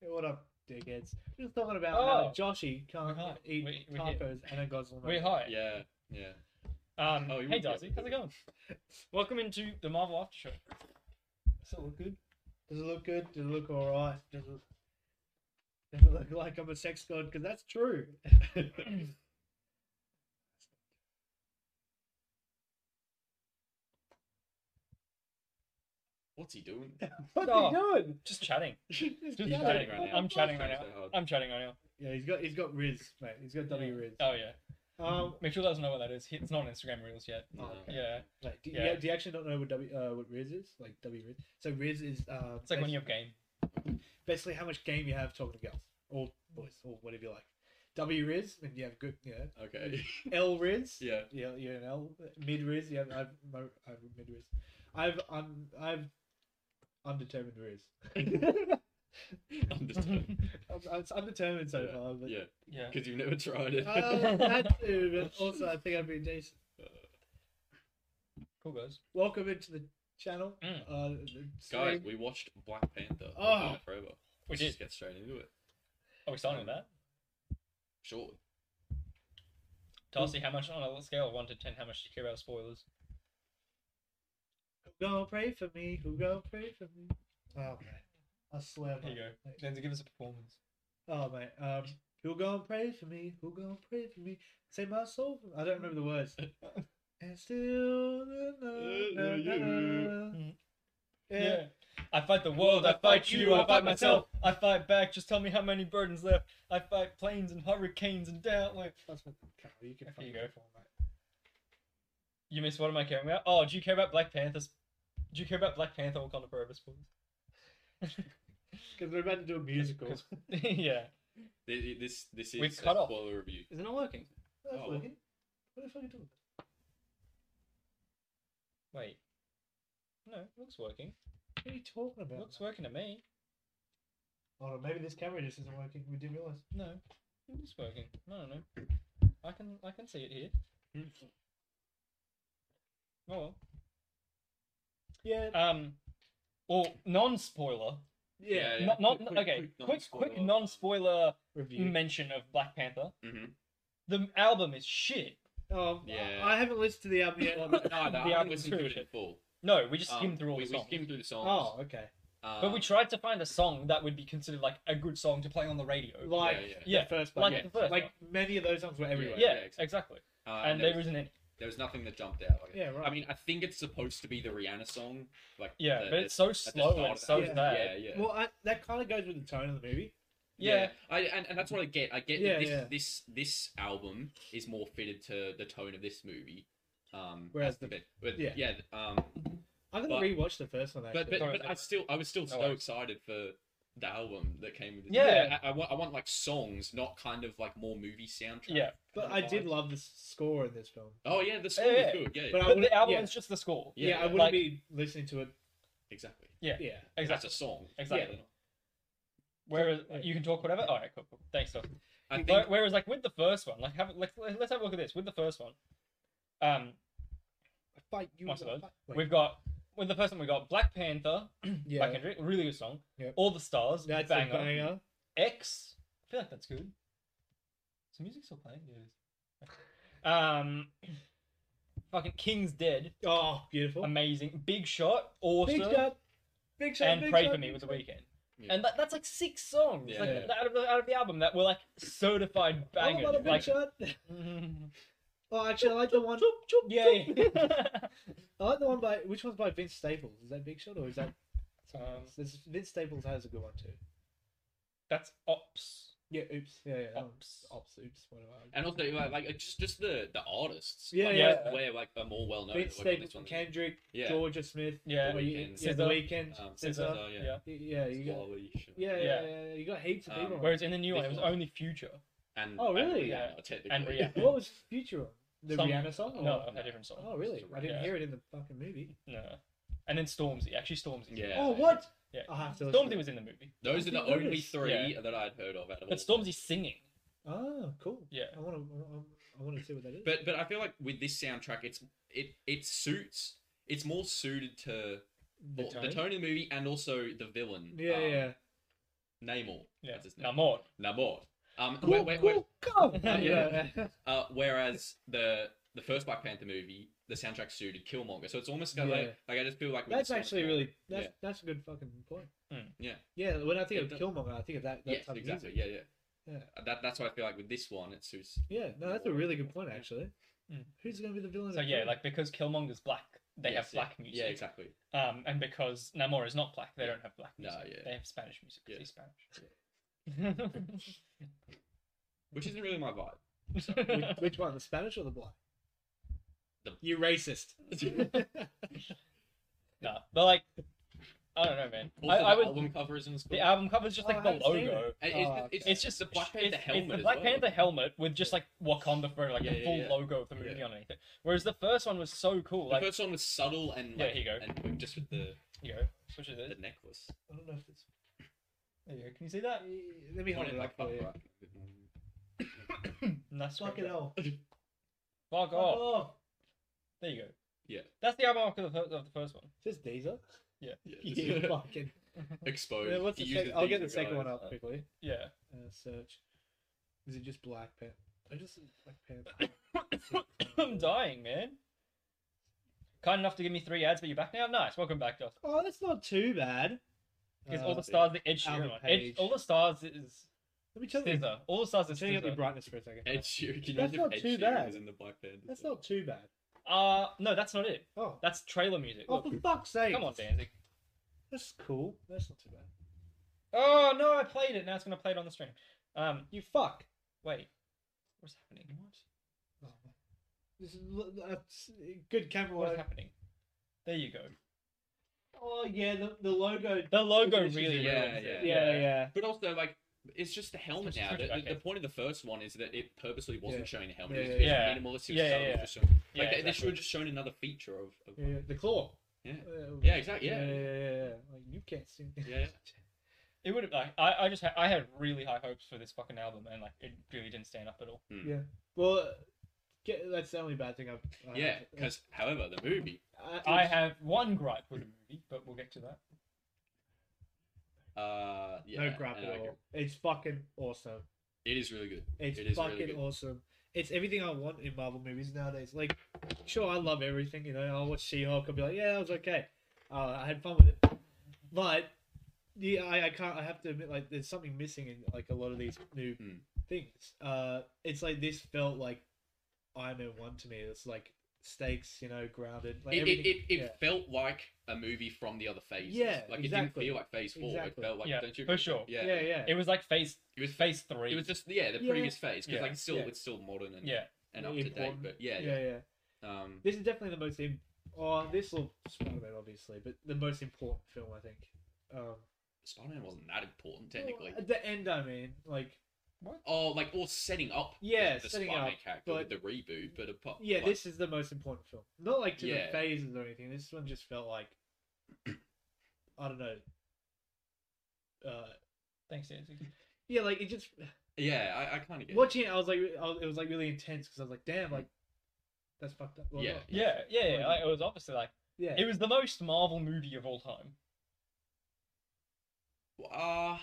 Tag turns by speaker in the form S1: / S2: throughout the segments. S1: What up, dickheads? Just talking about how
S2: Oh.
S1: Joshy can't
S2: We're hot.
S1: eat
S2: We- we're here.
S1: tacos and a Gosling.
S2: We're high.
S3: Yeah, yeah.
S2: Um,
S3: Oh, you
S2: hey,
S3: would be.
S2: Darcy, how's it going? Welcome into the Marvel After Show. Does it look good?
S1: Does it look good? Does it look alright? Does it, does it look like I'm a sex god? Because that's true.
S3: What's he doing?
S1: What's
S2: Oh.
S1: he doing?
S2: Just chatting.
S1: He's
S2: Just
S3: Yeah.
S2: chatting.
S3: chatting right now.
S2: I'm chatting right now.
S3: So hard.
S2: I'm chatting right now.
S1: Yeah, he's got he's got Riz, mate. He's got W Riz.
S2: Oh yeah.
S1: Um,
S2: Make sure doesn't know what that is. It's not on Instagram Reels yet.
S3: No.
S1: okay.
S2: Yeah.
S1: Like, do,
S2: Yeah.
S1: yeah. do you actually not know what W uh, what Riz is? Like W Riz. So Riz is uh,
S2: It's like when
S1: bas-
S2: you have game.
S1: basically how much game you have talking to girls or boys or whatever you like. W Riz and you have good, you know.
S3: Okay.
S1: L Riz.
S3: yeah.
S1: Yeah, you're an L mid Riz. Yeah, I've mo- I've mid Riz. I've un I've undetermined Riz.
S3: I'm just yeah.
S1: I'm, I'm undetermined so
S3: Yeah,
S1: far, but
S2: Yeah.
S3: Because you've never tried it.
S2: Oh,
S1: uh, that too. But also, I think I've been decent.
S2: Cool guys.
S1: Welcome into the channel.
S2: Mm.
S1: Uh,
S3: Guys,
S1: sorry.
S3: we watched Black Panther.
S1: Oh.
S3: Wakanda forever.
S2: We
S3: Let's just
S2: did.
S3: get straight into it.
S2: Are we starting with that?
S3: Shortly.
S2: Darcy, how much on a scale of one to ten, how much do you care about spoilers?
S1: who gonna pray for me? Who gonna pray for me? Oh man, I swear.
S2: Here you
S1: mate.
S2: go. Then to give us a performance.
S1: Oh mate, um, who gonna pray for me? Who gonna pray for me? Say my soul. for me. I don't remember the words. and still, na, na, na, na,
S3: Yeah,
S2: yeah.
S1: Mm. Yeah.
S2: I fight the world, I fight you, I fight myself, I fight back, just tell me how many burdens left. I fight planes and hurricanes and down like
S1: That's what Carl, you can
S2: Here
S1: fucking
S2: you go.
S1: perform, mate.
S2: You miss what am I caring about? Oh, do you care about Black Panthers? Do you care about Black Panther Wakanda Forever spoilers?
S1: Because we're about to do a musical.
S2: 'Cause- yeah.
S3: Th- This this is
S2: We've
S3: a
S2: cut off.
S3: spoiler review.
S4: Is it not working?
S1: That's
S3: Oh.
S1: working. What the fuck are you doing?
S2: Wait. No, it looks working.
S1: What are you talking
S2: It
S1: about?
S2: looks working to me.
S1: Oh, maybe this camera just isn't working. We didn't realize.
S2: No. It's working. I don't know. I can I can see it here.
S1: Hmm.
S2: Oh well.
S1: Yeah.
S2: Um or non spoiler.
S3: Yeah, yeah.
S2: Not, not
S3: Quick-
S2: okay.
S3: quick- quick
S2: Quick, quick
S3: non-spoiler.
S2: non spoiler
S1: Review.
S2: mention of Black Panther.
S3: Mm-hmm.
S2: The album is shit.
S1: Oh,
S3: Yeah.
S1: I haven't listened to the album yet.
S3: No, no, I
S2: album
S3: haven't
S2: is
S3: listened to it
S2: terrific.
S3: in full.
S2: No, we just
S3: Um,
S2: skimmed through all
S3: we,
S2: the songs.
S3: We skimmed through the songs.
S1: oh, okay.
S3: uh,
S2: But we tried to find a song that would be considered like a good song to play on the radio.
S1: Like
S3: yeah, yeah.
S1: the
S2: Yeah,
S1: first one.
S2: like
S1: yeah.
S2: the first
S1: Like
S2: one.
S1: many of those songs were everywhere.
S2: Yeah,
S3: yeah,
S2: exactly.
S3: uh,
S2: And
S3: there
S2: there
S3: was,
S2: isn't any.
S3: there was nothing that jumped out. Like,
S1: Yeah, right.
S3: I mean, I think it's supposed to be the Rihanna song. Like
S2: Yeah, but
S3: the- the-
S2: it's so
S3: at the
S2: slow
S3: start
S2: and
S3: of
S2: so
S3: that.
S2: bad.
S3: Yeah, yeah.
S1: Well, I, that kind of goes with the tone of the movie.
S2: Yeah.
S3: I and, and that's what I get. I get
S1: Yeah,
S3: that this,
S1: yeah.
S3: this this album is more fitted to the tone of this movie. Um,
S1: Whereas
S3: as
S1: the-
S3: bit- but
S1: yeah.
S3: yeah, um,
S1: I'm gonna
S3: But-
S1: rewatch the first one actually.
S3: but but,
S2: Sorry,
S3: but I
S2: sorry.
S3: still I was still so
S2: worries.
S3: excited for the album that came with this.
S2: Yeah.
S3: I, I want I want like songs, not kind of like more movie soundtrack.
S2: Yeah.
S1: But
S3: kind
S1: I
S3: of
S1: did
S3: vibe.
S1: love the s- score in this film.
S3: Oh yeah, the song
S2: Yeah,
S3: was
S2: yeah.
S3: good. Yeah,
S1: But I
S2: But
S1: wouldn't-
S2: the album
S1: yeah.
S2: is just the score.
S1: Yeah,
S3: Yeah,
S1: I wouldn't
S2: like-
S1: be listening to it.
S3: exactly.
S2: Yeah.
S1: Yeah,
S3: That's
S2: Exactly.
S3: a song.
S2: Exactly.
S3: Yeah.
S2: Whereas you can talk whatever. All right, cool. cool. Thanks, Dawson.
S3: I think
S2: Where- Whereas, like with the first one, like have like let's have a look at this with the first one. Um,
S1: I fight you.
S2: Most of
S1: I
S2: those.
S1: fight- wait,
S2: we've got with the first one we got Black Panther
S1: yeah,
S2: by Kendrick, really good song.
S1: Yep.
S2: All the stars,
S1: that's
S2: banger.
S1: a banger.
S2: X. I feel like that's good. Is the music still playing? Yeah. it is. Um, fucking King's Dead,
S1: Oh, beautiful.
S2: amazing. Big Shot, awesome.
S1: Big shot. Big shot.
S2: and
S1: big
S2: Pray
S1: shot,
S2: for Me
S1: big
S2: with the
S1: shot.
S2: weekend.
S3: Yeah.
S2: And that, that's like six songs
S3: Yeah.
S2: like,
S3: Yeah.
S2: Out, of the, out of the album that were like certified
S1: All
S2: bangers.
S1: about a big
S2: like,
S1: shot. Oh, actually, I like the one.
S2: yeah.
S1: I like the one by which one's by Vince Staples? Is that Big Shot or is that? someone
S2: Um,
S1: else? There's- Vince Staples has a good one too.
S2: that's Ops.
S1: Yeah, oops. Yeah, yeah. that one.
S2: Ops.
S1: Ops, oops, whatever.
S3: And also, like, like just just the the artists.
S1: Yeah,
S3: like,
S2: yeah.
S3: that's Where like are more well known.
S1: Vince Staples, Kendrick,
S3: Yeah.
S1: Georgia Smith.
S2: Yeah.
S1: the way you-
S3: Weeknd.
S1: yeah, the
S2: SZA.
S1: weekend.
S3: Um,
S1: SZA.
S3: SZA, yeah.
S2: yeah.
S1: Yeah, you got.
S3: Slowly, sure.
S1: Yeah, yeah,
S2: Yeah.
S1: yeah, yeah, you got heaps of
S3: Um,
S1: people. on
S2: Whereas in the new
S3: This
S2: one, it was
S3: one.
S2: only Future.
S3: And
S1: Oh, really?
S3: And Rihanna,
S2: Yeah.
S3: technically.
S2: And Rihanna.
S1: it. What was Future on? The
S2: Some-
S1: Rihanna song? or-
S2: No, a different song.
S1: Oh, really? I didn't
S2: Yeah.
S1: hear it in the fucking movie.
S2: No. And then Stormzy, actually Stormzy.
S3: Yeah.
S1: oh, what?
S2: Yeah.
S1: I have to listen to
S2: Stormzy
S1: it.
S2: was in the movie.
S3: Those are the
S1: Notice.
S3: only three that I'd heard of out of all.
S2: But Stormzy singing.
S1: Oh, cool.
S2: Yeah.
S1: I want to. I want to see what that is.
S3: But but I feel like with this soundtrack, it's it it suits. It's more suited to
S1: the
S3: well,
S1: tone.
S3: of the movie and also the villain.
S1: Yeah,
S3: Um,
S1: yeah.
S3: Namor.
S2: Yeah.
S3: That's his name.
S2: Namor.
S3: Namor. Um, where, where, where,
S1: Go.
S2: Yeah.
S1: yeah.
S3: uh, whereas the the first Black Panther movie, the soundtrack suited Killmonger, so it's almost kind of
S1: Yeah.
S3: like, like I just feel like we
S1: That's
S3: just kinda
S1: actually
S3: go-
S1: really that's that's a good fucking point.
S2: Mm.
S3: Yeah.
S1: Yeah, when I think
S3: It
S1: of
S3: does-
S1: Killmonger, I think of that. that
S3: yes,
S1: type of
S3: exactly,
S1: music.
S3: yeah, yeah.
S1: Yeah.
S3: Uh, That, that's why I feel like with this one, it suits.
S1: Yeah, no, that's a really good point actually.
S2: Mm.
S1: Who's gonna be the villain?
S2: So
S1: of
S2: yeah,
S1: Killmonger?
S2: like because Killmonger's black, they
S3: yes,
S2: have black
S3: yeah.
S2: music.
S3: Yeah, exactly.
S2: Um, and because Namor is not black, they don't have black
S3: No,
S2: music.
S3: yeah.
S2: They have Spanish music. 'cause
S3: Yeah.
S2: He's
S3: Which isn't really my vibe.
S2: Spanish.
S1: which, which one, the Spanish or the black?
S3: The-
S1: You racist.
S2: no, but like, I don't know, man. I,
S3: Also,
S2: I
S3: the
S2: would.
S3: album cover is in school.
S2: The album cover is just
S1: Oh,
S2: like
S1: I
S2: the
S1: haven't seen it.
S2: logo.
S3: It-
S1: Oh,
S3: it's, it's,
S1: okay.
S2: It's just
S3: the Black Panther
S2: it's,
S3: helmet.
S2: It's the
S3: as
S2: Black
S3: well.
S2: Panther helmet with just
S3: Yeah.
S2: like Wakanda for like
S3: Yeah,
S2: the
S3: yeah,
S2: full
S3: yeah.
S2: logo of the movie
S3: Yeah.
S2: on anything. Whereas the first one was so cool. Like
S3: the first one was subtle and
S2: Yeah,
S3: like,
S2: here you go.
S3: and quick, just with the,
S2: you go, switch it.
S3: the
S2: There.
S3: necklace.
S1: I don't know if it's.
S2: there you go. Can you see that?
S1: Let me hold
S3: Pointed
S1: it
S3: like
S1: up for
S3: fuck
S1: you.
S3: right.
S2: And that's
S1: Fucking
S2: great.
S1: hell.
S2: Fuck
S1: Fuck
S2: off.
S1: off.
S2: There you go.
S3: Yeah.
S2: That's the album cover of the, fir- of the first one.
S1: Is this Deezer?
S3: Yeah,
S1: You fucking.
S3: exposed.
S2: Oh,
S1: Yeah, what's the
S3: He
S1: sec-
S3: used
S1: I'll get the
S3: things
S1: second one
S3: guys.
S1: up quickly.
S2: Yeah.
S1: Uh, search. Is it just Black Panther? I just Black Panther.
S2: I'm dying, man. Kind enough to give me three ads, but you're back now. Nice. Welcome back, Josh.
S1: Oh, that's not too bad.
S2: Because
S1: Uh,
S2: all the stars that Ed
S1: Album
S2: Sheeran on. Ed,
S1: page.
S2: all the stars is
S1: Let me turn the-
S2: Scissor. All the stars is
S1: turning up the
S2: Scissor.
S1: brightness for a second.
S3: Ed Sheeran. Can you
S1: That's
S3: imagine
S1: not
S3: if Ed
S1: too
S3: Sheeran
S1: bad.
S3: was in the Black Panther?
S1: That's
S3: film?
S1: not too bad.
S2: Uh, no, that's not it.
S1: Oh,
S2: That's trailer music.
S1: oh
S2: Look.
S1: for fuck's sake!
S2: Come on, Danzig.
S1: That's cool. That's not too bad.
S2: Oh no, I played it. Now it's gonna play it on the stream. Um,
S1: You fuck.
S2: wait, what's happening? What?
S1: Oh, this is l- that's good camera
S2: What's
S1: work.
S2: happening? There you go.
S1: Oh yeah, the, the logo.
S2: The logo
S1: This is-
S2: really,
S3: yeah,
S2: ruins
S3: yeah,
S2: it.
S1: Yeah, yeah.
S3: But also, like, it's just the
S2: It's
S3: helmet now.
S2: just-
S3: The, the,
S2: okay.
S3: the point of the first one is that it purposely wasn't
S1: Yeah.
S3: showing the helmet.
S1: Yeah,
S3: It was,
S1: yeah,
S3: it was
S2: yeah.
S3: minimalist. It was
S2: Yeah, yeah,
S3: subtle, it was
S2: yeah.
S3: just showing-
S2: Yeah,
S3: like, they- they should
S2: exactly.
S3: have just shown another feature of. of
S1: yeah. The claw.
S3: Yeah.
S1: Uh,
S3: Yeah, exactly, yeah.
S1: yeah, yeah, yeah, yeah. Like you can't see.
S3: Yeah, yeah.
S2: It would have like I, I just ha- I had really high hopes for this fucking album and like it really didn't stand up at all.
S3: Hmm.
S1: Yeah. Well, get, that's the only bad thing I've. I
S3: Yeah,
S1: have.
S3: because however, the movie,
S1: I,
S2: I have one gripe with the movie, but we'll get to that.
S3: uh, yeah,
S1: no crap
S3: and
S1: at
S3: I agree.
S1: all. It's fucking awesome.
S3: It is really good.
S1: It's
S3: It is really
S1: fucking
S3: good.
S1: awesome. It's everything I want in Marvel movies nowadays. Like, sure, I love everything. You know, I'll watch She-Hulk. I'll be like, yeah, it was okay. Uh, I had fun with it. But yeah, I, I can't. I have to admit, like, there's something missing in like a lot of these new
S3: Hmm.
S1: things. Uh, it's like this felt like Iron Man one to me. It's like stakes, you know, grounded. Like
S3: It, it,
S1: everything-
S3: it, it
S1: yeah.
S3: felt like a movie from the other phase.
S1: Yeah,
S3: like
S1: exactly.
S3: it didn't feel like Phase Four.
S1: Exactly.
S3: It felt like
S2: Yeah,
S3: don't you
S2: for sure.
S3: Yeah,
S1: yeah, yeah.
S2: It was like phase
S3: It was
S2: phase three.
S3: It was just yeah, the
S1: Yeah.
S3: previous phase because
S2: Yeah.
S3: like it's still
S1: Yeah.
S3: it's still modern and
S2: yeah.
S3: and up
S1: Really
S3: to date.
S1: important.
S3: But yeah,
S1: yeah,
S3: yeah.
S1: yeah.
S3: Um,
S1: This is definitely the most. Im- oh, this will Spider-Man, obviously, but the most important film, I think. Um,
S3: Spider Man wasn't that important technically.
S1: Well, at the end, I mean, like,
S3: Oh, like or setting up. the-
S1: Yeah,
S3: the,
S1: setting
S3: Spider-Man
S1: up,
S3: character with the
S1: but-
S3: reboot, but apart.
S1: yeah,
S3: like,
S1: this is the most important film. Not like to
S3: Yeah.
S1: the phases or anything. This one just felt like, I don't know. Uh,
S2: Thanks, Danzig.
S1: yeah, like it just
S3: Yeah, I, I kind of get.
S1: watching it. I was like, I was, it was like really intense because I was like, damn, like that's fucked up. Well,
S3: Yeah.
S1: not-
S2: Yeah, yeah, yeah. Like, it was obviously like
S1: yeah.
S2: it was the most Marvel movie of all time.
S3: it. Uh,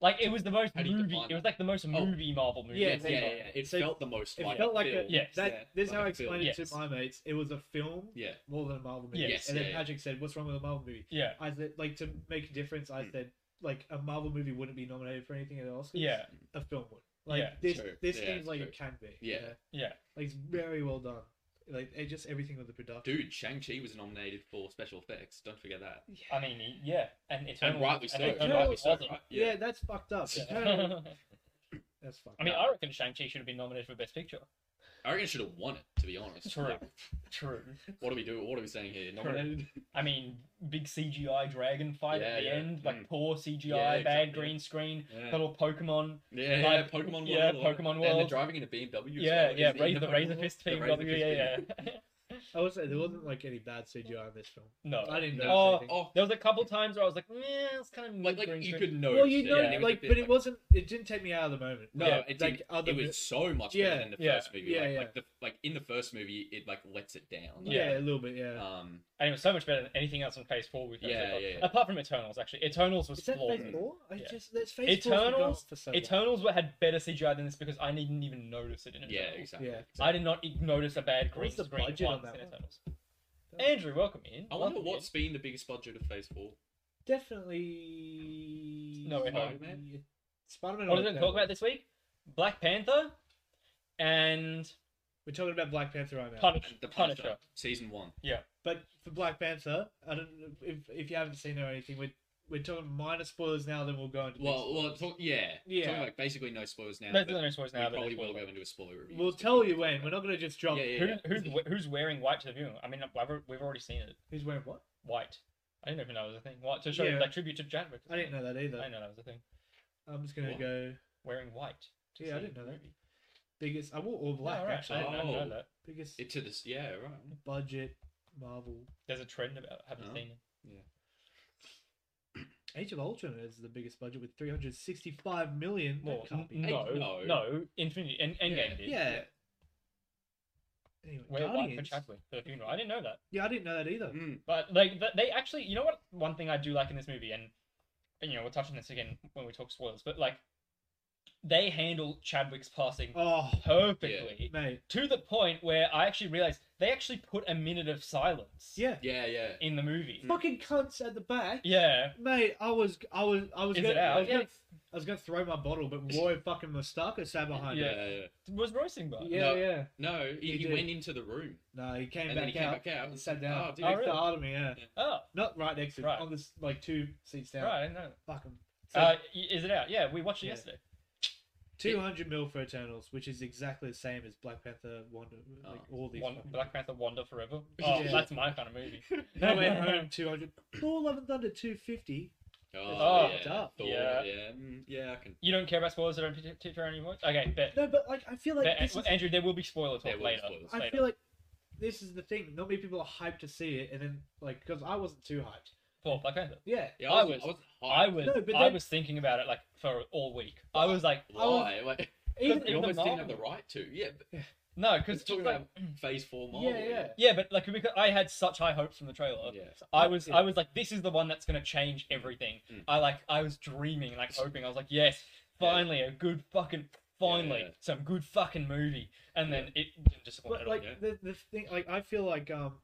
S2: Like it was the most
S3: How do you
S2: movie.
S3: define
S2: It was
S3: that?
S2: like the most
S3: Oh.
S2: movie Marvel movie.
S1: Yeah,
S3: yeah,
S2: of
S3: yeah,
S2: all
S1: yeah,
S3: yeah,
S2: time.
S3: It
S1: So
S3: felt the most.
S1: it
S3: like
S1: felt like a-
S3: film.
S2: Yes.
S1: that,
S3: yeah,
S1: this is
S3: like
S1: how I
S3: a film.
S1: explained it
S2: Yes.
S1: to my mates. It was a film
S3: Yeah,
S1: more than a Marvel movie.
S2: Yes,
S1: and then
S3: yeah, yeah.
S1: Patrick said, "What's wrong with a Marvel movie?"
S2: Yeah,
S1: I said, like to make a difference. I
S3: Hmm.
S1: said, like a Marvel movie wouldn't be nominated for anything at the Oscars.
S2: yeah,
S1: a film would. Like
S2: Yeah.
S1: this,
S3: True.
S1: this
S3: Yeah,
S1: seems
S3: it's
S1: like
S3: true.
S1: it can be.
S3: Yeah.
S1: you know?
S2: yeah.
S1: like it's very well done. Like it just everything with the production.
S3: dude, Shang Chi was nominated for special effects. Don't forget that.
S2: I mean, he- yeah, and Eternal.
S3: And rightly so.
S2: Eternal
S3: And
S1: War
S3: rightly so.
S2: wasn't.
S3: Right?
S1: yeah.
S3: Yeah.
S1: that's fucked up.
S3: Yeah.
S1: Eternal-
S2: Yeah.
S1: that's fucked.
S2: I mean,
S1: up.
S2: I reckon Shang Chi should have been nominated for Best Picture.
S3: I reckon it should have won it. To be honest.
S2: True. True.
S3: What are we doing? What are we saying here?
S2: True.
S3: Nominated.
S2: I mean, big CGI dragon fight at
S3: Yeah,
S2: the
S3: yeah.
S2: end, like
S3: Mm.
S2: poor CGI,
S3: Yeah,
S2: bad
S3: exactly.
S2: green screen,
S3: Yeah.
S2: little Pokemon.
S3: Yeah, yeah,
S2: Like,
S3: Pokemon World.
S2: yeah,
S3: a lot.
S2: Pokemon
S3: And they're
S2: World.
S3: driving in a BMW. as
S2: Yeah,
S3: well,
S2: yeah,
S3: isn't it?
S2: raise
S3: In
S2: the
S3: Pokemon
S2: razor
S3: World?
S2: fist
S3: The
S2: team.
S3: Razor
S2: W,
S3: Fist
S2: yeah, yeah.
S1: I would say there wasn't like any bad CGI in this film.
S2: No,
S1: I didn't
S3: No.
S1: notice
S2: Oh,
S1: anything.
S3: Oh,
S2: there was a couple times where I was like, "Meh, it's kind of
S3: like like you could know.
S1: well, you know,
S2: yeah, it was
S1: like, but it wasn't. It didn't take me out of the moment.
S3: No,
S1: Like,
S3: it
S1: like
S3: didn't.
S1: other.
S3: it was
S1: bit-
S3: so much
S1: Yeah,
S3: better than the
S2: yeah,
S3: first movie.
S1: yeah,
S3: like,
S1: yeah.
S3: like the like in the first movie, it like lets it down. Like,
S1: yeah,
S2: yeah.
S1: a little bit. Yeah.
S3: Um,
S2: and it was so much better than anything else on Phase Four we've
S3: Yeah,
S2: so far.
S3: yeah, yeah.
S2: Apart from Eternals, actually, Eternals was
S1: Is that
S2: flawed.
S1: Phase Four? I
S2: Yeah.
S1: just that's Phase Four.
S2: Eternals-
S1: forgot for so long.
S2: Eternals were- had better CGI than this because I didn't even notice it in Eternals.
S3: yeah, exactly.
S1: Yeah.
S2: I did not e- notice a bad
S1: What
S2: green
S1: was the
S2: screen
S1: budget on
S2: once
S1: that
S2: in
S1: one?
S2: Eternals.
S1: Don't-
S2: Andrew, welcome in.
S3: I wonder
S2: Welcome
S3: what's been the biggest budget of Phase Four.
S1: Definitely.
S2: No, wait,
S1: Spider-Man.
S3: Spider-Man?
S1: Spider-Man.
S2: in.
S1: or
S2: What are we going to talk
S1: Eternals?
S2: about this week? Black Panther and
S1: We're talking about Black Panther right now.
S2: Punish-
S3: And the Punisher,
S2: Punisher.
S3: season one.
S1: But for Black Panther, I don't if if you haven't seen it or anything, we're we're talking minor spoilers now. Then we'll go into big
S3: Well, well,
S1: spoilers.
S3: talk, yeah,
S1: Yeah.
S3: Talking like basically no spoilers now.
S2: That's
S3: but
S2: the next voice
S3: we
S2: now. but
S3: probably
S2: that's
S3: will
S2: what-
S3: go into a spoiler review.
S1: we'll tell you when. We're not going to just
S3: Yeah,
S1: drop
S3: yeah,
S2: Who,
S3: yeah.
S2: who's who's wearing white to the viewing? I mean, I've- we've already seen it.
S1: who's wearing what.
S2: White. I didn't even know that was a thing. White to show
S1: Yeah.
S2: like tribute to Chadwick.
S1: I didn't know that
S2: I
S1: either.
S2: didn't know that was a thing.
S1: I'm just gonna
S3: What?
S1: go
S2: Wearing white. to
S1: Yeah, I
S2: see
S1: didn't
S2: the
S1: know that.
S2: movie.
S1: biggest. I wore all black
S2: Oh, right.
S1: actually.
S2: I didn't know- I didn't know
S3: Oh.
S2: that.
S1: Biggest
S3: It to this, yeah, right.
S1: budget Marvel.
S2: There's a trend about having
S3: Oh.
S2: seen it.
S1: Age of Ultron is the biggest budget with 365 million. That
S2: More.
S1: can't be.
S3: n-
S2: No, no,
S3: no.
S2: Infinity and Endgame did.
S1: yeah. Anyway,
S2: Wear white for
S1: Guardians.
S2: Chadwick for the funeral. I didn't know that.
S1: Yeah, I didn't know that either.
S3: Mm.
S2: But like th- they actually, you know what? One thing I do like in this movie, and, and you know we'll touch on this again when we talk spoilers, but like they handle Chadwick's passing
S1: Oh,
S2: perfectly
S1: mate.
S2: to the point where I actually realized they actually put a minute of silence.
S1: Yeah.
S3: Yeah, yeah.
S2: In the movie.
S1: Fucking cunts at the back.
S2: Mm. Yeah.
S1: Mate, I was, I was, I was
S2: Is
S1: gonna,
S2: it out?
S1: I was,
S2: Yeah.
S1: gonna, I was gonna throw my bottle, but Roy fucking Mustaka sat behind
S2: Yeah.
S1: it.
S3: Yeah, yeah.
S2: Was roasting bar.
S1: Yeah,
S3: No.
S1: yeah.
S3: No, he,
S1: He
S3: he
S1: did.
S3: went into the room
S1: No, he came,
S3: and
S1: back,
S3: then he came
S1: out
S3: back out
S1: and sat down.
S3: Oh, dude.
S1: next
S2: really?
S1: to Artemy, yeah.
S2: Oh,
S1: Not right next to
S2: Right.
S1: on this like two seats down.
S2: right. I didn't know.
S1: Fucking
S2: that. Uh, y- is it out? Yeah, we watched it
S1: Yeah.
S2: yesterday.
S1: two hundred mil for Eternals, which is exactly the same as Black Panther, Wonder, like
S3: Oh.
S1: all these.
S2: Wan-
S1: fucking-
S2: Black Panther Wander Forever. Oh,
S1: Yeah.
S2: that's my kind of movie.
S1: No Way Home two hundred. Thor Love and Thunder two fifty.
S3: Oh,
S2: Oh,
S3: yeah.
S1: tough.
S3: Thor,
S2: Yeah.
S3: yeah. Mm, yeah, I can.
S2: You don't care about spoilers that don't fit fit your own voice? Okay, bet.
S1: No, but like I feel like
S2: bet
S1: this is,
S2: Andrew, there will be spoiler
S3: There
S2: talk
S3: will be
S2: later.
S3: spoilers.
S1: I
S2: later.
S1: feel like this is the thing. Not many people are hyped to see it, and then like because I wasn't too hyped.
S2: For Black Panther.
S1: Yeah,
S3: Yeah,
S2: I
S3: I was.
S2: was-
S3: I was.
S2: I was
S1: No, but
S2: I
S1: then-
S2: was thinking about it like for all week. I was like,
S3: Why? Like,
S1: even
S2: in
S3: you
S2: the
S3: almost didn't have the
S2: Marvel-
S3: right to. Yeah,
S2: no, because
S3: It's talking
S2: like,
S3: phase four Marvel.
S1: yeah, yeah.
S2: yeah, but like because I had such high hopes from the trailer.
S3: yeah.
S2: I was
S1: Yeah.
S2: I was like, this is the one that's gonna change everything.
S3: Mm.
S2: I like I was dreaming, like hoping. I was like, yes,
S3: Yeah.
S2: finally a good fucking finally
S3: Yeah.
S2: some good fucking movie. And then it didn't disappoint
S1: But
S2: at all.
S1: like the, the thing, like I feel like um,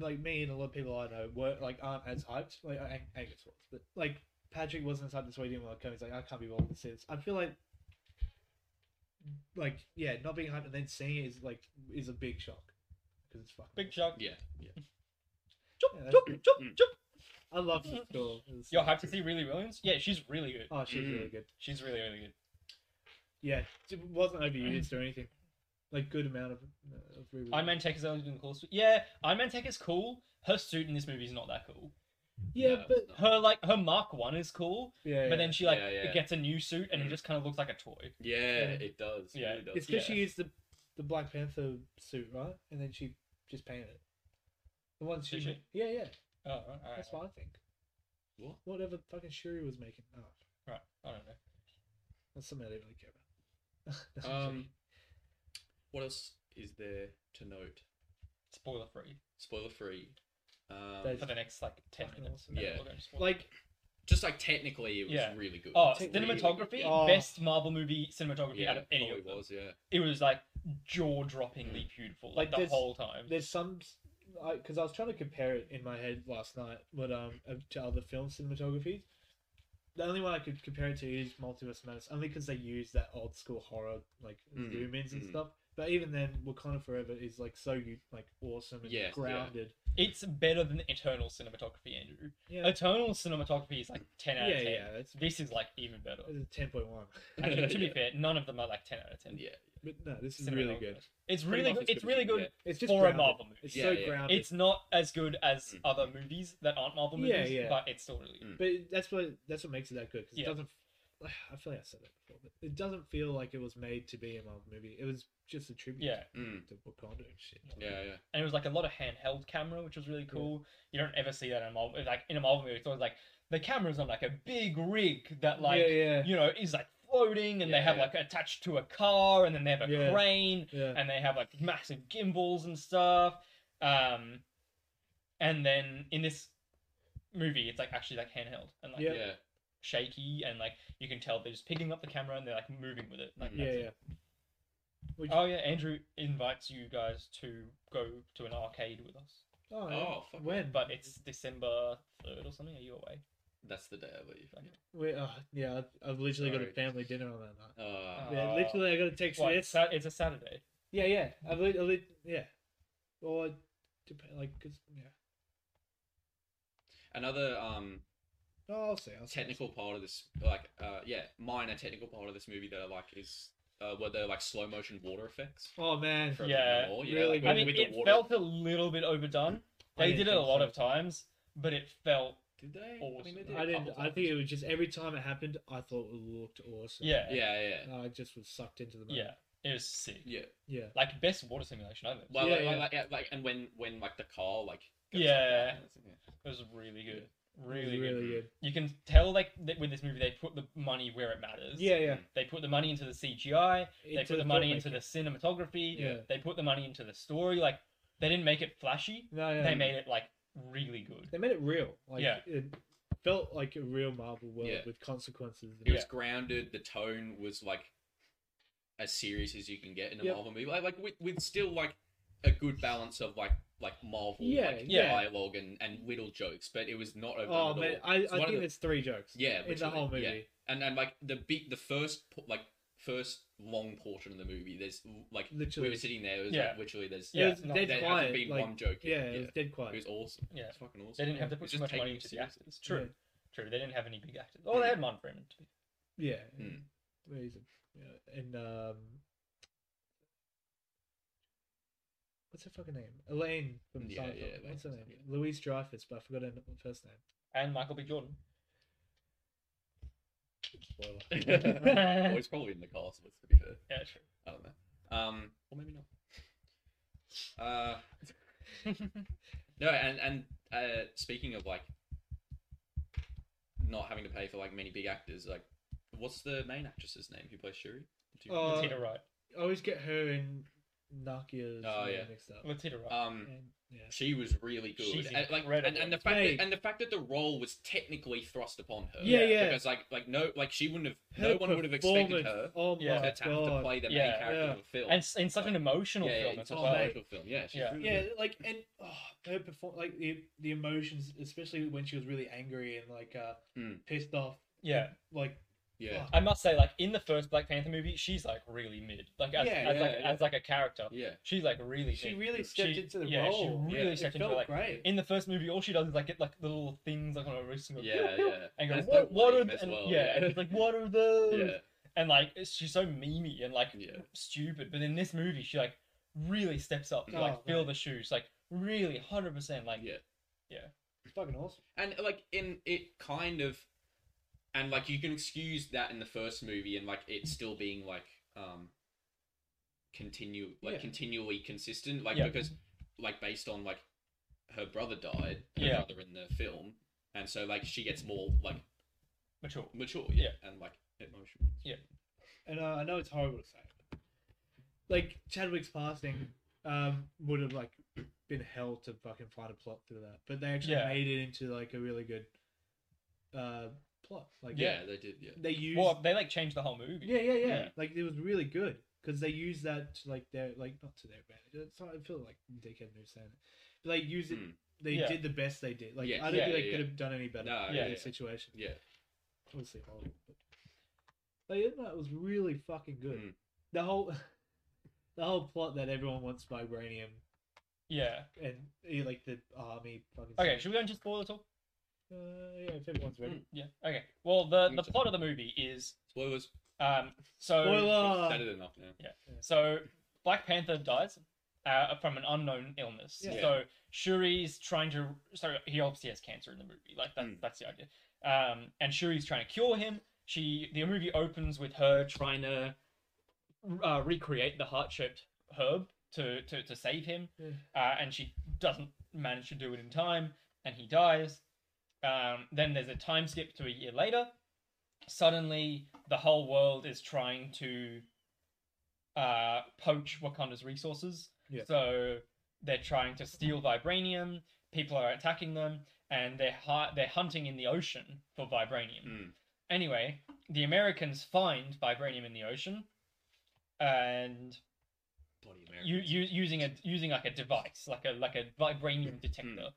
S1: like me and a lot of people I know were like aren't as hyped. Like I, Angus was, but like Patrick wasn't as hyped as we didn't want to come. He's like, I can't be bothered to see this. I feel like, like yeah, not being hyped and then seeing it is like is a big shock because it's fucking.
S2: Big shock.
S3: Yeah, yeah.
S2: Chop,
S1: Yeah,
S2: chop,
S1: that's-
S2: chop,
S3: Mm.
S2: chop.
S1: I love this girl. It's-
S2: You're hyped to see Really Williams? Yeah, she's really good.
S1: Oh, she's
S3: Mm.
S1: really good.
S2: She's really really good.
S1: Yeah, it wasn't overused or anything. Like good amount of. Uh, of re-
S2: Iron Man Tech is only doing cool suit. Yeah, Iron Man Tech is cool. Her suit in this movie is not that cool.
S1: Yeah,
S3: No,
S1: but
S3: it's not.
S2: Her like her Mark One is cool,
S1: yeah,
S2: but then she like
S3: Yeah, yeah.
S2: gets a new suit and it
S3: Mm.
S2: just kind of looks like a toy.
S3: yeah, it does.
S2: Yeah.
S3: it really
S1: It's
S3: does.
S1: because
S2: Yeah.
S1: she used the the Black Panther suit, right? And then she just painted it. The one she,
S2: Did
S1: made-
S2: she?
S1: yeah, yeah.
S2: Oh, all right,
S1: That's what I think.
S3: What?
S1: Whatever fucking Shuri was making. Oh,
S2: right. I don't know.
S1: that's something I didn't really care about. That's
S3: Um, what else is there to note?
S2: Spoiler free.
S3: Spoiler free. Um,
S1: There's-
S2: for the next like ten
S1: Fucking
S2: minutes.
S1: awesome.
S2: and then
S3: Yeah.
S2: we'll go to spoilers.
S1: like
S3: just like technically, it was
S2: Yeah.
S3: really good.
S2: oh,
S3: It's really
S2: cinematography,
S3: good.
S1: Oh.
S2: best Marvel movie cinematography
S3: Yeah,
S2: out of any
S3: probably
S2: of them.
S3: was. Mm. Yeah,
S2: It was like jaw droppingly beautiful, like,
S1: Like,
S2: the
S1: there's-
S2: whole time.
S1: there's some because I, was trying to compare it in my head last night, but um of- to other film cinematographies. The only one I could compare it to is Multiverse of Madness, only because they use that old school horror like
S3: Mm,
S1: zoom ins and
S3: mm.
S1: stuff. But even then, Wakanda Forever is like so u- like awesome and
S3: Yes, yeah.
S1: grounded.
S2: It's better than Eternal cinematography, Andrew.
S1: Yeah,
S2: Eternal cinematography is like ten out
S1: yeah,
S2: of ten.
S1: yeah. It's
S2: This is like even better.
S1: ten point one.
S2: Actually, to be
S3: Yeah.
S2: fair, none of them are like ten out of ten.
S3: yeah,
S1: But no, this is
S2: Cinematography.
S1: really good.
S2: It's
S3: Pretty
S2: really
S3: much
S2: good.
S3: as
S2: It's
S3: good as
S2: really
S3: you can
S2: good
S1: It's just
S2: for
S1: grounded.
S2: a Marvel movie.
S1: It's
S3: Yeah,
S1: so
S3: yeah.
S1: grounded.
S2: It's not as good as
S3: Mm.
S2: other movies that aren't Marvel movies,
S1: Yeah, yeah.
S2: but it's still really good.
S1: but that's what that's what makes it that good because
S2: Yeah.
S1: it doesn't I feel like I said it before, but it doesn't feel like it was made to be a Marvel movie. It was just a tribute
S2: Yeah.
S3: Mm.
S1: to Wakanda and shit.
S3: Yeah, yeah.
S2: and it was like a lot of handheld camera, which was really cool. You don't ever see that in a Marvel, like in a Marvel movie. It's always like the camera's on like a big rig that like
S1: yeah, yeah,
S2: you know is like floating, and
S3: Yeah,
S2: they have
S3: yeah.
S2: like attached to a car, and then they have a
S1: Yeah.
S2: crane,
S1: yeah.
S2: and they have like massive gimbals and stuff. Um, and then in this movie, it's like actually like handheld and like
S1: Yeah.
S3: Yeah.
S2: shaky, and like you can tell they're just picking up the camera and they're like moving with it. Like
S3: Mm.
S1: yeah,
S2: that's it.
S1: yeah. Would you-
S2: Oh yeah, Andrew invites you guys to go to an arcade with us.
S1: Oh, yeah.
S3: Oh, fuck.
S1: when?
S2: But it's December third or something. Are you away?
S3: That's the day I leave.
S1: Wait, uh, yeah, I've- I've literally got a
S3: Sorry.
S1: family dinner on that night.
S3: Uh,
S2: Oh.
S1: Yeah,
S2: Uh,
S1: literally, I got to text.
S2: Well,
S1: Well,
S2: it's Sa- it's a Saturday.
S1: yeah, yeah. I've lit, I lit, yeah. Or depend, like, 'cause- yeah.
S3: another um
S1: No, Oh, I'll see. I'll see.
S3: technical part of this, like, uh, yeah, minor technical part of this movie that I like is uh, were the like slow motion water effects.
S1: Oh man,
S3: from
S2: Yeah,
S3: the wall, you know,
S1: really
S3: like,
S1: good.
S2: I
S3: with-
S2: mean,
S3: with the
S2: it
S3: water-
S2: felt a little bit overdone.
S1: I
S2: They
S1: didn't
S2: did it a
S1: think
S2: lot
S1: so.
S2: of times, but it felt
S3: Did they? I mean,
S2: Awesome.
S3: they did
S1: I
S3: a
S1: didn't.
S3: couple
S1: I think it
S3: times.
S1: was just every time it happened, I thought it looked awesome.
S2: yeah, yeah,
S3: Yeah, yeah,
S1: I just was sucked into the moment.
S2: It was sick.
S3: yeah.
S1: yeah.
S2: Like best water simulation I've ever.
S3: Well,
S1: Yeah,
S3: like,
S1: yeah.
S3: Like, yeah, like, and when when like the car like.
S2: Yeah.
S3: Like that,
S2: It was really good.
S1: It was
S2: Really, good.
S1: really good.
S2: You can tell like that with this movie they put the money where it matters.
S1: Yeah, yeah.
S2: They put the money into the CGI. They
S1: Into
S2: put the money into
S1: filmmaking.
S2: the cinematography.
S1: Yeah.
S2: They put the money into the story. Like they didn't make it flashy.
S1: No, no,
S2: They
S1: no.
S2: made it like really good.
S1: They made it real. Like,
S2: Yeah.
S1: It felt like a real Marvel world
S3: Yeah.
S1: with consequences.
S3: It
S1: Yeah.
S3: was grounded. The tone was like as serious as you can get in a
S1: Yep.
S3: Marvel movie. Like, like with, with still like a good balance of like like Marvel
S1: Yeah,
S3: like,
S1: yeah.
S3: dialogue and, and little jokes, but it was not overdone
S1: Oh
S3: at
S1: man,
S3: all.
S1: I, I
S3: It's one
S1: think
S3: of the-
S1: there's three jokes.
S3: Yeah,
S1: in the
S3: literally,
S1: whole movie.
S3: yeah. and and like the beat the first po- like first long portion of the movie. There's like
S1: Literally.
S3: we were sitting there. It was
S2: Yeah.
S3: like literally there's
S1: It
S2: Yeah,
S1: was
S2: no,
S1: dead
S3: there
S1: quiet.
S3: hasn't been
S1: like,
S3: one joke.
S1: yeah,
S3: yet.
S1: it was dead quiet.
S3: It was awesome.
S2: Yeah.
S3: It's fucking awesome.
S2: They didn't have to put
S3: It's
S2: too
S3: just
S2: much
S3: taking
S2: money
S3: it
S2: into the
S3: serious.
S2: actors. True.
S1: Yeah.
S2: True. They didn't have any big actors. Oh, they had Martin Freeman. to be-
S1: Yeah.
S3: Mm.
S1: Amazing. Yeah. And um What's her fucking name? Elaine from
S3: Yeah,
S1: Seinfeld.
S3: yeah, Elaine
S1: What's her
S3: from
S1: name?
S3: Seinfeld.
S1: Louise Dreyfus, but I forgot her n- first name.
S2: And Michael B. Jordan.
S1: Spoiler.
S3: well, he's Oh, probably in the cast, but to be fair,
S2: Yeah, true.
S3: I don't know. Um, or maybe not. Uh, no, and and uh, speaking of like not having to pay for like many big actors, like what's the main actress's name who plays Shuri? Do you-
S1: Uh,
S2: Latita Wright.
S1: I always get her and Nakia's
S3: Oh,
S1: name
S3: yeah.
S1: mixed up.
S2: Latita Wright.
S3: um,
S1: And- yeah.
S3: she was really good.
S2: She's
S3: and, like, and,
S2: incredible.
S3: and the fact
S1: Mate.
S3: that, and the fact that the role was technically thrust upon her.
S1: Yeah, yeah.
S3: Because like like no like she wouldn't have
S1: Her
S3: no one would have expected
S1: performance-
S3: her
S1: Oh my
S2: Yeah.
S3: to, to have to
S1: god.
S3: play the main
S2: Yeah.
S3: character
S1: Yeah.
S3: of a film.
S2: and s- in such an emotional
S3: yeah,
S2: film
S3: yeah,
S2: as
S3: it's an
S2: well.
S3: emotional film. Yeah, she's
S2: Yeah.
S3: really
S1: Yeah,
S3: good.
S1: like and oh, her perform like the the emotions, especially when she was really angry and like uh
S3: Mm.
S1: pissed off.
S2: Yeah.
S1: Like
S3: yeah.
S1: fuck.
S2: I must say, like in the first Black Panther movie, she's like really mid. Like as,
S1: Yeah,
S2: as
S3: yeah,
S2: like
S3: yeah.
S2: as like a character,
S3: Yeah,
S2: she's like really.
S1: she
S2: mid.
S1: really stepped
S2: she-
S1: into the
S2: yeah, she
S1: role.
S2: really
S3: Yeah.
S1: It
S2: stepped into
S1: felt
S2: it. Like
S1: great.
S2: in the first movie, all she does is like get like the little things like on her wrist and go,
S3: yeah,
S2: "Pew, pew,"
S3: yeah.
S2: and go,
S3: That's
S2: what,
S3: the
S2: what are
S3: blame
S2: th-?
S3: as
S2: and,
S3: well,
S2: yeah, and
S3: yeah.
S2: it's like what are those?
S3: yeah,
S2: And like it's- she's so memey and like
S3: yeah.
S2: stupid, but in this movie, she like really steps up to
S1: Oh,
S2: like fill
S1: right.
S2: the shoes, like really hundred percent, like
S3: yeah.
S1: It's fucking awesome.
S3: And like in it kind of, and like you can excuse that in the first movie, and like it still being like um, continue like
S1: Yeah.
S3: continually consistent, like
S2: Yeah.
S3: because like based on like her brother died, her
S2: Yeah.
S3: brother in the film, and so like she gets more like
S2: mature.
S3: mature, yeah, and like emotional.
S1: and uh, I know it's horrible to say, but, like Chadwick's passing um, would have like been hell to fucking find a plot through that, but they actually
S2: Yeah.
S1: made it into like a really good uh, plot. Like
S3: Yeah, they did. Yeah,
S1: they used
S2: Well, they like changed the whole movie.
S1: yeah, yeah, yeah,
S3: Yeah.
S1: Like it was really good because they used that to, like their like not to their advantage. It's not, I feel like dickhead moves saying it, but they used it.
S3: Mm.
S1: They
S2: Hmm. Yeah.
S1: did the best they did. Like
S3: Yeah,
S1: I don't
S3: yeah,
S1: think they
S3: yeah,
S1: could
S3: yeah.
S1: have done any better
S3: No,
S1: in
S2: yeah,
S1: the
S3: yeah.
S1: situation.
S3: yeah.
S1: obviously horrible. But but yeah, no, it was really fucking good.
S3: Mm.
S1: The whole, the whole plot that everyone wants vibranium
S2: yeah.
S1: and eh, like the army fucking.
S2: Okay,
S1: stuff.
S2: should we go into spoiler talk?
S1: Uh, yeah, if everyone's ready.
S2: Yeah. Okay. Well, the the
S3: Okay.
S2: plot of the movie is
S3: Spoilers.
S2: um so
S1: Spoiler.
S3: Said it enough now.
S2: so Black Panther dies uh, from an unknown illness.
S1: Yeah.
S2: So Shuri's trying to so he obviously has cancer in the movie. Like that's
S3: Mm.
S2: that's the idea. Um, and Shuri's trying to cure him, she the movie opens with her trying to uh, recreate the heart shaped herb to, to to save him,
S1: Yeah.
S2: uh, and she doesn't manage to do it in time, and he dies. Um, then there's a time skip to a year later. Suddenly, the whole world is trying to uh, poach Wakanda's resources.
S1: Yeah.
S2: So they're trying to steal vibranium. People are attacking them, and they're hi- they're hunting in the ocean for vibranium.
S3: Mm.
S2: Anyway, the Americans find vibranium in the ocean, and
S3: Bloody America.
S2: you, you using a using like a device, like a like a vibranium detector.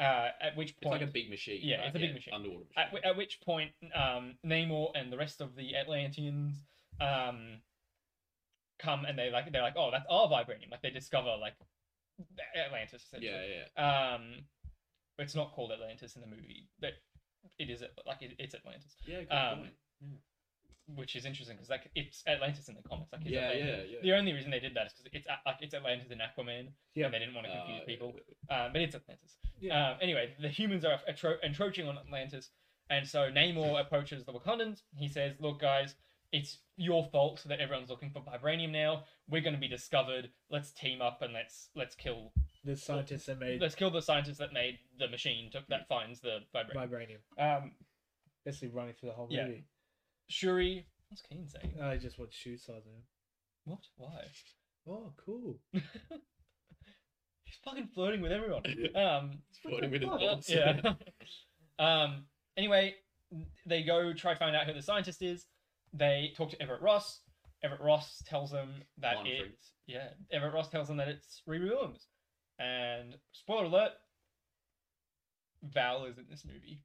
S2: Uh, at which
S3: Hmm. It's
S2: point,
S3: like a big machine.
S2: Yeah,
S3: right?
S2: it's a big machine.
S3: Underwater
S2: at,
S3: machine.
S2: whi- at which point, um, Namor and the rest of the Atlanteans, um, come and they like they're like, oh, that's our vibranium. Like they discover like Atlantis. Essentially.
S3: yeah, yeah.
S2: Um, it's not called Atlantis in the movie. That it is like it, it's Atlantis,
S3: Yeah, good
S2: Um,
S3: point.
S2: which is interesting because like it's Atlantis in the comics. Like it's
S3: Yeah,
S2: Atlantis.
S3: yeah, yeah.
S2: The only reason they did that is because it's at- like it's Atlantis in Aquaman,
S1: Yeah.
S2: and they didn't want to confuse
S3: Uh,
S2: people. Um, but it's Atlantis.
S1: Yeah.
S2: Um, anyway, the humans are atro- encroaching on Atlantis, and so Namor approaches the Wakandans. He says, "Look, guys, it's your fault that everyone's looking for vibranium now. We're going to be discovered. Let's team up and let's let's kill
S1: The scientists that made
S2: let's kill the scientist that made the machine to, that finds the vibranium."
S1: vibranium,
S2: Um,
S1: basically running through the whole
S2: Yeah.
S1: movie.
S2: Shuri, what's Keen saying?
S1: I just want shoe size now.
S2: What? Why?
S1: Oh, cool.
S2: He's fucking flirting with everyone. Um,
S3: It's floating with his
S1: fuck?
S3: balls.
S2: yeah. um. Anyway, they go try find out who the scientist is. They talk to Everett Ross. Everett Ross tells them that
S3: Barn
S2: it's
S3: fruit.
S2: yeah. Everett Ross tells them that it's Riri Williams. And spoiler alert: Val is in this movie.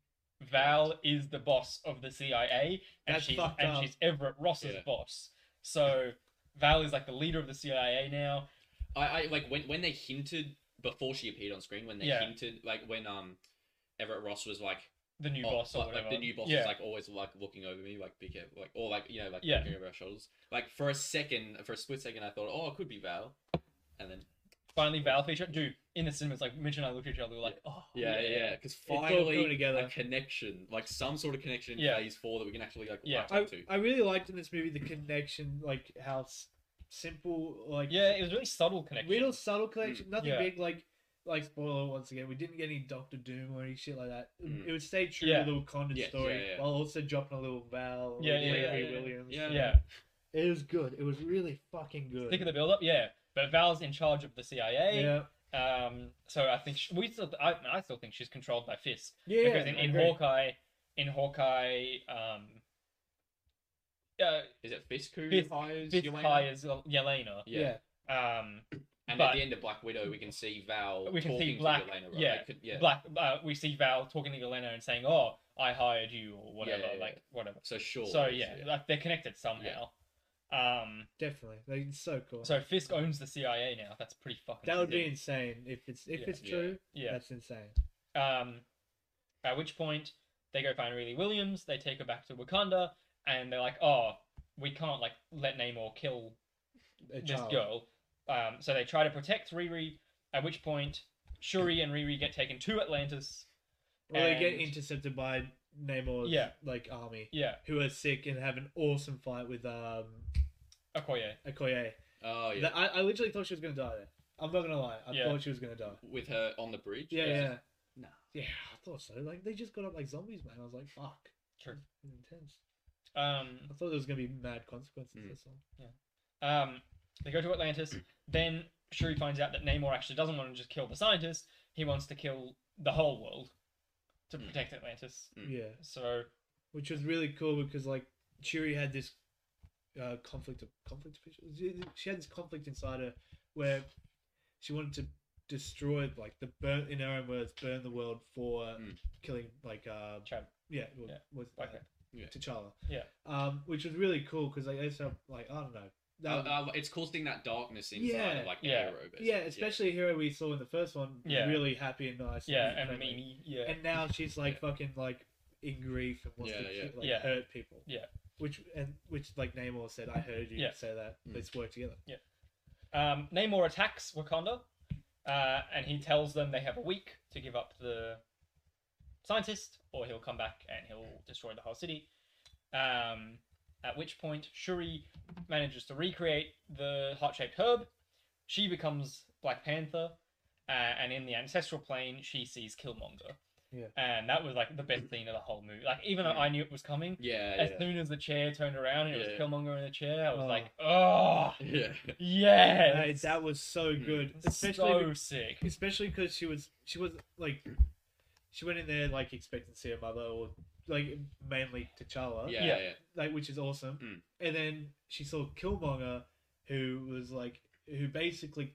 S2: Val is the boss of the CIA, and
S1: That's
S2: she's
S1: fucked
S2: and
S1: up.
S2: she's Everett Ross's
S3: Yeah.
S2: boss. So Val is like the leader of the CIA now.
S3: I, I like when when they hinted before she appeared on screen when they
S2: Yeah.
S3: hinted like when um Everett Ross was like
S2: The new
S3: oh,
S2: boss, or
S3: like,
S2: whatever.
S3: like the new boss
S2: yeah.
S3: was like always like looking over me like be careful like or like you know like
S2: Yeah.
S3: looking over our shoulders like for a second for a split second I thought oh it could be Val and then oh,
S2: finally Val feature. Dude, in the cinemas, like Mitch and I looked at each other, we were like, oh
S3: yeah yeah because
S1: all
S3: finally
S1: coming together.
S3: a connection like some sort of connection in
S2: Yeah.
S3: phase four that we can actually like
S2: Yeah.
S3: latch
S1: I,
S3: onto.
S1: I really liked in this movie the connection, like how s- simple, like
S2: yeah. It was really subtle connection.
S1: real subtle connection, nothing
S2: Mm, Yeah.
S1: big. Like like spoiler once again, we didn't get any Doctor Doom or any shit like that.
S3: Mm.
S1: It would stay true
S2: Yeah.
S1: to the Wakandan
S3: Yeah,
S1: story
S3: yeah, yeah.
S1: while also dropping a little Val, or
S2: Yeah,
S3: yeah,
S1: Riri
S2: yeah, yeah.
S1: Williams.
S3: Yeah.
S2: yeah,
S1: It was good. It was really fucking good.
S2: think of the build up. Yeah, but Val's in charge of the CIA.
S1: yeah,
S2: Um, so I think she, we still, I, I still think she's controlled by Fisk
S1: yeah.
S2: because in,
S1: I
S2: in
S1: agree.
S2: Hawkeye, in Hawkeye, um, uh,
S3: is it Fisk who
S2: Fisk-
S3: hires
S2: Fisk
S3: Yelena?
S2: hires Yel- Yelena.
S3: yeah.
S1: yeah,
S2: Um,
S3: and
S2: But-
S3: at the end of Black Widow we can see Val
S2: We can see
S3: talking
S2: Black-
S3: to Yelena right?
S2: yeah,
S3: It could, yeah
S2: Black, uh, we see Val talking to Yelena and saying, "Oh, I hired you" or whatever,
S3: yeah, yeah.
S2: like whatever.
S3: so sure
S2: So yeah, like they're connected somehow. Um,
S1: definitely. Like, it's so cool.
S2: So Fisk owns the CIA now. That's pretty fucking.
S1: that would be
S2: sick.
S1: insane if it's if
S2: Yeah.
S1: it's
S3: Yeah.
S1: true.
S2: yeah.
S1: That's insane.
S2: Um, at which point they go find Riri Williams. They take her back to Wakanda, and they're like, "Oh, we can't like let Namor kill
S1: A
S2: this
S1: child.
S2: girl." Um, so they try to protect Riri. At which point Shuri and Riri get taken to Atlantis.
S1: Or they get
S2: and-
S1: intercepted by Namor's
S2: Yeah.
S1: like army,
S2: Yeah,
S1: who are sick and have an awesome fight with um
S2: Okoye.
S1: Okoye.
S3: oh yeah
S1: That- I, I literally thought she was gonna die there. I'm not gonna lie. I
S2: Yeah.
S1: thought she was gonna die.
S3: with her on the bridge
S1: Yeah,
S3: It's
S1: yeah.
S3: just-
S1: yeah.
S3: No.
S1: Yeah, I thought so. Like they just got up like zombies, man. I was like, fuck.
S2: True.
S1: Intense.
S2: Um,
S1: I thought there was gonna be mad consequences.
S3: Mm.
S1: That's all.
S2: Um, they go to Atlantis. then Shuri finds out that Namor actually doesn't want to just kill the scientist. He wants to kill the whole world to
S3: Hmm.
S2: protect Atlantis.
S3: Mm.
S1: Yeah,
S2: So
S1: which was really cool because like Shuri had this uh, conflict of conflict. of- she- She had this conflict inside her where she wanted to destroy like the burn in her own words burn the world for
S3: Mm.
S1: killing like uh
S2: Chad,
S1: yeah, well,
S2: Yeah.
S1: was
S2: Black
S1: uh,
S2: Panther.
S3: Yeah.
S1: T'Challa
S2: Yeah.
S1: um which was really cool because like it's uh, like I don't know that
S3: Uh,
S1: was-
S3: uh, it's causing that darkness inside,
S1: Yeah.
S3: of, like
S2: Yeah.
S3: hero. Basically.
S1: yeah especially hero we saw in the first one
S2: Yeah.
S1: really happy and nice
S2: yeah, and
S1: friendly.
S2: Mimi, yeah,
S1: and now she's like
S3: Yeah.
S1: fucking like in grief and wants
S3: Yeah,
S1: to
S3: yeah.
S1: keep, like
S2: Yeah.
S1: hurt people.
S2: Yeah.
S1: Which and which like Namor said, I heard you
S2: Yeah.
S1: say that.
S3: Mm.
S1: Let's work together.
S2: um, Namor attacks Wakanda, uh, and he tells them they have a week to give up the scientist, or he'll come back and he'll destroy the whole city. Um, at which point, Shuri manages to recreate the heart shaped herb. She becomes Black Panther. Uh, and in the ancestral plane, she sees Killmonger.
S1: Yeah.
S2: And that was like the best scene of the whole movie. Like, even though
S3: Yeah.
S2: I knew it was coming,
S3: Yeah,
S2: as soon as the chair turned around and it
S3: Yeah.
S2: was Killmonger in the chair, I was
S1: Oh.
S2: like, oh,
S3: yeah, yeah.
S1: Hey,
S2: yes.
S1: Uh, that was so
S3: Hmm.
S1: good,
S2: Especially
S1: especially
S2: so sick.
S1: especially because she was she was like she went in there like expecting to see her mother or like mainly T'Challa,
S3: Yeah,
S2: Yeah.
S3: yeah,
S1: like which is awesome.
S3: Mm.
S1: And then she saw Killmonger, who was like who basically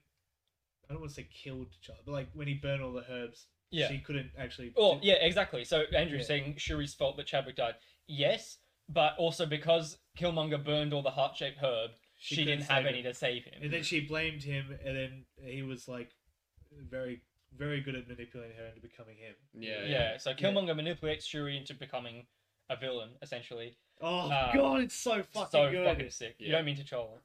S1: I don't want to say killed T'Challa, but like when he burned all the herbs,
S2: Yeah.
S1: she couldn't actually.
S2: Oh, yeah, exactly. So Andrew's
S1: Yeah.
S2: saying Shuri's fault that Chadwick died. Yes, but also because Killmonger burned all the heart shaped herb, she,
S1: couldn't
S2: didn't have
S1: save
S2: any
S1: him.
S2: to save him.
S1: And then she blamed him, and then he was like very very good at manipulating her into becoming him.
S3: yeah,
S2: yeah, so Killmonger manipulates Shuri into becoming a villain, essentially.
S1: Oh
S2: Uh,
S1: god, it's so fucking
S2: so
S1: good.
S2: fucking sick. You
S3: Yeah.
S2: don't mean to troll.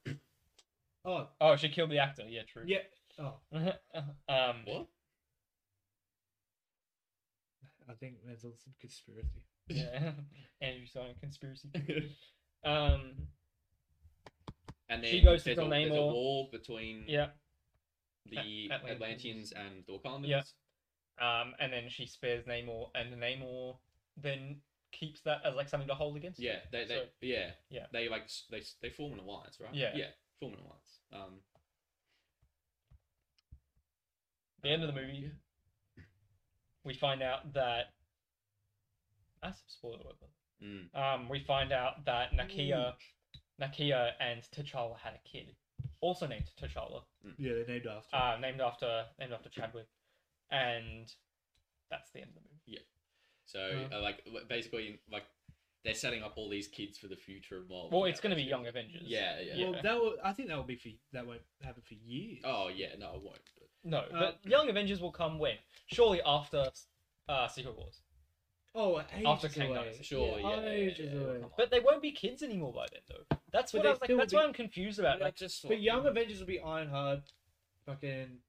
S1: Oh
S2: Oh, she killed the actor. Yeah, true.
S1: yeah. Oh,
S2: um,
S3: What?
S1: I think there's on some conspiracy.
S2: Yeah. Andrew Simon conspiracy. Um,
S3: And then
S2: She goes to
S3: there's, a,
S2: kill
S3: there's a
S2: Namor.
S3: war between
S2: yeah.
S3: the
S2: At- Atlanteans.
S3: Atlanteans and the Wakandans.
S2: Yeah. Um, and then she spares Namor, and Namor then keeps that as like something to hold against.
S3: Yeah, they, they
S2: So-
S3: yeah,
S2: yeah.
S3: They like s- they s- they form an alliance, right?
S2: Yeah.
S3: yeah, form an alliance. Um,
S2: The end of the movie, we find out that. That's a spoiler. alert, though.
S3: mm,
S2: Um, we find out that Nakia, Nakia and T'Challa had a kid, also named T'Challa,
S1: Yeah, they're named after.
S2: uh, named after named after Chadwick, and that's the end of the movie.
S3: so
S2: Uh.
S3: uh, like w- basically like they're setting up all these kids for the future of Marvel.
S2: Well,
S3: now,
S2: it's going to be
S3: basically.
S2: Young Avengers.
S3: Yeah, yeah.
S1: Well,
S2: yeah.
S1: that will. I think that will be for that won't happen for years.
S3: Oh yeah, no, it won't. But
S2: No,
S1: Uh,
S2: but Young Avengers will come when? Surely after uh, Secret Wars.
S1: oh, ages
S2: After Kang
S1: away.
S2: Dynasty.
S3: sure, yeah, yeah, yeah,
S1: ages
S3: yeah,
S1: away.
S3: it'll come up.
S2: But they won't be kids anymore by then, though. That's
S1: But
S2: what
S1: they
S2: I was like.
S1: still
S2: That's
S1: be-
S2: what I'm confused about. Like,
S3: Like, just
S1: But
S3: like-
S1: Young Avengers will be Ironheart, fucking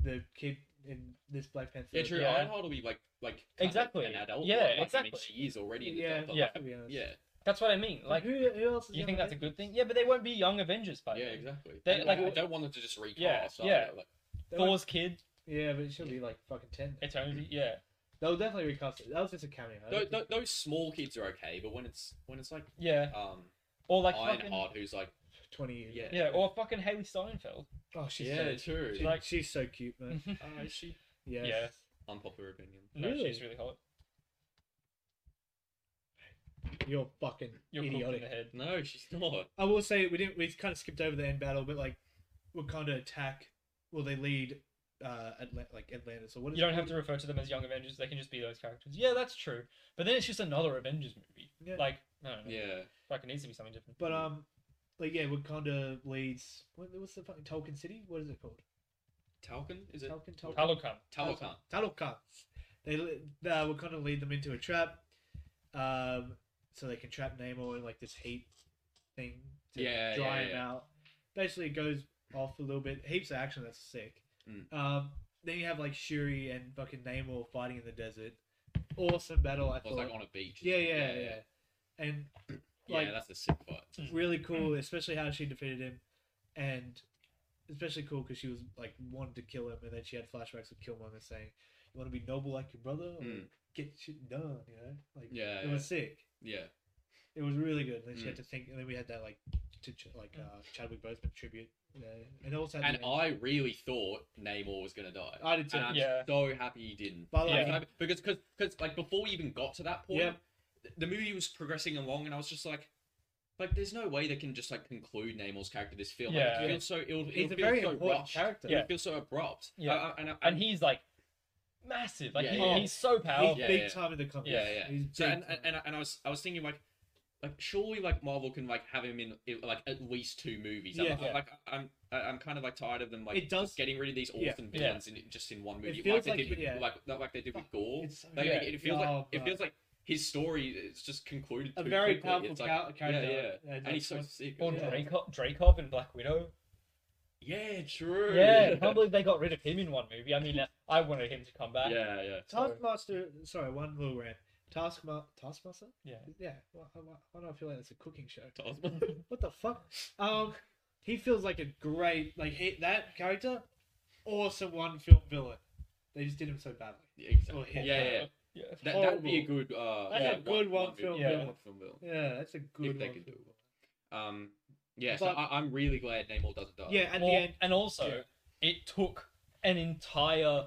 S1: the kid in this Black Panther.
S3: Yeah, true.
S2: Yeah.
S3: Ironheart will be like like kind of
S2: Exactly.
S3: an adult.
S2: Yeah,
S3: like, I mean,
S2: exactly.
S3: she is already an
S1: Yeah,
S3: adult. but,
S2: yeah.
S3: like,
S1: To be honest.
S3: yeah,
S2: that's what I mean.
S1: Like,
S2: Like,
S1: who, who else? Is
S2: you
S1: Young
S2: think that's a
S1: Avengers?
S2: good thing? Yeah, but they won't be Young Avengers by
S3: yeah,
S2: then.
S3: exactly.
S2: They-
S3: And,
S2: like,
S3: like, I
S2: what-
S3: don't want them to just recast. either,
S2: yeah.
S3: like-
S1: They won't-
S2: Thor's kid,
S1: Yeah, but she'll be like fucking ten.
S2: Eternity. Yeah,
S1: They'll definitely recast it. That was just a cameo. I
S3: Tho-
S1: don't
S3: tho- those small kids are okay, but when it's when it's like
S2: yeah.
S3: um
S2: Or like fucking
S3: Ironheart, who's like
S1: think Twenty years.
S3: yeah,
S2: yeah, or fucking Haley Steinfeld.
S1: Oh, she's
S3: yeah,
S1: so,
S3: true.
S1: she-
S2: Like-
S1: she's so cute, man.
S2: no,
S3: Uh, is she
S1: Yeah.
S2: Yeah.
S3: unpopular opinion?
S2: she's really hot.
S1: You're fucking
S2: You're cooked in
S1: idiotic.
S2: the head.
S3: No, she's not.
S1: I will say we didn't. We kind of skipped over the end battle, but like Wakanda attack. Will they lead? Uh, Atla- like Atlantis or what? Is
S2: You don't have to refer to them as Young Avengers. They can just be those characters. Yeah, that's true. But then it's just another Avengers movie.
S1: Yeah.
S2: Like, no, no, no.
S3: Yeah,
S2: Like, it needs to be something different.
S1: But um, like yeah, Wakanda leads. What, what's the fucking Tolkien city? What is it called?
S3: Talcon is it?
S1: Tolkien. Tolkien.
S2: Talokan.
S3: Talcon.
S1: Talokan. They li- uh, Wakanda lead them into a trap. Um, so they can trap Namor in like this heat thing to
S3: Yeah,
S1: dry
S3: yeah,
S1: him
S3: yeah.
S1: out. Basically, it goes off a little bit. Heaps of action. That's sick.
S3: Mm.
S1: Um, then you have like Shuri and fucking Namor fighting in the desert. Awesome battle. I
S3: I was
S1: thought.
S3: like on a beach.
S1: yeah, yeah, yeah, And
S3: Yeah,
S1: Like-
S3: that's a sick fight.
S1: really cool, especially how she defeated him, and especially cool because she was like wanted to kill him, and then she had flashbacks of Killmonger saying, "You want to be noble like your brother, or
S3: Mm.
S1: get shit done," you know? Like
S3: Yeah,
S1: it was sick.
S3: yeah,
S1: It was really good. And then she had
S3: Mm.
S1: to think, and then we had that like to ch- like uh, Chadwick Boseman tribute, uh, and also
S3: yeah.
S1: had
S3: And
S1: the-
S3: I really thought Namor was gonna die.
S1: I did too.
S3: And I'm
S2: Yeah.
S3: so happy he didn't.
S1: By the
S2: Yeah.
S1: way,
S3: Like, I- because because because like before we even got to that point,
S1: Yeah.
S3: th- the movie was progressing along, and I was just like, like there's no way they can just like conclude Namor's character this film. Like,
S2: Yeah.
S3: it feels so it'll, it'll
S1: he's a
S3: feel
S1: very
S3: so
S1: important
S3: rushed.
S1: character.
S3: It
S2: Yeah.
S3: feels so abrupt.
S2: Yeah.
S3: I- I- and I-
S2: And he's like massive. Like,
S3: Yeah,
S2: he,
S1: yeah.
S2: he's so
S1: He's
S2: powerful.
S3: Yeah,
S1: big
S3: yeah.
S1: time in the comics.
S3: Yeah, yeah.
S1: He's
S3: So
S1: big
S3: and, and,
S1: time.
S3: and I- and I was I was thinking like like surely like Marvel can like have him in i- like at least two movies. I'm,
S1: Yeah.
S3: I'm, like I'm I- I'm kind of like tired of them like
S1: It does-
S3: getting rid of these
S1: Yeah.
S3: orphan
S2: Yeah.
S3: villains in just in one movie.
S1: feels
S3: Like they
S1: like
S3: did
S1: it-
S3: with
S1: yeah.
S3: like like they did with Gore.
S1: it's so
S3: Like,
S2: Yeah.
S3: like, it feels
S1: Oh,
S3: like it
S1: God.
S3: feels like his story is just concluded.
S1: a
S3: too
S1: very
S3: quickly.
S1: powerful
S3: It's like,
S1: ca- character.
S3: Yeah,
S2: uh,
S3: yeah. And
S1: like,
S3: he's so
S1: what's-
S3: sick.
S2: Or
S1: Yeah.
S2: Draco- Dracov in Black Widow.
S3: Yeah, true.
S2: Yeah, I can't believe they got rid of him in one movie. I mean, I wanted him to come back.
S3: yeah, yeah.
S1: Taskmaster, sorry, one little rant. Taskma- Taskmaster?
S2: Yeah.
S1: Yeah. Why, why, why do I feel like that's a cooking show?
S3: Tasman.
S1: What the fuck? Um, he feels like a great like he, that character, awesome one film villain. They just did him so badly.
S3: exactly.
S1: Oh,
S3: Yeah,
S1: yeah.
S3: yeah. yeah.
S2: Uh, Yeah.
S3: That that would be a good. Uh,
S1: That's
S3: yeah,
S1: a good one film
S3: Yeah,
S2: villain.
S3: one film villain.
S1: Yeah, that's a good.
S3: if they
S1: one
S3: could do
S1: film.
S3: it. Um, yeah. so
S1: But-
S3: I, I'm really glad Namor doesn't die.
S1: Yeah, at
S2: Or-
S1: the end,
S2: and also
S1: Yeah.
S2: it took an entire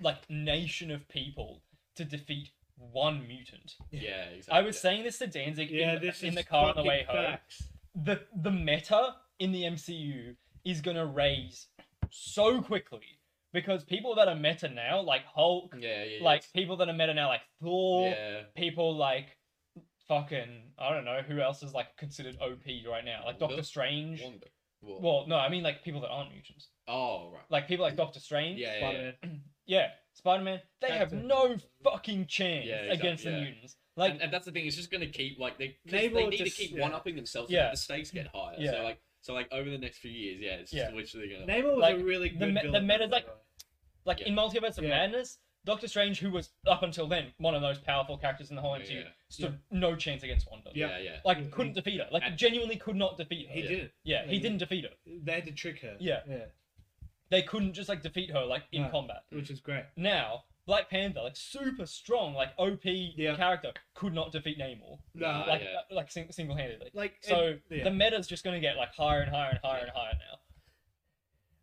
S2: like nation of people to defeat one mutant.
S3: Yeah. Exactly.
S2: I was saying this to Danzig
S1: yeah,
S2: in, the-
S1: this
S2: in
S1: is
S2: the car on the
S1: fucking
S2: way home.
S1: facts.
S2: The the meta in the MCU is gonna raise so quickly because people that are meta now, like Hulk,
S3: Yeah. Yeah. yeah.
S2: like people that are meta now, like Thor,
S3: Yeah.
S2: people like fucking I don't know who else is like considered OP right now, like
S3: Wanda?
S2: Doctor Strange.
S3: Wanda. Well,
S2: Well, no, I mean like people that aren't mutants,
S3: oh right.
S2: like people like Doctor Strange.
S3: Yeah, yeah, yeah.
S1: Spider-Man.
S2: Yeah, Spider Man, they have
S1: Captain.
S2: no fucking chance
S3: Yeah, exactly,
S2: against the
S3: yeah.
S2: mutants. Like,
S3: and, and that's the thing. It's just going to keep like they 'cause
S1: They
S3: they,
S1: will
S3: need
S1: just-
S3: to keep
S1: yeah.
S3: one upping themselves.
S2: Yeah.
S3: Yeah. The stakes get higher.
S2: Yeah.
S3: So like so like over the next few years, yeah, it's just
S2: Yeah.
S3: literally going to.
S1: Namor was
S2: Like,
S1: a really
S2: the
S1: good
S2: me- the
S1: villain.
S2: meta's
S1: by
S2: like-
S1: the way.
S2: like
S3: Yeah.
S2: in Multiverse of
S1: Yeah.
S2: Madness, Doctor Strange, who was up until then one of the most powerful characters in the whole
S3: Yeah,
S2: MCU,
S3: yeah.
S2: stood no chance against Wanda.
S1: Yeah.
S3: Yeah. Yeah.
S2: Like,
S1: Yeah.
S2: couldn't defeat her. Like,
S3: And-
S2: genuinely could not defeat her.
S1: he
S3: Yeah.
S1: didn't.
S2: yeah, he
S1: Yeah.
S2: didn't defeat her.
S1: They had to trick her.
S2: Yeah.
S1: yeah,
S2: They couldn't just like defeat her like in
S1: No.
S2: combat.
S1: which is great.
S2: Now, Black Panther, like super strong, like OP
S1: Yeah.
S2: character, could not defeat Namor.
S1: No,
S3: Nah,
S2: like
S3: Uh,
S2: uh,
S3: yeah.
S2: like sing- single handedly.
S1: Like
S2: So
S1: and- yeah.
S2: the meta's just gonna get like higher and higher and higher and higher now.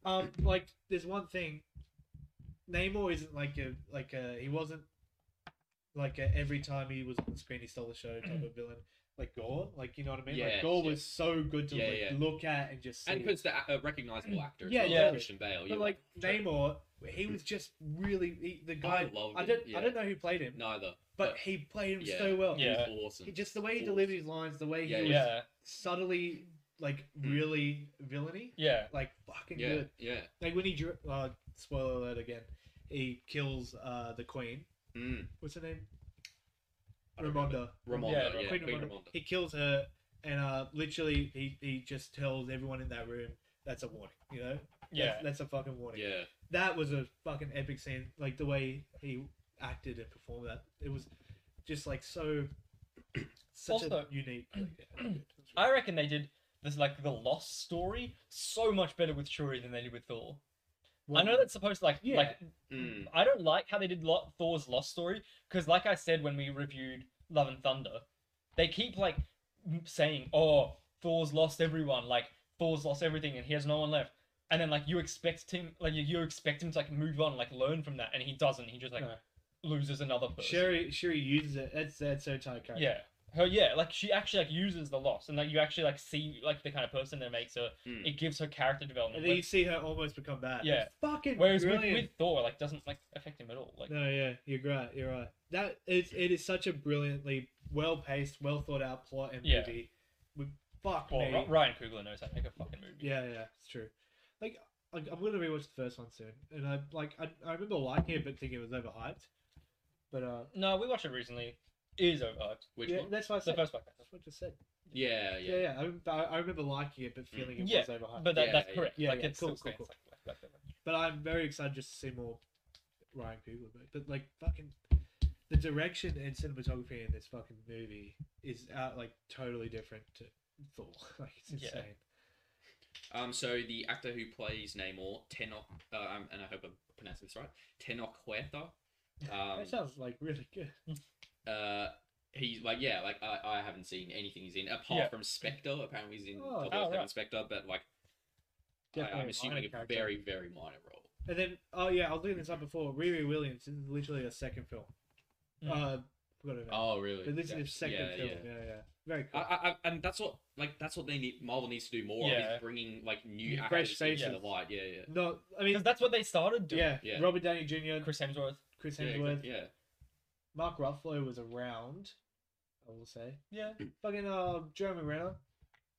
S1: um like there's one thing Namor isn't like a like a he wasn't like a, every time he was on the screen he stole the show type of villain like Gore like you know what I mean like
S3: Yes,
S1: Gore
S3: yes.
S1: was so good to
S3: Yeah,
S1: like,
S3: yeah.
S1: look at and just see
S3: And because the a- a recognizable actor,
S1: Mm. Yeah,
S3: yeah, well,
S2: yeah.
S3: yeah, Christian Bale,
S1: but
S3: you're
S1: like
S3: sure.
S1: Namor he was just really he, the guy
S3: loved
S1: I
S3: it,
S1: don't I
S3: yeah.
S1: don't know who played him
S3: neither,
S1: but he played him
S3: yeah.
S1: so well
S3: he was
S2: Yeah.
S3: awesome.
S1: he, just the way he
S3: Awesome.
S1: delivered his lines the way he
S3: Yeah,
S1: was
S2: Yeah,
S1: subtly like
S3: Mm.
S1: really villainy
S2: yeah.
S1: like fucking
S3: yeah,
S1: good
S3: yeah,
S1: Like when he drew, uh, spoiler alert again, he kills uh, the queen.
S3: mm.
S1: What's her name?
S3: I don't remember.
S1: Ramonda.
S3: Ramonda,
S2: Yeah,
S3: yeah,
S1: Queen
S3: Queen,
S1: Ramonda.
S3: Ramonda.
S1: He kills her, and uh, literally he, he just tells everyone in that room that's a warning. You know,
S2: Yeah.
S1: that's, that's a fucking warning.
S3: yeah,
S1: That was a fucking epic scene. Like the way he acted and performed that, it was just like so. Such a
S2: Also-
S1: unique.
S2: I reckon they did this like the Lost story so much better with Shuri than they did with Thor. I know that's supposed to like
S1: Yeah.
S2: like
S1: Hmm.
S3: mm.
S2: I don't like how they did Lo- Thor's Lost story because like I said when we reviewed Love and Thunder, they keep like m- saying oh Thor's lost everyone like Thor's lost everything and he has no one left. And then, like you expect him, like you- you expect him to like move on, like learn from that, and he doesn't. He just like
S1: No.
S2: loses another person.
S1: Sherry Sherry uses it. That's that's her entire character.
S2: Yeah. Her yeah, like she actually like uses the loss and like you actually like see like the kind of person that makes her
S1: Hmm.
S3: Mm.
S2: it gives her character development.
S1: And then you
S2: Like,
S1: see her almost become bad.
S2: Yeah.
S1: It's fucking
S2: whereas with,
S1: brilliant.
S2: with Thor, like doesn't like affect him at all. Like
S1: No, yeah, you're right. You're right. That is, it is such a brilliantly well paced, well thought out plot and
S2: Yeah. Oh,
S1: movie. We, fuck
S2: well,
S1: me.
S2: Ri- Ryan Coogler knows how to make a fucking movie.
S1: Yeah, yeah, it's true. Like, I- I'm gonna rewatch the first one soon, and I like, I, I remember liking it, but thinking it was overhyped. But uh,
S2: No, we watched it recently. It is overhyped.
S3: Which
S1: yeah,
S3: one?
S1: that's why I
S2: It's the
S1: said.
S2: first one.
S1: That's what I just said. Yeah,
S3: Yeah, yeah,
S1: yeah. I, remember, I I remember liking it, but feeling it
S2: Yeah,
S1: was overhyped.
S2: But that,
S3: Yeah,
S2: that's
S3: yeah.
S2: correct.
S1: Yeah,
S2: like
S1: yeah,
S2: it's
S1: cool,
S2: still
S1: cool,
S2: stands,
S1: cool.
S2: like, like, like, like-
S1: But I'm very excited just to see more Ryan Coogler. But, but like fucking the direction and cinematography in this fucking movie is out like totally different to Thor. Like it's
S2: Yeah.
S1: insane.
S3: Um, so the actor who plays Namor, Tenok, uh, um, and I hope I'm pronouncing this right, Tenok Huerta. Um,
S1: that sounds like really good.
S3: uh, he's like, yeah, like I, I haven't seen anything he's in apart
S2: Yeah.
S3: from Spectre. Apparently, he's in
S1: Oh,
S3: oh,
S2: oh, right.
S3: Spectre, but like, I,
S1: Definitely
S3: I'm
S1: a
S3: assuming
S1: minor
S3: a
S1: character.
S3: very, very minor role.
S1: And then oh yeah, I was looking this up before. Riri Williams this is literally a second film.
S2: Mm.
S1: Uh, forgot her name.
S3: Hmm. Oh, really?
S1: but this
S3: Yeah.
S1: is his second
S3: Yeah,
S1: film.
S3: yeah.
S1: Yeah. yeah, Very
S3: I,
S1: cool.
S3: I, I, and that's what like that's what they need. Marvel needs to do more. of
S2: Yeah.
S3: is bringing like new
S1: Fresh
S3: actors into
S1: faces.
S3: the light. Yeah, yeah,
S1: no, I mean,
S2: Because that's what they started doing.
S1: yeah,
S3: Yeah.
S1: Robert Downey Jr.,
S2: Chris Hemsworth.
S1: Chris
S3: yeah,
S1: Hemsworth,
S3: exactly, yeah.
S1: Mark Ruffalo was around. I will say.
S2: Yeah.
S1: Fucking uh, Jeremy Renner.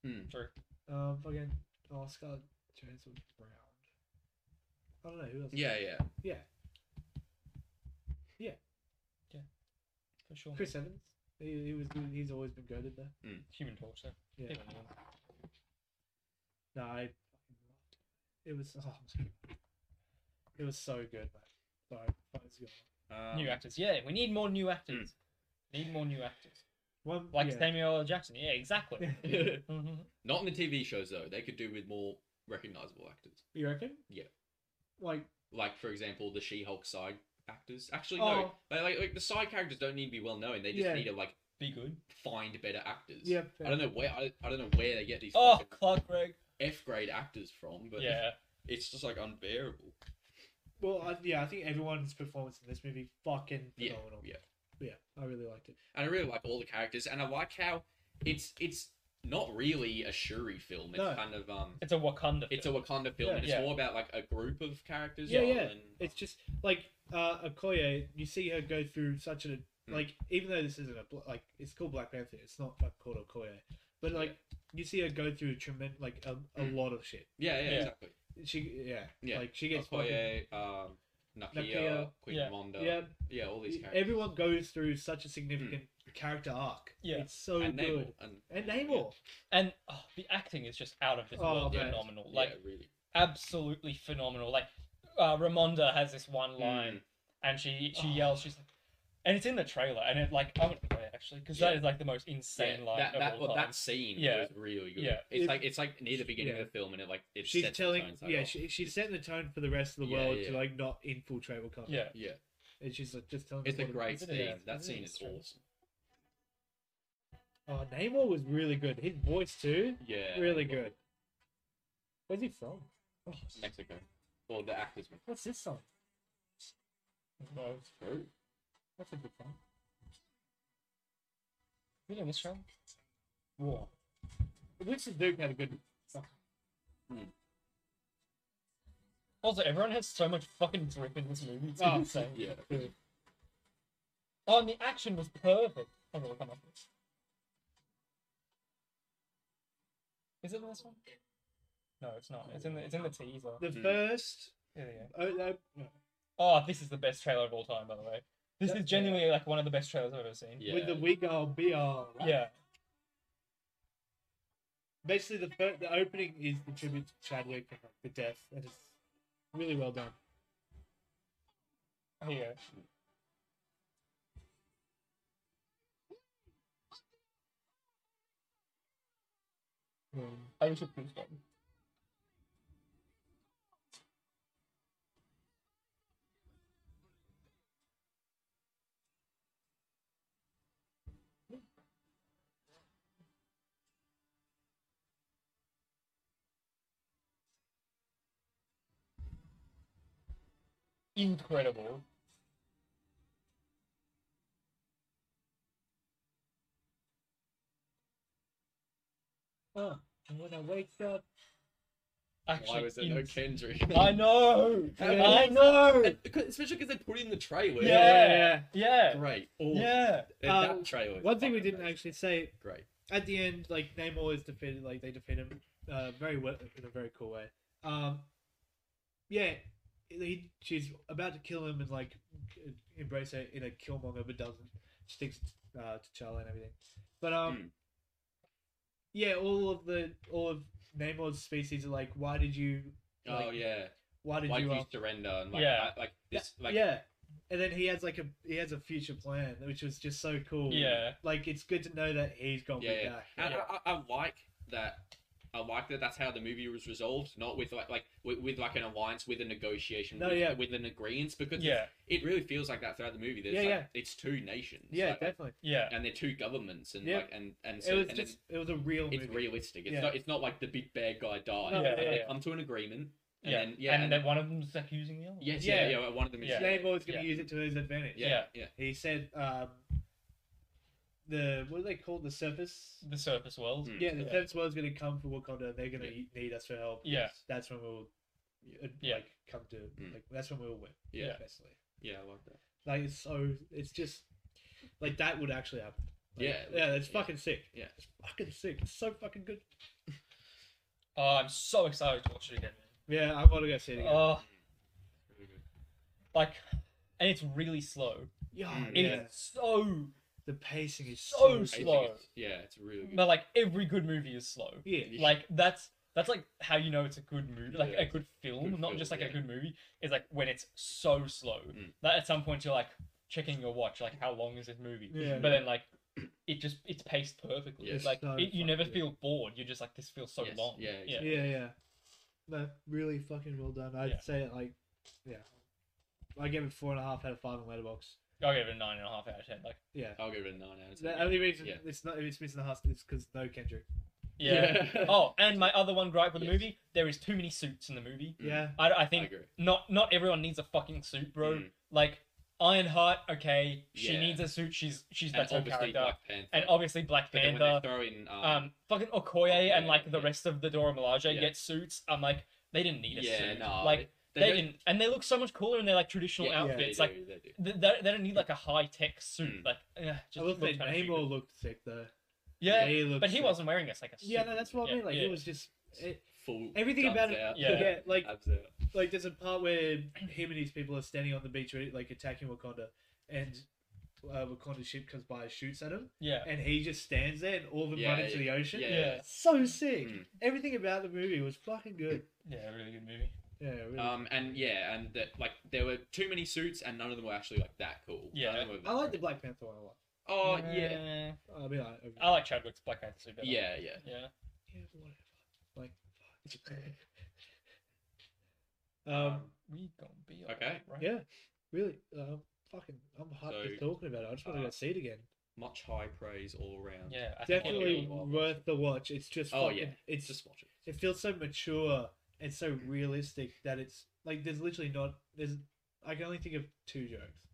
S2: True.
S1: Um, fucking oh, Scarlett Johansson was brown. I don't know who else.
S3: yeah, yeah,
S2: For sure.
S1: Chris Evans. He, he was he's always been goaded there.
S2: Human Torch. So.
S1: Yeah.
S2: Human Torch.
S1: No, I, it was oh, it was so good, man. Sorry, phone's gone.
S3: Um,
S2: new actors. Yeah, we need more new actors.
S3: Hmm.
S2: Need more new actors.
S1: One
S2: Like
S1: yeah.
S2: Samuel L. Jackson. Yeah, exactly. Mhm.
S3: Not in the TV shows though. They could do with more recognizable actors.
S1: you reckon?
S3: Yeah.
S1: Like
S3: Like for example, the She-Hulk side actors. Actually, no.
S1: Oh.
S3: They, like, like the side characters don't need to be well known. They just
S1: Yeah.
S3: need to like
S2: Be good.
S3: find better actors.
S1: yeah,
S3: I don't know where I, I don't know where they get these
S2: Oh, Clark Gregg.
S3: F grade actors from, but
S2: Yeah.
S3: it's just like unbearable.
S1: Well, I, yeah, I think everyone's performance in this movie fucking
S3: Yeah,
S1: phenomenal.
S3: yeah.
S1: yeah, I really liked it.
S3: And I really like all the characters, and I like how it's it's not really a Shuri film. It's
S1: No.
S3: kind of um,
S2: It's a Wakanda.
S3: it's a
S2: film.
S3: Wakanda film,
S1: Yeah.
S3: and it's
S2: Yeah.
S3: more about like a group of characters.
S1: Yeah,
S3: rather
S1: yeah.
S3: Than,
S1: It's just like uh, Okoye. You see her go through such an
S3: Hmm.
S1: like, even though this isn't a bl- like, it's called Black Panther. It's not like, called Okoye, but like you see her go through tremendous like a, a
S3: Hmm.
S1: lot of shit.
S3: yeah, yeah,
S2: Yeah.
S3: exactly.
S1: She yeah,
S3: Yeah.
S1: like she gets fucking-
S3: Okoye, um, Nakia,
S1: Nakia,
S3: Queen
S2: yeah.
S3: Ramonda,
S1: yeah. e,
S3: yeah, all these characters,
S1: Everyone goes through such a significant character arc.
S2: Yeah.
S1: it's so
S3: Hmm. and
S1: good.
S3: Namor, and,
S1: And Namor,
S2: And oh, the acting is just out of this
S1: Oh,
S2: world.
S1: man.
S2: Phenomenal.
S3: yeah,
S2: Like
S3: yeah, really,
S2: absolutely phenomenal. Like uh, Ramonda has this one line,
S1: Mm.
S2: and she she
S1: Oh.
S2: yells, she's like, and it's in the trailer, and it like I went away actually because that
S3: Yeah.
S2: is like the most insane
S3: Yeah,
S2: line
S3: that
S2: of
S3: that,
S2: all
S3: well,
S2: time.
S3: that scene
S2: Yeah.
S3: was really good.
S2: Yeah.
S3: it's
S1: If-
S3: like it's like near the beginning
S1: yeah.
S3: of the film, and it like it
S1: she's
S3: sets the
S1: telling
S3: tone, it's like,
S1: yeah,
S3: oh,
S1: she, she's setting the tone for the rest of the
S3: Yeah,
S1: world
S3: yeah.
S1: to like not infiltrate Wakanda.
S2: yeah,
S3: yeah,
S1: and she's like just telling.
S3: it's a
S1: people what it
S3: great
S1: is.
S2: Is it
S3: scene.
S2: is, isn't
S3: That
S2: it?
S3: scene is
S2: It's true.
S3: awesome.
S1: Oh, Namor was really good. His voice too,
S3: Yeah,
S1: really
S3: well,
S1: good. Where's he from? Oh,
S3: Mexico. Or the actors. were-
S1: what's this song?
S3: True.
S1: That's a good song.
S2: you know this film?
S1: War. Winston Duke had a good. song.
S3: Hmm.
S2: Also, everyone has so much fucking drip in this movie. It's
S1: Oh.
S2: insane.
S3: Yeah.
S2: Oh, and the action was perfect. Hold on, we'll come up with this. Is it this one? No, it's not. It's in the it's in the teaser.
S1: The
S3: Hmm.
S1: first.
S2: Yeah, yeah.
S1: Oh, no,
S2: Oh, this is the best trailer of all time, by the way. This
S1: That-
S2: is genuinely like one of the best trailers I've ever seen.
S3: Yeah.
S1: With the we go BR. right?
S2: Yeah.
S1: Basically, the fir- the opening is the tribute to Chadwick and like, the death, and it's really well done.
S2: Here you go. I wish it was one. Incredible.
S1: Oh, and when I wake up,
S2: Actually,
S3: Why was there no
S2: ins-
S3: Kendrick?
S2: I know.
S1: Yeah.
S2: I know.
S3: And- 'cause- Especially because they put it in the trailer.
S2: Yeah. Yeah.
S3: Great. Oh,
S2: Yeah.
S3: and
S1: Uh,
S3: that trailer. is
S1: one thing we
S3: fucking
S1: didn't
S3: amazing.
S1: actually say
S3: Great.
S1: at the end, like Namor is defeated, like they defeat him uh, very well in a very cool way. Um, yeah, he, she's about to kill him and like embrace her in a Killmonger, but doesn't. She thinks uh, T'Challa and everything. But um,
S3: Hmm.
S1: yeah, all of the all of Namor's species are like, why did you? Like,
S3: oh yeah.
S1: Why did
S3: Why
S1: you?
S3: do you
S1: uh,
S3: surrender? And like,
S2: Yeah.
S3: I- like this. Like
S1: yeah. And then he has like a he has a future plan, which was just so cool.
S2: Yeah.
S1: Like it's good to know that he's gonna
S3: Yeah,
S1: be
S3: yeah.
S1: back.
S3: And I, I, I like that. I like that. That's how the movie was resolved, not with like like with, with like an alliance, with a negotiation,
S1: No,
S3: with,
S1: yeah.
S3: with an agreement, because
S2: Yeah.
S3: it really feels like that throughout the movie. There's
S1: Yeah,
S3: like,
S1: yeah.
S3: It's two nations.
S1: Yeah,
S3: like,
S1: definitely.
S2: Yeah.
S3: and they're two governments, and
S1: Yeah.
S3: like and and so
S1: It was
S3: and then
S1: just it was a real
S3: it's
S1: movie.
S3: realistic. It's
S1: Yeah.
S3: not. It's not like the big bad guy died.
S1: No,
S3: Like,
S2: yeah,
S3: they
S2: yeah.
S3: come to an agreement. And
S2: Yeah.
S3: Then, yeah.
S2: and,
S3: and
S2: then one of them's accusing the other. one.
S3: Yes, yeah, yeah,
S1: Yeah.
S3: One of them is
S2: Yeah.
S1: Namor's gonna
S3: yeah.
S1: use it to his advantage.
S3: Yeah, yeah,
S1: He said um the what do they call the surface?
S2: The surface world.
S3: Mm.
S1: Hmm. Yeah, the
S2: Yeah.
S1: surface world's gonna come for Wakanda and they're gonna
S3: Yeah.
S1: need us for help.
S2: Yeah.
S1: That's when we'll uh,
S2: Yeah.
S1: like come to
S3: Mm.
S1: like that's when we'll win.
S3: yeah, yeah.
S2: Yeah.
S1: Basically.
S3: I like that.
S1: Like it's so it's just like that would actually happen. Like,
S3: Yeah.
S1: Yeah, it's
S3: Yeah.
S1: fucking sick.
S3: Yeah.
S1: It's fucking sick. It's so fucking good.
S2: Oh, I'm so excited to watch it again.
S1: Yeah, I wanna go see it
S2: man.
S1: again.
S2: Oh,
S3: Really good.
S2: like, and it's really slow.
S1: yeah,
S3: Mm.
S2: It is
S1: yeah.
S2: so,
S1: The pacing is
S2: So
S1: so,
S3: I think
S2: slow.
S3: it's- yeah, it's
S1: Mm.
S3: really good.
S2: but like every good movie is slow.
S1: Yeah.
S3: Yeah.
S2: Like that's that's like how you know it's a good movie, like
S3: Yeah.
S2: a good film,
S3: Good
S2: not
S3: film,
S2: just like
S3: yeah.
S2: a good movie. Is like when it's so slow
S3: Mm.
S2: that at some point you're like, checking your watch, like how long is this movie?
S1: Yeah.
S2: But then like it just it's paced perfectly.
S3: Yes.
S2: It's like
S1: So
S2: it, you
S1: fucking
S2: never
S1: good.
S2: feel bored. You're just like this feels so
S3: Yes,
S2: long.
S3: yeah,
S2: yeah.
S1: Yeah, yeah. No, really fucking well done. I'd
S2: Yeah.
S1: say it like, yeah. I gave it four and a half out of five on Letterbox.
S2: I'll give it a nine and a half out of ten. Like
S1: Yeah.
S3: I'll give it a nine out of ten.
S1: The only reason
S3: yeah.
S1: it's not it's missing the house is because no Kendrick.
S2: yeah.
S3: Yeah.
S2: Oh, and my other one gripe with the
S3: Yes.
S2: movie: there is too many suits in the movie.
S3: Mm.
S1: Yeah.
S2: I, I
S3: I
S2: think
S3: agree.
S2: not not everyone needs a fucking suit, bro.
S3: Mm.
S2: Like Ironheart, okay, she
S3: Yeah.
S2: needs a suit. She's she's
S3: And
S2: that type of
S3: obviously
S2: character,
S3: Black Panther.
S2: and obviously Black
S3: but then when
S2: Panther.
S3: they throw in um,
S2: Um, fucking Okoye and
S3: Okoye,
S2: like the
S3: yeah.
S2: rest of the Dora Milaje
S3: Yeah.
S2: get suits. I'm like, they didn't need a
S3: yeah,
S2: suit.
S3: no,
S2: like they,
S3: don't-
S2: didn't, and they look so much cooler in their like traditional
S3: yeah,
S1: yeah,
S2: outfits.
S3: they
S2: like
S3: do, they do.
S2: th- they, they don't need like a high tech suit.
S3: Mm.
S2: Like, eh,
S1: I
S2: just
S1: will say
S2: look kinda stupid.
S1: Namor looked sick though.
S2: Yeah,
S1: he looked
S2: but he
S1: sick.
S2: wasn't wearing us like a suit.
S1: Yeah, no, that's what I
S2: Yeah,
S1: mean. Like
S2: yeah.
S1: it was just it,
S3: full
S1: everything
S3: guns
S1: about it.
S3: out.
S1: Yeah.
S2: Yeah.
S1: like
S3: Abs out.
S1: like there's a part where him and his people are standing on the beach, really, like attacking Wakanda, and uh, Wakanda's ship comes by, and shoots at him,
S2: yeah.
S1: and he just stands there, and all of them
S3: Yeah,
S1: run into the ocean.
S3: yeah,
S2: Yeah.
S1: So sick.
S3: Mm.
S1: Everything about the movie was fucking good.
S2: Yeah, really good movie.
S1: Yeah, really.
S3: Um, and yeah, and that like there were too many suits, and none of them were actually like that cool.
S2: Yeah.
S3: None of them were
S1: I
S3: that
S1: like the
S3: great.
S1: Black Panther one a lot.
S3: Oh yeah,
S2: Eh,
S1: I mean, I,
S2: I
S3: Um,
S2: like Chadwick's Black Panther suit better.
S3: yeah, yeah.
S2: yeah.
S1: yeah, whatever. Like, fuck. um,
S2: We gonna be
S3: Okay.
S2: alright, right?
S1: yeah, really. Um, fucking, I'm hyped
S3: So,
S1: just talking about it. I just want to
S3: uh,
S1: go see it again.
S3: Much high praise all around.
S2: Yeah, I think it'll
S1: Definitely
S2: be-
S3: well,
S1: worth the watch. It's just,
S3: Oh,
S1: fucking,
S3: yeah.
S1: it's
S3: just Hmm. watch it.
S1: it feels so mature and so realistic that it's like there's literally not there's I can only think of two jokes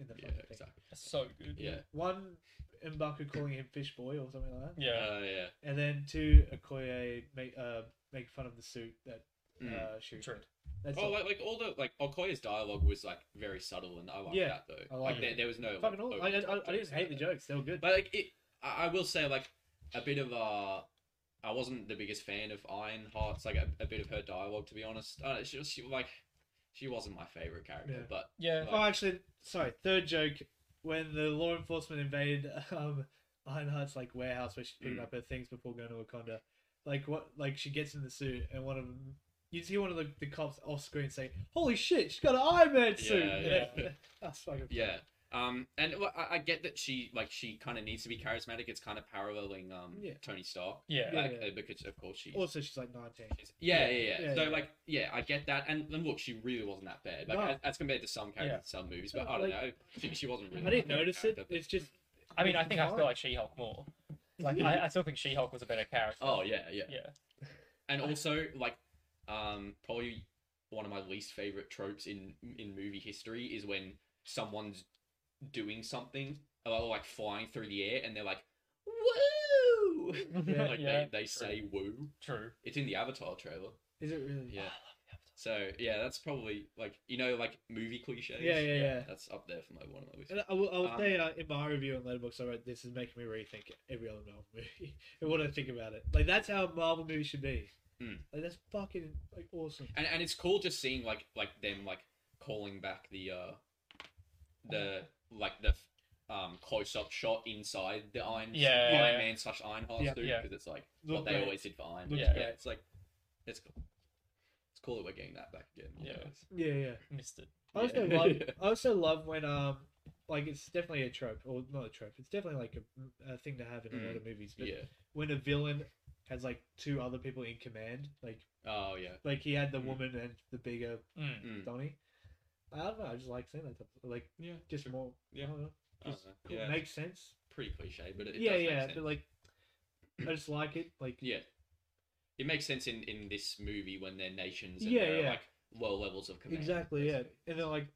S1: in the
S3: Yeah,
S1: fucking thing.
S3: exactly.
S2: It's so good.
S3: Yeah,
S1: One, Mbaku calling him fish boy or something like that.
S2: Yeah.
S3: uh, yeah.
S1: And then two, Okoye make uh make fun of the suit that
S3: Mm.
S1: uh shoot.
S2: True.
S1: That's
S3: oh,
S1: all.
S3: like, like all the like Okoye's dialogue was like very subtle, and I like
S1: Yeah,
S3: that though.
S1: I like
S3: like
S1: it.
S3: there, there was no like,
S1: fucking all. I, I,
S3: over-the-top
S1: I- I
S3: jokes
S1: didn't
S3: like
S1: hate the
S3: that.
S1: jokes. They were good.
S3: But like it, I, I will say like a bit of uh, I wasn't the biggest fan of Iron Heart's like a, a bit of her dialogue to be honest. Uh, she was she like she wasn't my favorite character,
S1: Yeah.
S3: but
S2: Yeah.
S1: oh, actually, sorry. Third joke when the law enforcement invaded um Ironheart's like warehouse where she's picking
S3: Mm.
S1: up her things before going to Wakanda. Like what? Like she gets in the suit and one of them. You see one of the, the cops off screen saying, "Holy shit, she's got an Iron Man suit."
S3: Yeah,
S2: yeah.
S1: That's fucking. funny.
S3: yeah. Um, and well, I, I get that she like she kind of needs to be charismatic. It's kind of paralleling um
S1: Yeah.
S3: Tony Stark,
S2: Yeah.
S1: Yeah.
S3: like, uh, because of course she's.
S1: Also, she's like nineteen.
S3: she's- yeah, yeah, yeah,
S1: Yeah,
S3: So
S1: yeah.
S3: like, yeah, I get that, and, and look, she really wasn't that bad. Like,
S1: No.
S3: as, as compared to some characters, in some movies, but I don't
S1: Like-
S3: know, she, she wasn't. Really
S1: I didn't
S3: that
S1: notice
S3: character,
S1: it.
S3: but-
S1: It's just.
S2: I mean, I think I
S1: feel
S2: feel like She Hulk more. Like, I, I still think She Hulk was a better character.
S3: Oh yeah, yeah.
S2: Yeah.
S3: and also like um probably one of my least favorite tropes in in movie history is when someone's doing something or like flying through the air and they're like woo
S2: Yeah,
S3: like
S2: yeah,
S3: they, they say woo
S2: True. Ah,
S3: it's in the avatar trailer
S1: Is it really?
S3: yeah
S2: I love the Avatar.
S3: so yeah that's probably like you know like movie cliches
S1: Yeah, yeah, yeah.
S3: that's up there for my one of my least
S1: And I will, I will
S3: Um,
S1: say uh, in my review on Letterboxd, I wrote this is making me rethink every other Marvel movie and what I think about it. Like that's how a Marvel movie should be.
S3: Mm.
S1: Like that's fucking like awesome.
S3: and and it's cool just seeing like like them like calling back the uh the like the um close up shot inside the Iron
S2: Yeah.
S3: Iron Man slash Iron Heart
S1: Yeah.
S3: suit
S2: Yeah.
S3: because it's like
S1: Look
S3: what they
S1: great.
S3: always did for Iron. Man.
S1: Looks
S2: Yeah.
S3: yeah,
S1: great.
S3: it's like it's cool. It's cool that we're getting that back again.
S2: Yeah.
S3: It's-
S1: Yeah, yeah.
S2: Missed it.
S1: I also
S3: Yeah.
S1: love. I also love when um, like it's definitely a trope or not a trope. It's definitely like a, a thing to have in a lot of movies. But
S3: Hmm. yeah.
S1: when a villain has like two other people in command, like
S3: Oh yeah.
S1: like he had the
S3: Mm.
S1: woman and the bigger
S2: Mm.
S3: Mm.
S1: Donnie. I don't know. I just like seeing that. Type of, like
S3: Yeah.
S1: just more.
S3: Yeah.
S1: I don't know.
S3: I don't
S1: Just
S3: know.
S1: cool,
S3: Yeah.
S1: makes sense.
S3: pretty cliche, but it, it
S1: yeah,
S3: does make
S1: yeah,
S3: sense.
S1: but like, I just like it. Like,
S3: Yeah. It makes sense in in this movie when their nations and
S1: Yeah,
S3: their,
S1: yeah.
S3: like low levels of command.
S1: exactly, yeah,
S3: basically.
S1: and then like,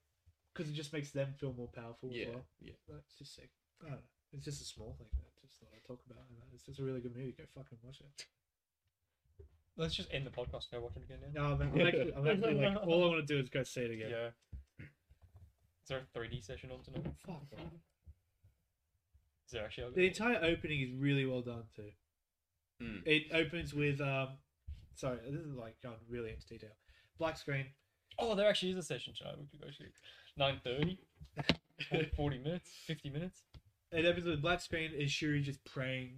S1: because it just makes them feel more powerful
S3: Yeah.
S1: as well.
S3: Yeah.
S1: That's just sick. I don't know. It's just a small thing that I just thought I'd talk about. and It's just a really good movie. Go fucking watch it.
S2: Let's just end the podcast. and Go watch it again now.
S1: No, I'm, I'm actually, I'm actually like, all I want to do is go see it again.
S2: Yeah. Is there a 3D session on tonight?
S1: Fuck. off.
S2: Is there actually?
S1: The entire opening is really well done too.
S3: Mm.
S1: It opens with um, sorry, this is like gone really into detail. Black screen.
S2: Oh, there actually is a session tonight. We could go to nine thirty. Forty minutes. Fifty minutes.
S1: It opens with black screen and Shuri just praying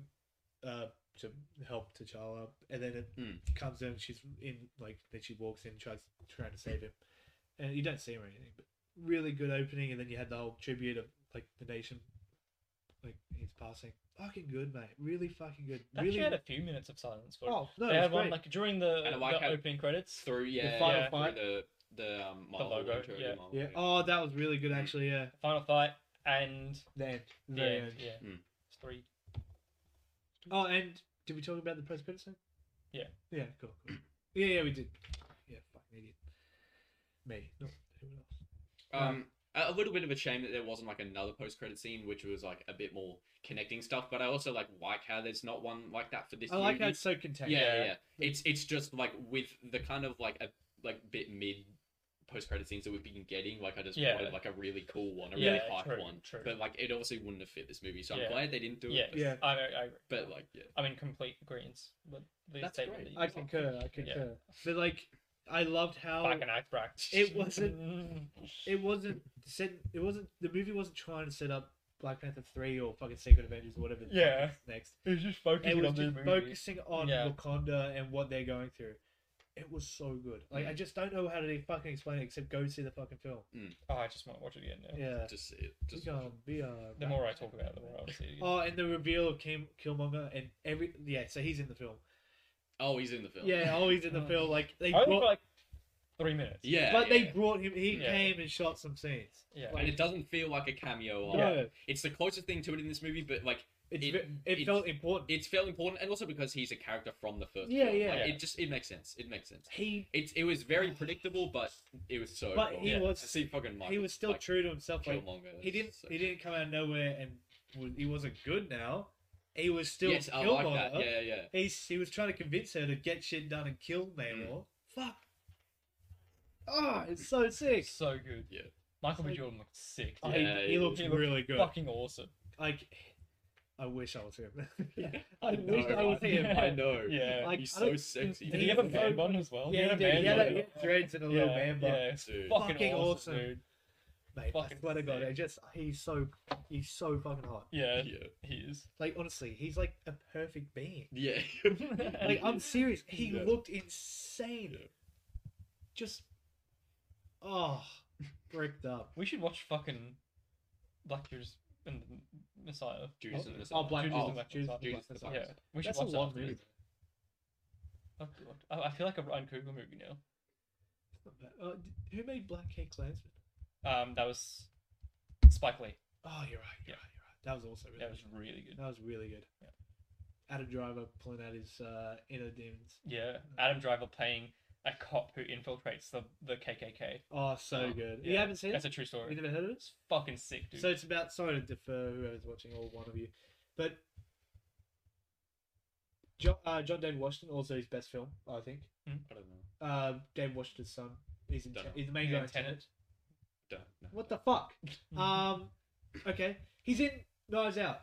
S1: uh, to help T'Challa, and then it
S3: Hmm.
S1: comes in. She's in like then she walks in, tries trying to save him, and you don't see him or anything. But really good opening, and then you had the whole tribute of like the nation, like his passing. Fucking good, mate. Really fucking good.
S2: They
S1: really.
S2: actually had a few minutes of silence for it.
S1: oh no,
S2: they
S1: it's
S2: had one
S1: great.
S2: like during the,
S3: And I like
S2: the
S3: how-
S2: opening credits.
S3: through yeah,
S1: final
S3: yeah,
S1: fight.
S3: through the the um, Marvel
S2: logo,
S3: intro,
S2: yeah.
S3: Marvel
S1: yeah.
S3: thing.
S1: Oh, that was really good, actually. Yeah.
S2: Final fight and
S1: The end. The
S2: the
S1: very
S2: end,
S1: end.
S2: yeah.
S3: Mm.
S2: It's Three.
S1: Oh, and did we talk about the press thing?
S2: Yeah.
S1: Yeah, cool, cool. yeah, yeah, we did. Yeah, fucking idiot. Me, not anyone else.
S3: Um, a a little bit of a shame that there wasn't like another post credit scene, which was like a bit more connecting stuff. But I also like like how there's not one like that for this.
S1: I like how
S3: movie.
S1: it's so
S3: Yeah,
S1: contained.
S3: yeah, yeah. It's it's just like with the kind of like a like bit mid post credit scenes that we've been getting. Like I just
S2: Yeah.
S3: wanted like a really cool one, a
S2: Yeah,
S3: really hype
S2: true,
S3: one.
S2: true.
S3: But like it obviously wouldn't have fit this movie, so
S2: Yeah.
S3: I'm glad they didn't do
S2: Yeah.
S3: it.
S1: Yeah.
S2: I, I agree.
S3: But like yeah,
S2: I'm in complete agreement with the
S3: That's
S2: statement
S3: great.
S2: that you
S1: I
S2: just-
S1: concur. I concur. But like, I loved how
S2: Back in act back.
S1: It wasn't- it wasn't set. It wasn't the movie wasn't trying to set up Black Panther three or fucking Secret Avengers or whatever. the fuck
S2: Yeah.
S1: is next.
S2: it was just
S1: It
S2: focusing
S1: was
S2: on the
S1: just
S2: movie.
S1: focusing on
S2: Yeah.
S1: Wakanda and what they're going through. It was so good. Like I just don't know how to fucking explain it except go see the fucking film.
S2: Oh, I just want to watch it again now.
S1: Yeah.
S3: just it
S1: Just,
S3: just
S1: be uh,
S2: The more I talk about it, the more I want to see it again.
S1: Oh, and the reveal of Kim Killmonger and every yeah, so he's in the film.
S3: oh he's in the film.
S1: Yeah, always in the
S2: Oh.
S1: film. Like they
S2: I only got
S1: brought,
S2: like three minutes.
S3: yeah.
S1: but they
S3: yeah.
S1: brought him. He
S2: Yeah.
S1: came and shot some scenes.
S2: Yeah.
S3: And it doesn't feel like a cameo.
S1: No,
S3: Yeah. It's the closest thing to it in this movie, but like
S1: it's,
S3: It-
S1: ve- it,
S3: it's-
S1: felt important.
S3: it's fairly important, and also because he's a character from the first.
S1: Yeah,
S3: film.
S1: yeah.
S3: Like,
S2: Yeah.
S3: It just it makes sense. It makes sense.
S1: he
S3: It's it was very predictable, but it was so.
S1: But
S3: cool.
S1: he
S2: Yeah.
S1: was-
S3: I see fucking Michael,
S1: he was still
S3: like,
S1: true to himself. Like
S3: Killmonger.
S1: he didn't
S3: So-
S1: he didn't come out of nowhere and w- he wasn't good. Now he was still
S3: yes, I
S1: Killmonger.
S3: like that. Yeah, yeah.
S1: He's, he was trying to convince her to get shit done and kill Namor. Fuck. Ah, it's so sick.
S2: It's so good.
S3: Yeah.
S2: Michael B.
S1: Like-
S2: Jordan looks sick.
S1: Oh,
S2: dude.
S1: he,
S3: Yeah,
S1: he
S3: he
S1: looks
S2: was-
S1: really good.
S2: Fucking awesome.
S1: Like, I wish I was him.
S2: I
S1: I wish
S2: know,
S1: I was
S2: right?
S1: him.
S2: Yeah.
S3: I know.
S2: Yeah.
S1: Like,
S3: he's
S1: I
S3: so
S1: don't-
S3: sexy.
S2: Did he have a
S1: Yeah.
S2: man bun as well?
S1: Yeah, he
S2: a
S1: did. He
S2: man
S1: had, a,
S2: bun.
S1: he had dreads and a
S2: yeah,
S1: little man bun.
S2: Yeah, it's
S3: Dude.
S2: fucking,
S1: Fucking
S2: awesome,
S1: awesome.
S2: dude.
S1: Mate, I
S2: Fucking
S1: swear to God,
S2: sick.
S1: I just he's so he's so fucking hot.
S2: Yeah,
S3: Yeah.
S2: he is.
S1: Like honestly, he's like a perfect being.
S3: Yeah.
S1: Like I'm serious, he
S3: Yeah.
S1: looked insane.
S3: Yeah.
S1: Just oh, bricked up.
S2: We should watch fucking Black Judas and the Messiah.
S3: Judas and the Messiah.
S1: Oh, Black
S2: Judas and
S1: oh,
S2: the Black
S1: Judas
S2: Messiah.
S1: and the
S3: Judas
S1: Black
S3: and the
S1: Messiah.
S2: Yeah, we should
S1: That's a
S2: watch that.
S1: long
S2: after
S1: movie.
S2: this. I've got- I I feel like a Ryan Coogler movie now.
S1: Uh, d- who made Black Cake Klansman?
S2: Um, that was Spike Lee.
S1: Oh, you're right.
S2: Yeah.
S1: You're right. You're right. That was also really.
S2: That was
S1: good.
S2: really good.
S1: That was really good.
S2: Yeah.
S1: Adam Driver pulling out his uh, inner demons.
S2: Yeah, Adam Driver playing a cop who infiltrates the, the KKK.
S1: Oh, so
S3: Oh,
S1: good. You
S2: Yeah,
S1: haven't seen
S2: That's
S1: it?
S2: a true story.
S1: You never heard of it?
S2: fucking sick, dude.
S1: So it's about. Sorry to defer whoever's watching, all one of you, but John, uh, John David Washington also his best film, I think.
S3: I don't know.
S1: Uh, David Washington's son. He's in.
S3: Dunno.
S1: He's the main
S2: He's
S1: guy
S2: in
S1: in Tenet.
S3: Don't know.
S1: What the fuck?
S2: Mm-hmm.
S1: um, okay, he's in Knives Out.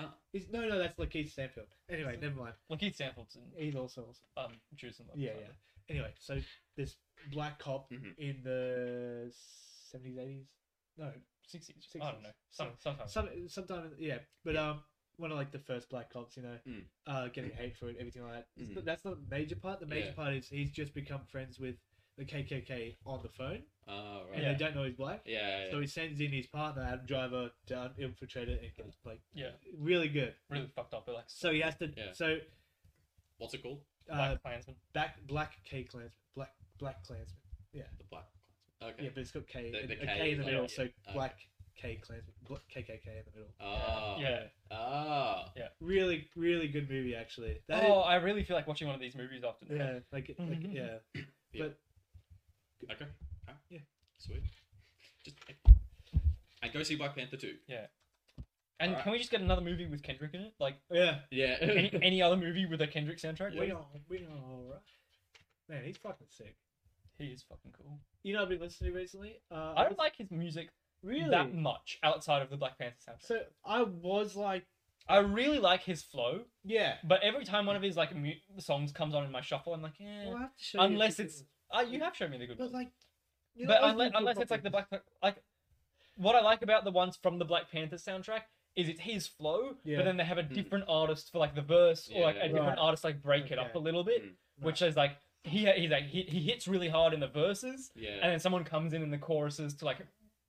S3: Oh.
S1: He's, no, no, that's Lakeith Stanfield. Anyway, never mind.
S2: Lakeith Stanfield's in
S1: He's also awesome.
S2: um, Judas and the
S1: Yeah,
S2: Messiah.
S1: yeah. Anyway, so this black cop
S2: Mm-hmm.
S3: Mhm.
S1: in the seventies, eighties. No,
S2: Sixties.
S1: Sixties.
S2: I don't know. Some,
S3: Oh,
S2: sometimes.
S1: Some sometime yeah, but um, one of like the first black cops, you know,
S3: Mm.
S1: uh, getting hate for it, everything like that. It's
S3: Mm.
S1: not- That's not the major part. The major
S3: Yeah.
S1: part is he's just become friends with the KKK on the phone,
S3: Oh, right.
S1: and
S2: Yeah.
S1: they don't know he's black.
S3: Yeah. yeah,
S1: So he sends in his partner Adam Driver to infiltrate it and get like
S2: yeah,
S1: really good.
S2: really fucked up. But like
S1: So he has to.
S3: Yeah.
S1: So
S3: What's it called?
S1: uh,
S2: Black Klansman.
S1: back black K clansman, black black clansman.
S3: The Black. Okay.
S1: Yeah, but it's got K,
S3: The-
S1: and
S3: the
S1: a
S3: K
S1: K
S3: is
S1: in the
S3: like-
S1: middle,
S3: yeah.
S1: so
S3: Okay.
S1: black K clansman, black KKK in the middle.
S3: Ah.
S2: yeah.
S3: Ah.
S1: Really, really good movie actually. That is-
S2: oh, I really feel like watching one of these movies after. now.
S1: Yeah, like, it- like Mm-hmm. yeah.
S3: Okay. Ah,
S1: Yeah.
S3: Sweet. Just and go see Black Panther too.
S2: And
S3: Alright.
S2: can we just get another movie with Kendrick in it? Like
S1: Yeah.
S3: Yeah.
S2: any, any other movie with a Kendrick soundtrack?
S1: We
S2: please?
S1: are we are alright. Man, he's fucking sick.
S2: He is fucking cool.
S1: You know what I've been listening to recently? Uh,
S2: I don't like his music
S1: really
S2: that much outside of the Black Panther soundtrack.
S1: So I was like
S2: I really like his flow,
S1: Yeah.
S2: but every time one of his like mu- songs comes on in my shuffle, I'm like, eh.
S1: Well, I have to show you
S2: Unless
S1: the-
S2: it's- Uh, you have shown me the good ones.
S1: but like you know,
S2: but
S1: I
S2: unless,
S1: listened to
S2: unless
S1: a
S2: it's like the
S1: couple-
S2: Black Pan- like what I like about the ones from the Black Panther soundtrack is it's his flow,
S1: Yeah.
S2: but then they have a
S3: Hmm.
S2: different artist for like the verse or like a
S3: Yeah.
S2: different
S1: Right.
S2: artist like break it up
S1: Okay.
S2: a little bit,
S3: Hmm.
S2: which is like he he's like he, he hits really hard in the verses
S3: Yeah.
S2: and then someone comes in in the choruses to like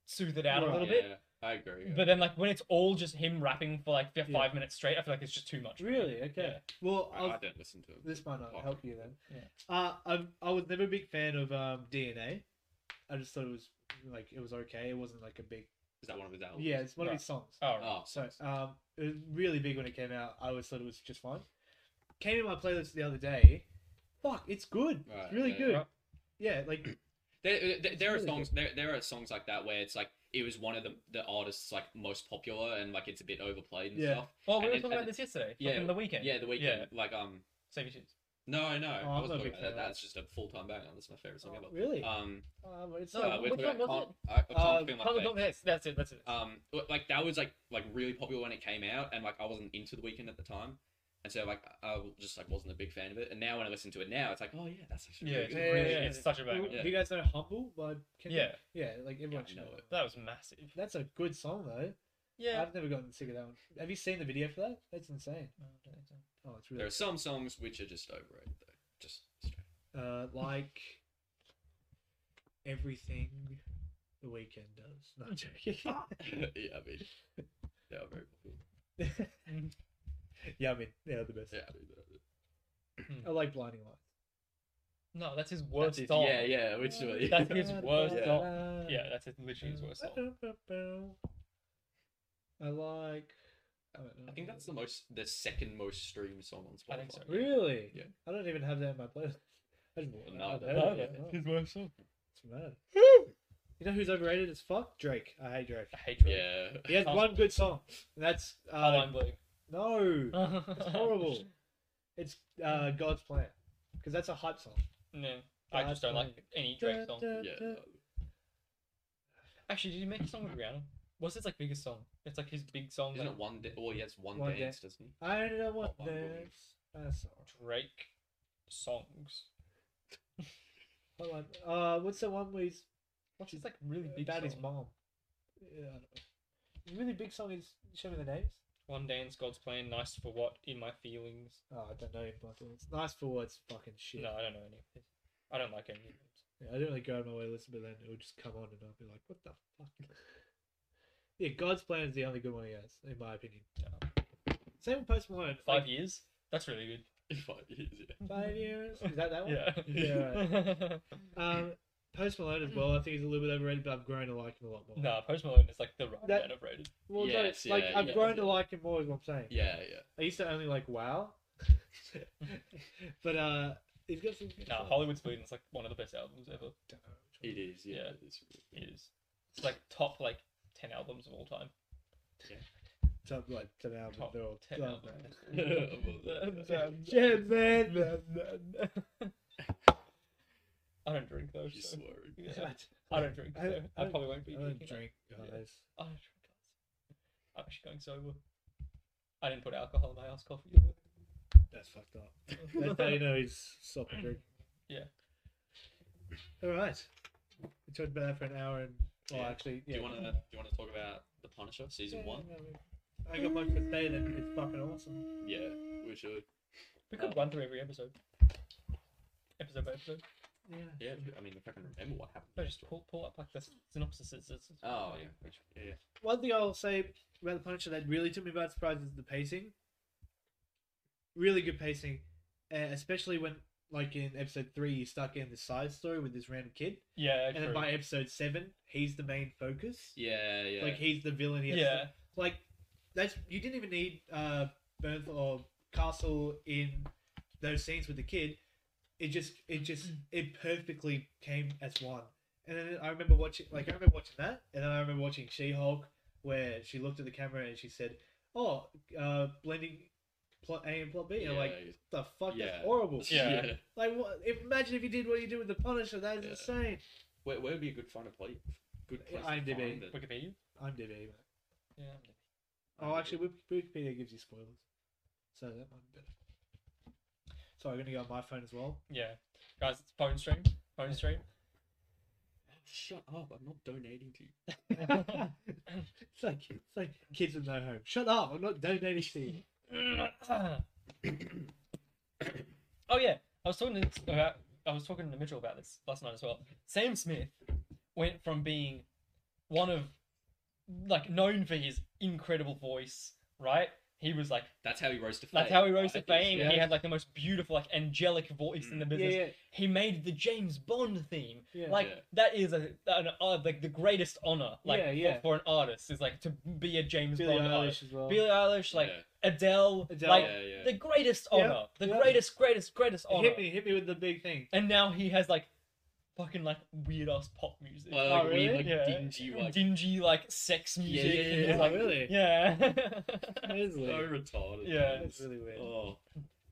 S2: soothe it out a
S1: Right.
S2: little
S3: yeah,
S2: bit.
S3: I agree. yeah.
S2: But then, like when it's all just him rapping for like fi-
S1: Yeah.
S2: five minutes straight, I feel like it's just too much.
S1: Really? Okay. Well,
S3: I,
S1: I'll,
S3: I don't listen to him.
S1: this might not
S3: Oh.
S1: help you then.
S2: Yeah.
S1: Uh, I I was never a big fan of um, DNA. I just thought it was like it was okay. It wasn't like a big
S3: Is that one of his albums?
S1: yeah. It's one
S2: Right.
S1: of his songs.
S2: Oh, right.
S3: Oh,
S1: So um, it was really big when it came out. I always thought it was just fine. Came in my playlist the other day. Fuck, it's good.
S3: Right,
S1: it's really
S3: yeah.
S1: good.
S2: Right.
S1: Yeah, like
S3: There, uh, there, there are
S1: really
S3: songs. There, there are songs like that where it's like it was one of the the artists like most popular and like it's a bit overplayed and
S1: Yeah.
S3: stuff.
S2: Well, we
S3: And
S2: were
S3: it-
S2: talking
S3: and
S2: about this yesterday.
S3: yeah,
S2: Yeah, the weekend.
S3: Yeah, the weekend. Like um,
S2: Save your shoes.
S3: no, no,
S1: Oh, I'm
S3: I
S1: not a big
S3: wasn't talking about
S1: fan of
S3: that.
S1: that.
S3: That's just a full time banger. That's my favorite song
S1: oh,
S3: ever.
S1: really.
S3: Um,
S1: Um, it's
S2: No,
S1: not.
S3: uh,
S2: which
S3: we're talking
S2: one
S3: about
S2: was
S3: Can't- I, I can't
S2: Uh,
S3: feel my
S2: Colour
S3: Face.
S2: Don't Miss. That's it. That's it.
S3: um but, like that was like like really popular when it came out and like i wasn't into the weekend at the time and so like i just like wasn't a big fan of it and now when i listen to it now it's like oh yeah that's actually
S2: yeah,
S3: really
S2: it's
S1: yeah,
S3: good.
S2: really,
S1: yeah, yeah.
S2: it's such a banger.
S1: Do you guys know Humble by Kendrick?
S2: Yeah.
S1: Yeah, like everyone
S3: I
S1: should
S3: know
S1: know
S3: it.
S1: it.
S2: That was massive.
S1: That's a good song though.
S2: Yeah.
S1: I've never gotten sick of that one. Have you seen the video for that? That's insane.
S2: Oh, I don't think so.
S1: Oh, it's
S3: there
S1: really
S3: are some songs which are just overrated though just straight.
S1: uh, like everything the weekend does. No, I'm joking.
S3: yeah i mean they are very popular
S1: yeah, I mean they are the best.
S3: yeah, I mean, they're-
S1: I like Blinding Lights.
S2: No, that's his
S3: that's
S2: worst
S3: it.
S2: song.
S3: yeah yeah which one
S2: That's his worst
S3: Yeah.
S2: song. Yeah, that's his, literally his worst song.
S1: I like. I, don't know.
S3: i think that's the most the second most streamed song on spotify
S2: I think so.
S1: really.
S3: Yeah.
S1: I don't even have that in my playlist. I didn't.
S3: Well,
S1: I've
S3: neither.
S1: heard
S2: No,
S1: of it.
S2: that's
S1: Oh,
S2: his worst song.
S1: It's mad. You know who's overrated as fuck? Drake. I hate Drake.
S2: I hate Drake.
S3: yeah
S1: He has
S2: Can't-
S1: one good song. And that's
S2: Oh,
S1: uh,
S2: I'm blue.
S1: no.
S2: It's
S1: It's horrible. It's uh, God's plan because that's a hype song.
S2: No, I just don't like any Drake song.
S3: yeah
S2: Actually, did he make a song with Rihanna? What's his like biggest song? It's like his big song.
S3: isn't
S2: like,
S3: it one day oh he has one,
S1: One
S3: dance doesn't he
S1: I don't want
S3: Not one
S1: that.
S3: Dance.
S1: That's
S2: Drake songs.
S1: all right. Hold on. Uh, what's that one where he's
S2: What's his like really big
S1: about
S2: song?
S1: his mom? Yeah, I don't know. really big song is show me the names.
S2: One dance, God's plan, nice for what? In my feelings.
S1: Oh, I don't know. him, but It's nice for words. Fucking shit.
S2: No, I don't know any of this. I don't like any of it.
S1: Yeah, I didn't really go out of my way to listen, but then it would just come on, and I'd be like, "What the fuck?" yeah, God's plan is the only good one he has, in my opinion. Same with Post Malone.
S2: Five
S1: like,
S2: years. That's really good.
S3: Five years, yeah.
S1: Five years. Is that that one?
S2: Yeah.
S1: Um, Post Malone as well. I think he's a little bit overrated, but I've grown to like him a lot more.
S2: no, Post Malone is like the right
S1: That-
S2: amount of rated.
S1: Well, no,
S3: Yes,
S1: like
S3: yeah,
S1: I've
S3: yeah,
S1: grown
S3: yeah.
S1: to like him more. Is what I'm saying.
S3: yeah yeah
S1: I used to only like Wow, but uh, he's got some. good
S2: No,
S1: songs.
S2: Hollywood's Bleeding is like one of the best albums ever.
S1: Don't know which one.
S3: it is yeah,
S2: Yeah.
S3: it is
S2: It is. It's like top like ten albums of all time.
S1: Top like ten albums.
S2: Top
S1: They're all
S2: Ten
S1: oh,
S2: albums.
S1: man. Shit, man.
S2: I don't drink though.
S3: She's
S2: so-
S3: swearing.
S2: Yeah. I don't drink.
S1: I-
S2: So I,
S1: I-
S2: probably won't be
S1: I don't
S2: drinking. that.
S1: drink.
S2: Yeah.
S1: guys.
S2: I don't drink. guys. I'm actually going sober. I didn't put alcohol in my ass coffee. either.
S1: That's fucked up. That's how you know he's stopping drinking.
S2: Yeah.
S1: All right. We talked about that for an hour and well,
S3: Yeah.
S1: actually,
S3: Do
S1: yeah.
S3: you want to do you want to talk about the Punisher season one?
S1: I got much to say that it's fucking awesome.
S3: Yeah, we should.
S2: We could
S3: Oh.
S2: run through every episode. Episode by episode.
S1: Yeah.
S3: Yeah, I mean, if I can remember what happened.
S2: No, just pull, pull up like the synopsis.
S3: Oh yeah, yeah, yeah.
S1: One thing I'll say about the Punisher that really took me by surprise is the pacing. Really good pacing, uh, especially when, like in episode three, you start getting this side story with this random kid,
S2: Yeah,
S1: and then
S2: true.
S1: by episode seven, he's the main focus.
S3: yeah, yeah.
S1: Like he's the villain. He has to-
S2: yeah.
S1: like that's you didn't even need uh Bernth or Castle in those scenes with the kid. It just it just it perfectly came as one. And then I remember watching like I remember watching that, and then I remember watching She Hulk where she looked at the camera and she said, "Oh, uh, blending plot A and plot B." And I'm like, "The fuck,
S3: Yeah.
S1: that's horrible."
S2: Yeah.
S1: Like, what, imagine if you did what you did with the Punisher. That is
S3: Yeah.
S1: insane.
S3: Where, where would be a good fun to play? Good place to
S1: IMDb.
S3: find it.
S2: Wikipedia.
S1: I'm DB. man.
S2: Yeah.
S1: Oh, actually, Wik- Wikipedia gives you spoilers, so that might be better. Sorry, I'm gonna go on my phone as well.
S2: Yeah. Guys, it's phone stream. Phone stream.
S3: Shut up! I'm not donating to you.
S1: It's like it's like kids with no home. Shut up! I'm not donating to you.
S2: oh yeah, I was talking to about I was talking to Mitchell about this last night as well. Sam Smith went from being one of like known for his incredible voice, right? He was like
S3: That's how he rose to fame.
S2: that's how he rose to
S3: I think,
S2: fame.
S1: yeah.
S2: He had like the most beautiful, like angelic voice in the
S1: Mm. Yeah,
S2: business.
S1: yeah,
S2: He made the James Bond theme.
S1: yeah.
S2: Like
S3: Yeah.
S2: that is a an art like the greatest honor like
S1: Yeah,
S2: for-
S1: yeah.
S2: For, an artist is like to be a James
S1: Billie
S2: Bond
S1: Eilish
S2: artist.
S1: as well.
S2: Billie Eilish, like
S3: yeah,
S2: Adele,
S1: Adele.
S2: like
S3: yeah, yeah.
S2: the greatest
S1: Yeah,
S2: honor, the
S1: yeah.
S2: greatest, greatest, greatest honor.
S1: hit me, hit me with the big thing.
S2: And now he has like fucking like weird ass pop music.
S3: Well, like,
S1: Oh,
S3: we
S1: really?
S3: like
S2: Yeah.
S3: dingy like
S2: dingy like sex
S3: Yeah,
S2: music.
S3: yeah,
S2: and
S3: yeah.
S2: he's like,
S1: oh, really?
S2: yeah.
S1: That is
S3: so
S1: weird.
S3: retarded.
S2: Yeah,
S3: man.
S1: That's really weird.
S3: Oh,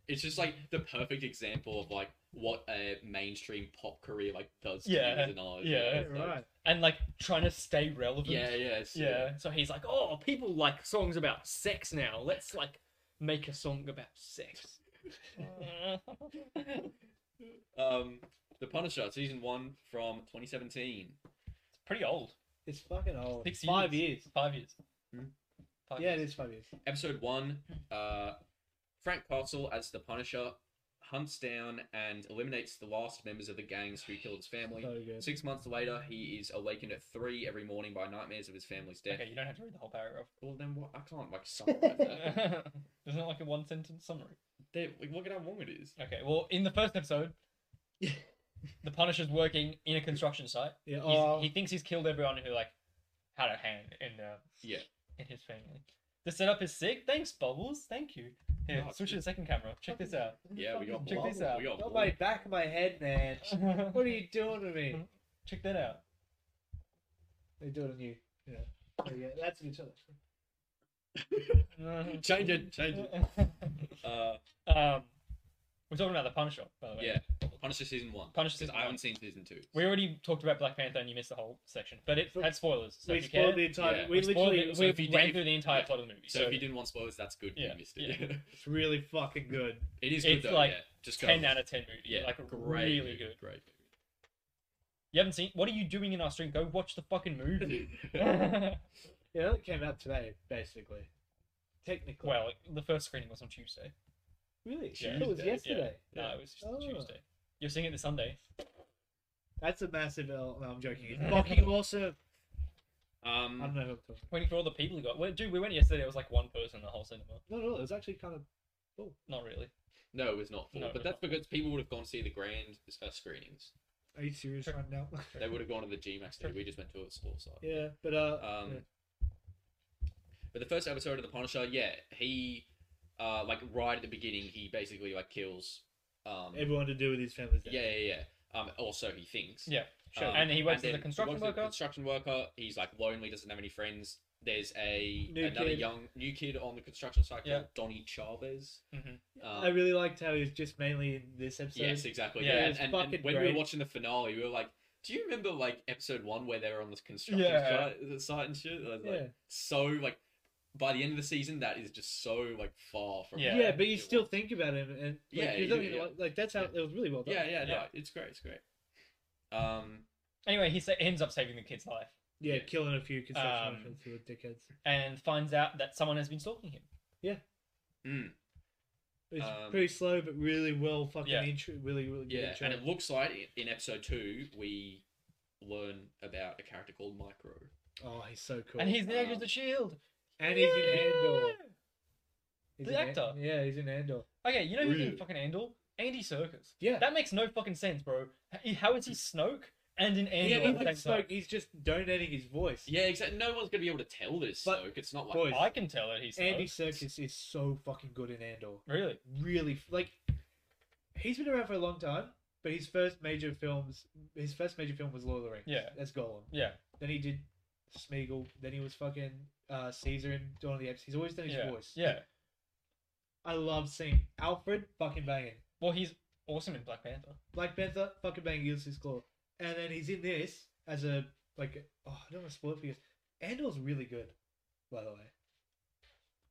S3: it's just like the perfect example of like what a mainstream pop career like does. to
S2: Yeah,
S3: you as an artist,
S2: yeah.
S1: Yeah,
S3: it's like-
S1: right.
S2: and like trying to stay relevant.
S3: Yeah, yeah, it's-
S2: Yeah. So he's like, oh, people like songs about sex now. Let's like make a song about sex.
S3: Um, The Punisher season one from 2017.
S2: Pretty old.
S1: It's fucking old.
S2: Six
S1: Five years.
S2: Five years.
S3: Hmm.
S2: Five
S1: Yeah, it
S2: years.
S1: is five years.
S3: Episode one. Uh, Frank Castle as the Punisher hunts down and eliminates the last members of the gangs who killed his family.
S1: So good.
S3: Six months later, he is awakened at three every morning by nightmares of his family's death.
S2: Okay, you don't have to read the whole paragraph.
S3: Well, then what? I can't like summarize that.
S2: Isn't it like a one sentence summary?
S3: They, like, look at how long it is.
S2: Okay, well, in the first episode, the Punisher's working in a construction site.
S1: Yeah,
S2: He's-
S1: oh,
S2: he thinks he's killed everyone who like had a hand in uh,
S3: Yeah.
S2: in his family. The setup is sick. Thanks, Bubbles. Thank you. Here,
S3: Oh,
S2: switch to
S3: dude.
S2: the second camera. Check this out.
S3: Yeah, we got
S2: Check
S3: blood.
S2: this out.
S3: We got
S1: got
S3: blood.
S1: my back of my head, man. What are you doing to me?
S2: Check that out.
S1: They do it on you. Yeah. Oh, yeah, that's each other.
S3: Change it, change it. Uh,
S2: um, we're talking about the Punisher, by the way.
S3: yeah. Punisher season one.
S2: Punisher
S3: Because
S2: season
S3: I
S2: one.
S3: haven't seen season two.
S2: We already talked about Black Panther, and you missed the whole section, but it
S1: So-
S2: had spoilers. So
S1: we
S2: if you care,
S1: spoiled the entire.
S3: Yeah.
S1: We,
S2: we spoiled
S1: literally.
S2: it.
S1: we-
S2: We
S3: if you
S2: ran
S3: did-
S2: through the entire
S3: yeah.
S2: plot of the movie.
S3: So, if you didn't want spoilers, that's good.
S2: Yeah,
S3: You missed it.
S1: it's really fucking good.
S3: it is
S2: It's
S3: good though.
S2: like
S3: yeah. Just go.
S2: ten out of ten movie,
S3: Yeah,
S2: like
S3: great.
S2: really
S3: movie,
S2: good.
S3: Great.
S2: You haven't seen? What are you doing in our stream? Go watch the fucking movie.
S3: movie.
S2: well,
S1: Yeah, that came out today, basically. Technically.
S2: the first screening was on Tuesday.
S1: really?
S2: yeah.
S1: It was
S3: Tuesday, yeah.
S1: yesterday.
S2: No, it was just
S1: Oh.
S2: Tuesday. You're seeing it this Sunday.
S1: That's a massive L. No, I'm joking. It's fucking awesome. I don't
S3: um,
S1: know who I'm talking
S2: Waiting for all the people who got. Well, dude, we went yesterday. It was like one person in the whole cinema.
S1: about. No, no, it was actually kind of.
S2: Not really.
S3: no, it was not full.
S2: No, it
S3: but
S2: was
S3: that's
S2: not full.
S3: because people would have gone to see the grand uh, screenings.
S1: Are you serious right now?
S3: They would have gone to the GMAX theater. We just went to a small site.
S1: yeah, but uh.
S3: Um,
S1: yeah.
S3: But the first episode of The Punisher, yeah, he, uh, like right at the beginning, he basically like kills. Um,
S1: everyone to do with his family's death.
S3: yeah, yeah, yeah. Um, also he thinks.
S2: Yeah. Sure.
S3: Um,
S2: and he works
S3: then
S2: as a construction
S3: he works as a
S2: worker.
S3: construction worker. He's like lonely, doesn't have any friends. There's a
S1: New
S3: another
S1: kid.
S3: young new kid on the construction site
S2: Yeah.
S3: called Donnie Chavez.
S2: Mhm.
S3: Um,
S1: I really liked how he was just mainly in this episode.
S3: yes, exactly.
S2: Yeah,
S3: Yeah,
S1: it's
S3: and, and
S1: fucking
S3: when we
S1: great.
S3: were watching the finale, we were like, "Do you remember like episode one where they were on this construction
S2: Yeah.
S3: site, site and shit?" I was like,
S1: Yeah.
S3: so like by the end of the season that is just so like far from
S2: Yeah.
S1: yeah, but you still think about him, and like,
S3: Yeah,
S1: you
S3: you
S1: don't
S3: do,
S1: even
S3: yeah.
S1: like- like that's how it was really well done.
S3: yeah yeah no
S2: Yeah.
S3: it's great it's great um
S2: Anyway, he sa- ends up saving the kid's life
S1: yeah,
S3: Yeah.
S1: killing a few construction
S2: Um,
S1: workers who were dickheads.
S2: and finds out that someone has been stalking him.
S3: mm,
S1: It's
S3: um,
S1: pretty slow, but really well fucking
S2: Yeah.
S1: intro, really really good
S3: yeah
S1: intro.
S3: and it looks like i- in episode two we learn about a character called micro
S1: oh, he's so cool,
S2: And he's the Agents
S3: Um,
S2: of the Shield.
S1: and he's in Andor.
S2: Yeah!
S1: He's
S2: The
S1: in An-
S2: actor.
S1: yeah, he's in Andor.
S2: Okay, you know who's in
S3: Really?
S2: fucking Andor? Andy Serkis.
S1: Yeah,
S2: That makes no fucking sense, bro. H- How is he Snoke and in Andor
S1: yeah,
S2: at
S1: he's,
S2: the
S1: like
S2: same time?
S1: Snoke, he's just donating his voice.
S3: yeah exactly no one's gonna be able to tell this
S1: But-
S3: Snoke. it's not like
S1: boys,
S2: I can tell that he's Snoke.
S1: Andy Serkis is so fucking good in Andor.
S2: Really?
S1: really f- like he's been around for a long time, but his first major films, his first major film was Lord of the Rings.
S2: Yeah.
S1: that's Gollum.
S2: Yeah.
S1: Then he did Smeagol. Then he was fucking uh, Caesar in Dawn of the Apes. He's always done his
S2: yeah.
S1: voice.
S2: Yeah.
S1: I love seeing Alfred fucking banging,
S2: Well, he's awesome in Black Panther.
S1: Black Panther fucking banging Ulysses Claw, and then he's in this as a like oh I don't want to spoil it for you. Andor's really good, by the way.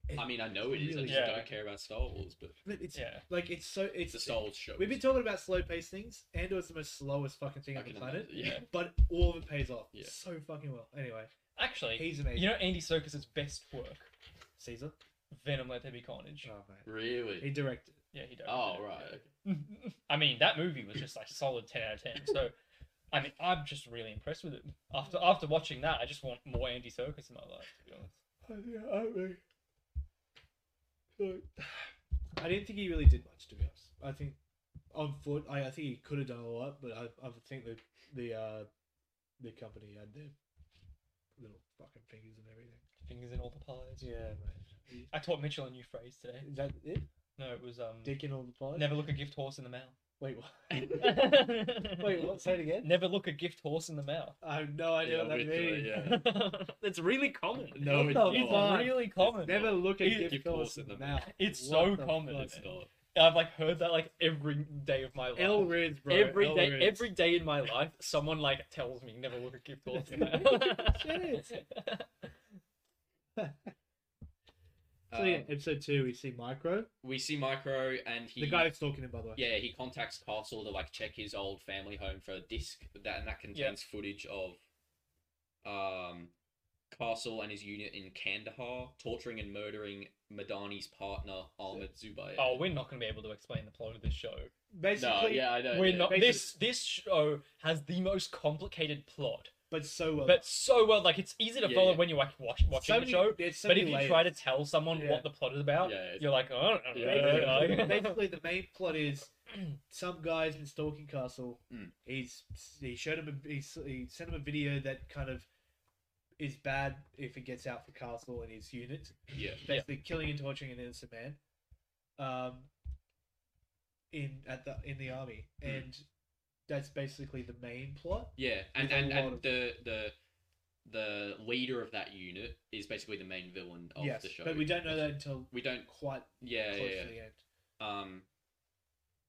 S1: It-
S3: i mean i know it is i
S1: really-
S3: just
S2: Yeah.
S3: don't care about star wars but
S1: but it's
S2: Yeah.
S1: like it's so
S3: it's
S1: it's
S3: a star wars show
S1: We've been talking about slow paced things. Andor's the most slowest fucking thing
S3: I
S1: on the
S3: can
S1: planet.
S3: imagine, yeah
S1: but all of it pays off
S3: Yeah.
S1: so fucking well. Anyway,
S2: Actually,
S1: he's amazing.
S2: you know Andy Serkis's best work?
S1: Caesar.
S2: Venom Let There Be Carnage.
S1: Oh man, he
S3: really
S1: directed.
S2: Yeah, he does.
S3: oh right okay.
S2: I mean, that movie was just like solid 10 out of 10. So I mean, I'm just really impressed with it. After after watching that, I just want more Andy Serkis in my life. To be honest,
S1: I didn't think he really did much, to be honest. I think, on foot, I, I think he could have done a lot, but I, I think the the uh, the company had their little fucking fingers and everything.
S2: fingers in all the pies.
S1: Yeah, mate.
S2: I taught Mitchell a new phrase today.
S1: Is that it?
S2: No, it was um.
S1: Dick in all the pies?
S2: Never look a gift horse in the mouth.
S1: Wait, what? Wait, what? Say it again.
S2: Never look a gift horse in the mouth.
S1: I have no idea
S3: Yeah,
S1: what that
S3: with the-
S1: means.
S3: yeah.
S2: That's really common.
S3: No,
S1: What
S3: it's
S1: the
S2: it's
S1: fuck?
S3: not.
S2: really common.
S1: Never look at
S2: It-
S1: gift
S3: Gift
S1: horse
S3: horse
S1: in the
S3: in
S1: mouth. What
S2: It's so
S1: the
S2: common.
S1: fuck?
S3: It's not.
S2: I've like heard that like every day of my life.
S1: L Riz, bro.
S2: every
S1: L
S2: day,
S1: Riz.
S2: every day in my life, someone like tells me never look at gift horse. in the mouth.
S1: So yeah, episode two, we see Micro,
S3: Uh, we see Micro and he
S1: the guy who's talking to him, by the way.
S3: yeah he contacts Castle to like check his old family home for a disc that and that contains footage of um Castle and his unit in Kandahar torturing and murdering Madani's partner Ahmed Zubayr.
S2: oh, we're not going to be able to explain the plot of this show.
S1: Basically,
S3: no, yeah, I know.
S2: we're
S3: yeah.
S2: not.
S1: Basically-
S2: This this show has the most complicated plot,
S1: but so well.
S2: but so well. Like it's easy to
S3: Yeah,
S2: follow
S3: yeah.
S2: when you're like watch, watching the show.
S1: there's so
S2: but if
S1: many
S2: you try to
S1: layers.
S2: tell someone
S1: Yeah.
S2: what the plot is about,
S3: Yeah, it's-
S2: you're like, oh, I don't
S3: Yeah,
S2: know."
S1: basically, basically, the main plot is some guy's been stalking Castle.
S3: Mm.
S1: He's he showed him a, he, s- he sent him a video that kind of is bad if it gets out for Castle and his unit.
S3: yeah.
S1: basically killing and torturing an innocent man, um, in at the in the army,
S3: Hmm.
S1: and that's basically the main plot.
S3: Yeah, and
S1: There's a
S3: and,
S1: lot
S3: and
S1: of-
S3: the the the leader of that unit is basically the main villain of
S1: yes,
S3: the show.
S1: but we don't know that until
S3: We don't.
S1: quite
S3: Yeah,
S1: close
S3: yeah,
S1: to the end.
S3: yeah. Um,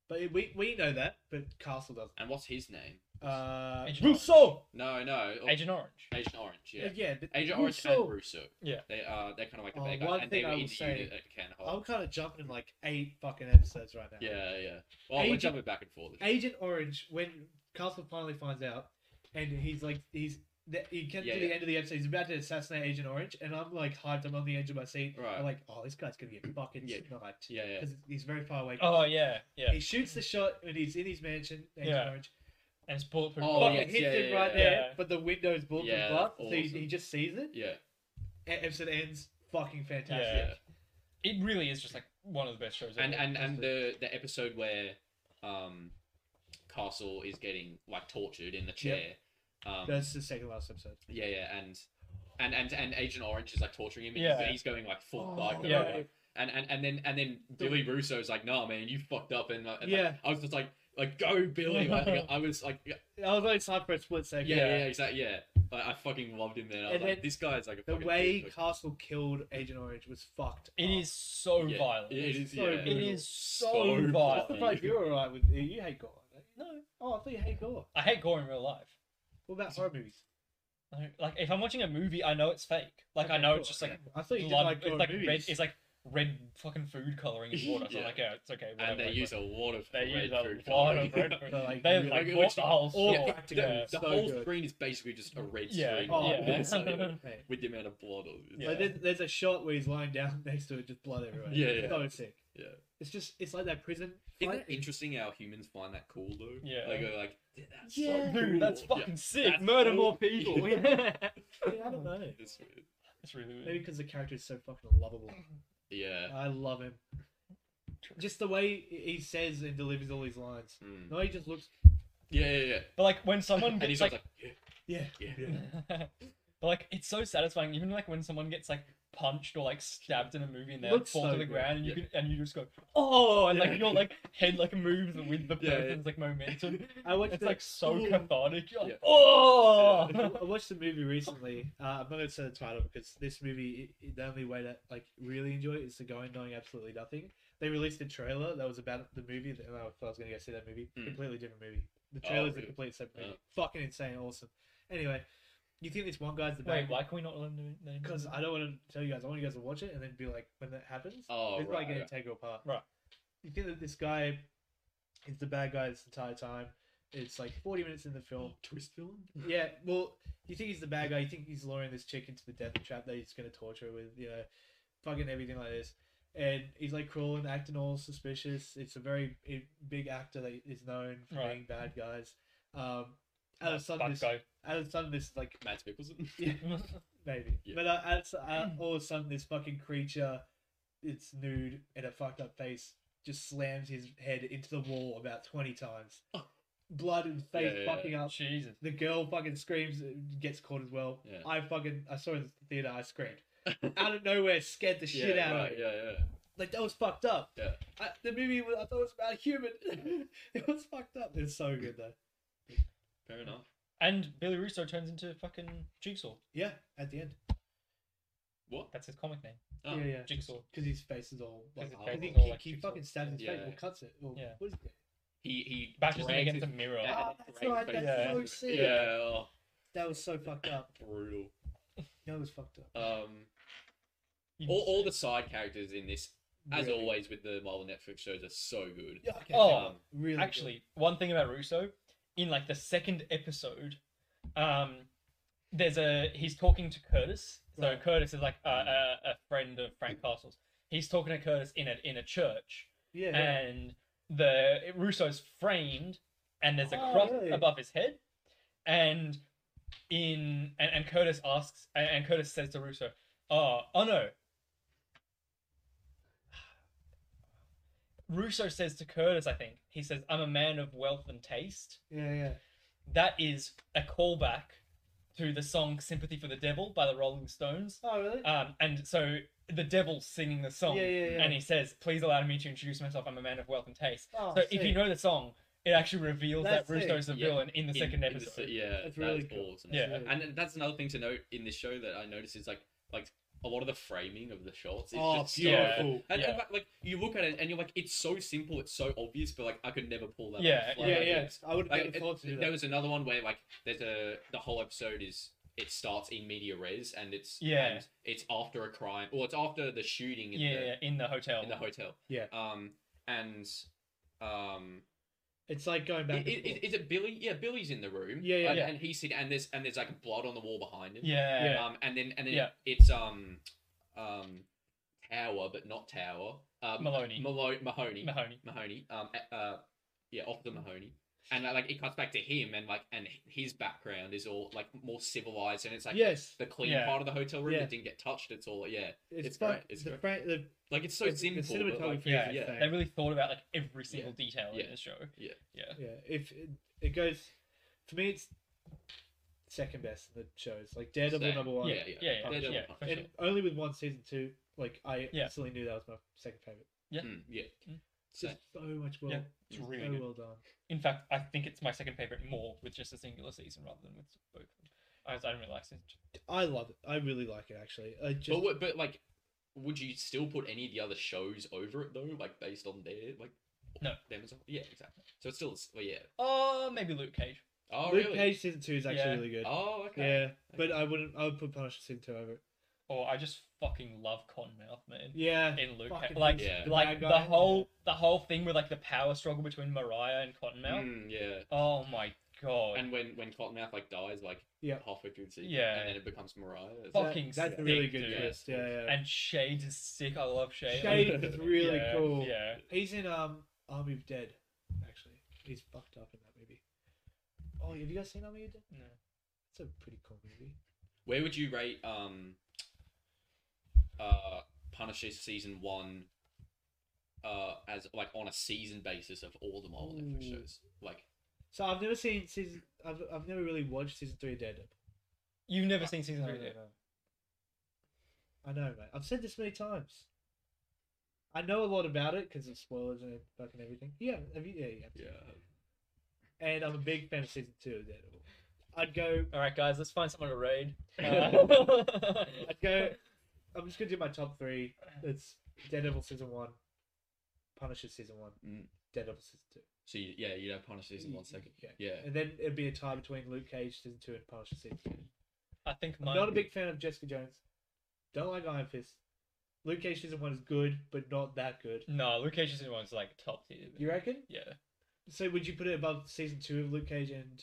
S1: But it- we we know that, but Castle doesn't.
S3: and what's his name?
S1: Uh,
S2: Agent
S1: Rousseau.
S3: No, no. oh,
S2: Agent Orange.
S3: Agent Orange.
S1: Yeah,
S3: Yeah.
S1: but
S3: Agent Orange
S1: Rousseau.
S3: and uh, Russo.
S2: Yeah.
S3: They are. They're kind of like the
S1: Oh,
S3: bad
S1: one
S3: guys, and they
S1: thing
S3: were
S1: I
S3: in
S1: will
S3: the
S1: say-
S3: unit at Can
S1: I'm
S3: Hall.
S1: kind of jumping in like eight fucking episodes right now.
S3: Yeah, yeah. Well, we're
S1: Agent-
S3: jumping back and forth.
S1: Agent Orange, when Castle finally finds out, and he's like, he's the- he gets
S3: Yeah,
S1: to the
S3: yeah.
S1: end of the episode, he's about to assassinate Agent Orange, and I'm like hyped, I'm on the edge of my seat.
S3: Right.
S1: I'm like, oh, this guy's gonna get fucking
S3: Yeah.
S1: sniped
S3: Yeah, yeah.
S1: because he's very far away.
S2: Oh yeah, yeah.
S1: He shoots the shot, and he's in his mansion, Agent
S2: Yeah.
S1: Orange.
S2: And it's bulletproof.
S3: Oh,
S2: glass.
S1: Fucking
S3: yeah,
S1: hits
S3: yeah,
S1: him
S3: yeah,
S1: right
S2: yeah.
S1: there,
S2: Yeah.
S1: but the window's bulletproof
S3: Yeah,
S1: glass,
S3: that's
S1: so he,
S3: awesome.
S1: he just sees it.
S3: Yeah.
S1: E- Episode ends fucking fantastic.
S2: Yeah.
S3: Yeah.
S2: It really is just like one of the best shows.
S3: And
S2: ever.
S3: and and the the episode where, um, Castle is getting like tortured in the chair. Um,
S1: That's the second last episode.
S3: Yeah, yeah, and and and and Agent Orange is like torturing him. And
S2: Yeah.
S3: he's, he's going like full
S1: Oh,
S3: like
S2: yeah.
S3: And, and and then and then Billy Russo's like, nah, man, you fucked up. And, uh, and, like,
S1: Yeah.
S3: I was just like, like go Billy. Like, I was like, yeah,
S1: I was like, hyped for a split second.
S3: yeah,
S2: Yeah.
S3: yeah, exactly, yeah. Like, I fucking loved him, man. I was
S1: And
S3: like,
S1: then
S3: this guy's like a
S1: The
S3: fucking
S1: way
S3: dick.
S1: Castle killed Agent Orange was fucked.
S2: It
S1: up.
S2: is so
S3: Yeah,
S2: violent.
S3: It is,
S1: so
S3: yeah.
S2: It
S1: brutal.
S2: is so,
S3: So
S2: violent.
S1: I
S3: violent.
S1: thought you were alright with you hate gore. don't you?
S2: No,
S1: Oh, I thought you hate gore.
S2: I hate gore in real life.
S1: What about horror movies?
S2: Like- Like if I'm watching a movie, I know it's fake. Like I
S1: Okay,
S2: know
S1: cool,
S2: it's just like
S1: okay. I thought you didn't
S2: blood.
S1: like gore
S2: it's like red.
S1: movies.
S2: It's like red fucking food coloring in water. So I'm
S3: Yeah.
S2: like yeah, it's okay. Whatever.
S3: And they
S2: like,
S3: use a lot of
S2: they
S3: red
S2: use
S3: food
S2: a lot
S3: coloring.
S2: of red. food.
S1: But, like,
S2: they
S1: really-
S2: like
S3: Like,
S2: bought the whole
S1: all
S2: store.
S1: practical.
S2: Yeah.
S1: So
S3: The whole
S1: good.
S3: screen is basically just a red
S2: Yeah,
S3: screen
S1: Oh,
S2: yeah.
S3: It's like-
S1: Hey.
S3: with the amount of blood on it.
S2: Yeah.
S1: Like, there's, there's a shot where he's lying down next to it, just blood everywhere.
S3: Yeah,
S1: It's
S3: yeah.
S1: So sick.
S3: Yeah.
S1: It's just it's like that prison.
S3: Isn't
S1: fight.
S3: it interesting how humans find that cool though?
S2: Yeah.
S3: Like, they're like that's so
S1: Yeah.
S2: Dude,
S3: cool."
S2: that's
S3: Yeah.
S2: fucking sick.
S3: That's
S2: Murder
S3: cool.
S2: more people.
S1: Yeah, I don't know.
S3: It's weird.
S2: It's really weird.
S1: Maybe because the character is so fucking lovable.
S2: Uh,
S3: Yeah.
S1: I love him.
S2: True.
S1: Just the way he says and delivers all his lines.
S3: Mm.
S1: No, he just looks.
S3: Yeah, yeah, yeah.
S2: But like when someone
S3: And he's
S2: gets
S3: like,
S2: like,
S3: like yeah,
S1: Yeah.
S3: yeah.
S2: but like it's so satisfying. Even like when someone gets like punched or like stabbed in a movie and they like,
S1: Looks
S2: fall
S1: so
S2: to the
S1: good,
S2: ground and you
S3: yeah.
S2: can and you just go oh and
S3: Yeah.
S2: like your like head like moves with the
S3: Yeah, yeah.
S2: person's like momentum.
S1: I watched
S2: It's
S1: the-
S2: like so
S1: Ooh.
S2: cathartic. You're like,
S3: Yeah.
S2: Oh.
S1: I I watched a movie recently. Uh, I'm not going to say the title because this movie, i- i- the only way to like really enjoy it is to go in knowing absolutely nothing. They released a trailer that was about the movie, and I thought I was going to go see that movie.
S3: Hmm.
S1: Completely different movie. The trailer's a
S3: really?
S1: complete separate movie.
S3: Oh.
S1: Fucking insane, awesome. Anyway, you think this one guy's the
S2: Wait,
S1: bad
S2: why can we not learn the name?
S1: Because I don't want to tell you guys. I want you guys to watch it and then be like, when that happens,
S3: Oh,
S1: it's
S3: right.
S1: like an
S3: yeah.
S1: integral part.
S2: Right.
S1: You think that this guy is the bad guy this entire time? It's like 40 minutes in the film.
S3: twist film.
S1: Yeah, well, you think he's the bad guy. You think he's luring this chick into the death trap that he's going to torture her with, you know, fucking everything like this. And he's like crawling, acting all suspicious. It's a very i- big actor that is known for
S2: Right.
S1: being bad guys. Um, out of sudden, this,
S2: Bucko.
S1: out of sudden, this like
S3: Mads Mikkelsen.
S1: maybe,
S3: Yeah.
S1: but uh, out, s- uh, all of a sudden, this fucking creature, it's nude and a fucked up face, just slams his head into the wall about twenty times, blood and face
S3: Oh. Yeah, yeah, yeah.
S1: fucking up.
S2: Jesus.
S1: The girl fucking screams, uh, gets caught as well.
S3: Yeah.
S1: I fucking I saw it in the theater, I screamed out of nowhere, scared the shit
S3: yeah,
S1: out of me.
S3: right, Yeah, yeah.
S1: Like that was fucked up.
S3: Yeah.
S1: I, the movie was, I thought it was about a human. it was fucked up. It's so good though.
S3: Fair enough.
S2: And Billy Russo turns into fucking Jigsaw.
S1: Yeah, at the end.
S3: What?
S2: That's his comic name.
S3: Oh,
S1: Yeah, yeah.
S2: Jigsaw.
S1: Because his face is all like,
S2: his
S1: I
S3: face
S1: think
S3: is
S2: all,
S1: he,
S2: like,
S1: he
S2: jigsaw.
S1: fucking stabs his
S3: Yeah,
S1: face
S3: yeah.
S1: or cuts it. Or,
S2: Yeah.
S1: What is it?
S3: He he
S2: Bashes him
S3: drags
S2: against a
S3: his-
S2: mirror.
S3: Yeah,
S1: Ah,
S3: and
S1: that's
S3: drags
S1: right,
S3: his-
S1: that's so
S3: yeah.
S1: sick.
S3: Yeah, oh,
S1: That was so fucked up.
S3: brutal.
S1: That was fucked up.
S3: Um,
S2: You-
S3: all, all the side characters in this, as
S1: Really.
S3: always with the Marvel Netflix shows, are so good.
S1: Yeah, okay,
S2: Oh,
S1: so
S3: Um,
S1: really good.
S2: Actually, one thing about Russo, in like the second episode, um, there's a he's talking to Curtis. So
S1: Right.
S2: Curtis is like a, a, a friend of Frank Castle's. He's talking to Curtis in a in a church,
S1: yeah,
S3: uh,
S1: yeah.
S2: and the Russo's framed, and there's a
S1: Oh,
S2: cross
S1: really?
S2: above his head, and in and, and Curtis asks and, and Curtis says to Russo, "Oh, oh no." Russo says to Curtis, I think he says, "I'm a man of wealth and taste."
S1: yeah, yeah.
S2: That is a callback to the song "Sympathy for the Devil" by the Rolling Stones.
S1: Oh really?
S2: Um, and so the devil's singing the song,
S1: Yeah, yeah, yeah.
S2: and he says, "Please allow me to introduce myself. I'm a man of wealth and taste."
S1: oh,
S2: so
S1: sick.
S2: if you know the song, it actually reveals
S1: That's
S2: that Russo's a
S3: sick. Yeah,
S2: villain in the
S3: In-
S2: second
S3: in the
S2: episode.
S3: se- yeah,
S1: That's
S3: that's
S1: really cool.
S3: awesome.
S1: That's
S2: yeah.
S1: really
S3: And that's another thing to note in this show that I noticed is like like a lot of the framing of the shots is
S1: Oh,
S3: just so
S2: yeah.
S1: beautiful.
S3: And,
S2: Yeah.
S3: and, like, like you look at it and you're like, it's so simple, it's so obvious, but like I could never pull that.
S2: Yeah,
S3: off.
S1: Yeah,
S3: Like,
S1: yeah.
S3: it's-
S1: I would have
S3: Like,
S1: never
S3: it-
S1: thought to do
S3: there
S1: that.
S3: was another one where like there's a the whole episode is it starts in media res and it's
S2: Yeah.
S3: and it's after a crime or it's after the shooting in
S2: yeah,
S3: the
S2: yeah, in the hotel.
S3: in the hotel.
S1: Yeah.
S3: Um and um
S1: It's like going back.
S3: it,
S1: and
S3: it,
S1: forth.
S3: it, is it Billy? Yeah, Billy's in the room.
S1: Yeah, yeah,
S3: and,
S2: yeah.
S3: and he's sitting and there's and there's like blood on the wall behind him.
S2: yeah,
S1: Yeah.
S3: Um and then and then
S2: Yeah.
S3: it's um um Tower but not Tower. Um
S2: Maloney.
S3: Malo- Mahoney.
S2: Mahoney.
S3: Mahoney. Um uh, uh yeah,
S1: Mm.
S3: Officer Mahoney. And uh, like it cuts back to him and like and his background is all like more civilized and it's like
S1: yes,
S3: the clean
S2: Yeah.
S3: part of the hotel room
S1: Yeah.
S3: that didn't get touched, it's all yeah.
S1: it's,
S3: it's
S1: fuck-
S3: great, it's
S1: the,
S3: great.
S1: fra- the
S3: Like it's so
S1: It's- the
S3: simple. but, like,
S1: cinematography
S2: Yeah,
S1: is
S3: yeah.
S1: insane.
S2: They really thought about like every single detail
S3: Yeah.
S2: in the show.
S3: Yeah.
S2: yeah,
S1: Yeah, if it, it goes, for me, it's second best in the shows. Like Daredevil
S3: Same.
S1: number one,
S3: Yeah,
S2: yeah,
S3: yeah.
S2: yeah, yeah,
S3: Oh,
S2: yeah,
S3: yeah.
S2: for
S1: and
S2: sure.
S1: only with one season two. Like I
S2: Yeah.
S1: instantly knew that was my second favorite.
S2: Yeah.
S3: Mm, yeah.
S2: Mm.
S1: It's
S3: So,
S1: just so much well,
S2: Yeah, it's
S1: it's
S2: really
S1: so
S2: good.
S1: well done.
S2: In fact, I think it's my second favorite more with just a singular season rather than with both. I, I don't really like season two.
S1: I love it. I really like it actually. I just
S3: But what- but like, would you still put any of the other shows over it though? Like based on their like.
S2: No.
S3: Them as well? Yeah, exactly. So it's still well, yeah.
S2: Oh, maybe Luke Cage.
S3: Oh
S1: Luke
S3: really?
S1: Cage season two is actually
S2: Yeah.
S1: really good.
S3: Oh okay.
S1: Yeah, but
S3: Okay.
S1: I wouldn't. I would put Punisher season two over it.
S2: Or Oh, I just fucking love Conmouth, man.
S1: Yeah,
S2: in Luke,
S1: Fucking
S2: Cage. like
S3: Yeah.
S1: the bad
S2: like the
S1: guy.
S2: whole the whole thing with like the power struggle between Mariah and Cottonmouth.
S3: Mm, yeah.
S2: Oh my god!
S3: And when when Cottonmouth like dies like
S1: Yeah.
S3: halfway through the season,
S2: Yeah.
S3: and then it becomes Mariah.
S1: That-
S3: It's
S2: Fuck. fucking
S1: That's a
S2: sick,
S1: really good
S3: dude.
S1: twist. Yeah, yeah.
S2: And Shades is sick. I love Shades.
S1: Shade is really
S2: yeah,
S1: cool.
S2: Yeah.
S1: He's in um Army of Dead, actually. He's fucked up in that movie. Oh, have you guys seen Army of Dead?
S2: No.
S1: It's a pretty cool movie.
S3: Where would you rate um. Uh, Punisher season one. Uh, as like on a season basis of all the Marvel Netflix
S1: Ooh.
S3: shows, like
S1: So I've never seen season. I've, I've never really watched season three of Dead.
S2: You've never seen season three, yet.
S1: I know, mate. I've said this many times. I know a lot about it because of spoilers and fucking everything. Yeah, have you? Yeah, yeah.
S3: yeah,
S1: And I'm a big fan of season two of Dead. I'd go.
S2: All right, guys, let's find someone to Uh, raid.
S1: I'd go. I'm just gonna do my top three. It's Daredevil season one, Punisher season one,
S3: Mm.
S1: Daredevil season two.
S3: So you, yeah, you'd have Punisher season one second.
S1: Yeah.
S3: Yeah.
S1: And then it'd be a tie between Luke Cage season two and Punisher season two.
S2: I think
S1: I'm
S2: mine.
S1: not a big fan of Jessica Jones. Don't like Iron Fist. Luke Cage season one is good, but not that good.
S2: No, Luke Cage season one's like top tier.
S1: You reckon?
S2: Yeah.
S1: So would you put it above season two of Luke Cage and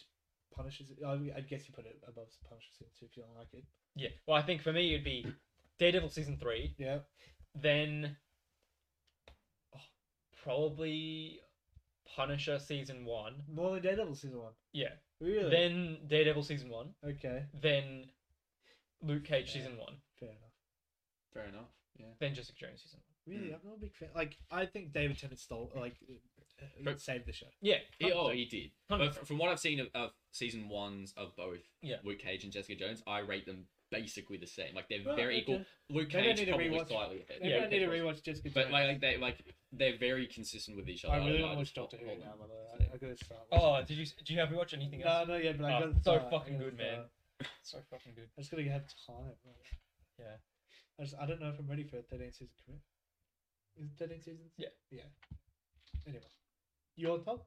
S1: Punisher? se- I I guess you put it above Punisher season two if you don't like it.
S2: Yeah. Well, I think for me it'd be Daredevil season three,
S1: Yeah.
S2: then oh, probably Punisher season one.
S1: More than Daredevil season one.
S2: Yeah.
S1: Really?
S2: Then Daredevil season one.
S1: okay.
S2: Then Luke Cage
S3: Yeah.
S2: season one.
S1: Fair enough.
S3: Fair enough. Yeah.
S2: Then Jessica Jones season one.
S1: Really,
S3: Mm.
S1: I'm not a big fan. Like, I think David Tennant stole, like, uh,
S3: But-
S1: saved the show.
S2: Yeah.
S3: He, oh,
S2: 100%.
S3: he did.
S2: Hundred
S3: But fr- from what I've seen of, of season ones of both
S2: Yeah.
S3: Luke Cage and Jessica Jones, I rate them basically the same. Like they're
S1: Well,
S3: very
S1: okay.
S3: equal. Luke
S1: Maybe I
S3: Cage
S1: need to
S3: probably
S1: rewatch-
S3: slightly ahead.
S1: Maybe
S2: Yeah,
S1: I need to
S2: okay.
S1: rewatch Jessica
S3: But
S1: Jones.
S3: like, like they like they're very consistent with each other.
S1: I really want to watch
S3: just
S1: Doctor Who
S3: hold
S1: now,
S3: them.
S1: by the way. I, I gotta start. watching
S2: Oh, did you do you have you watch anything
S1: No,
S2: else?
S1: no, yeah, but I
S2: Oh,
S1: got
S2: so fucking good, man. so fucking good.
S1: I just gotta have time. like,
S2: Yeah.
S1: I just I don't know if I'm ready for a 13 season commit. Is it 13 seasons?
S2: Yeah.
S1: Yeah. Anyway, your top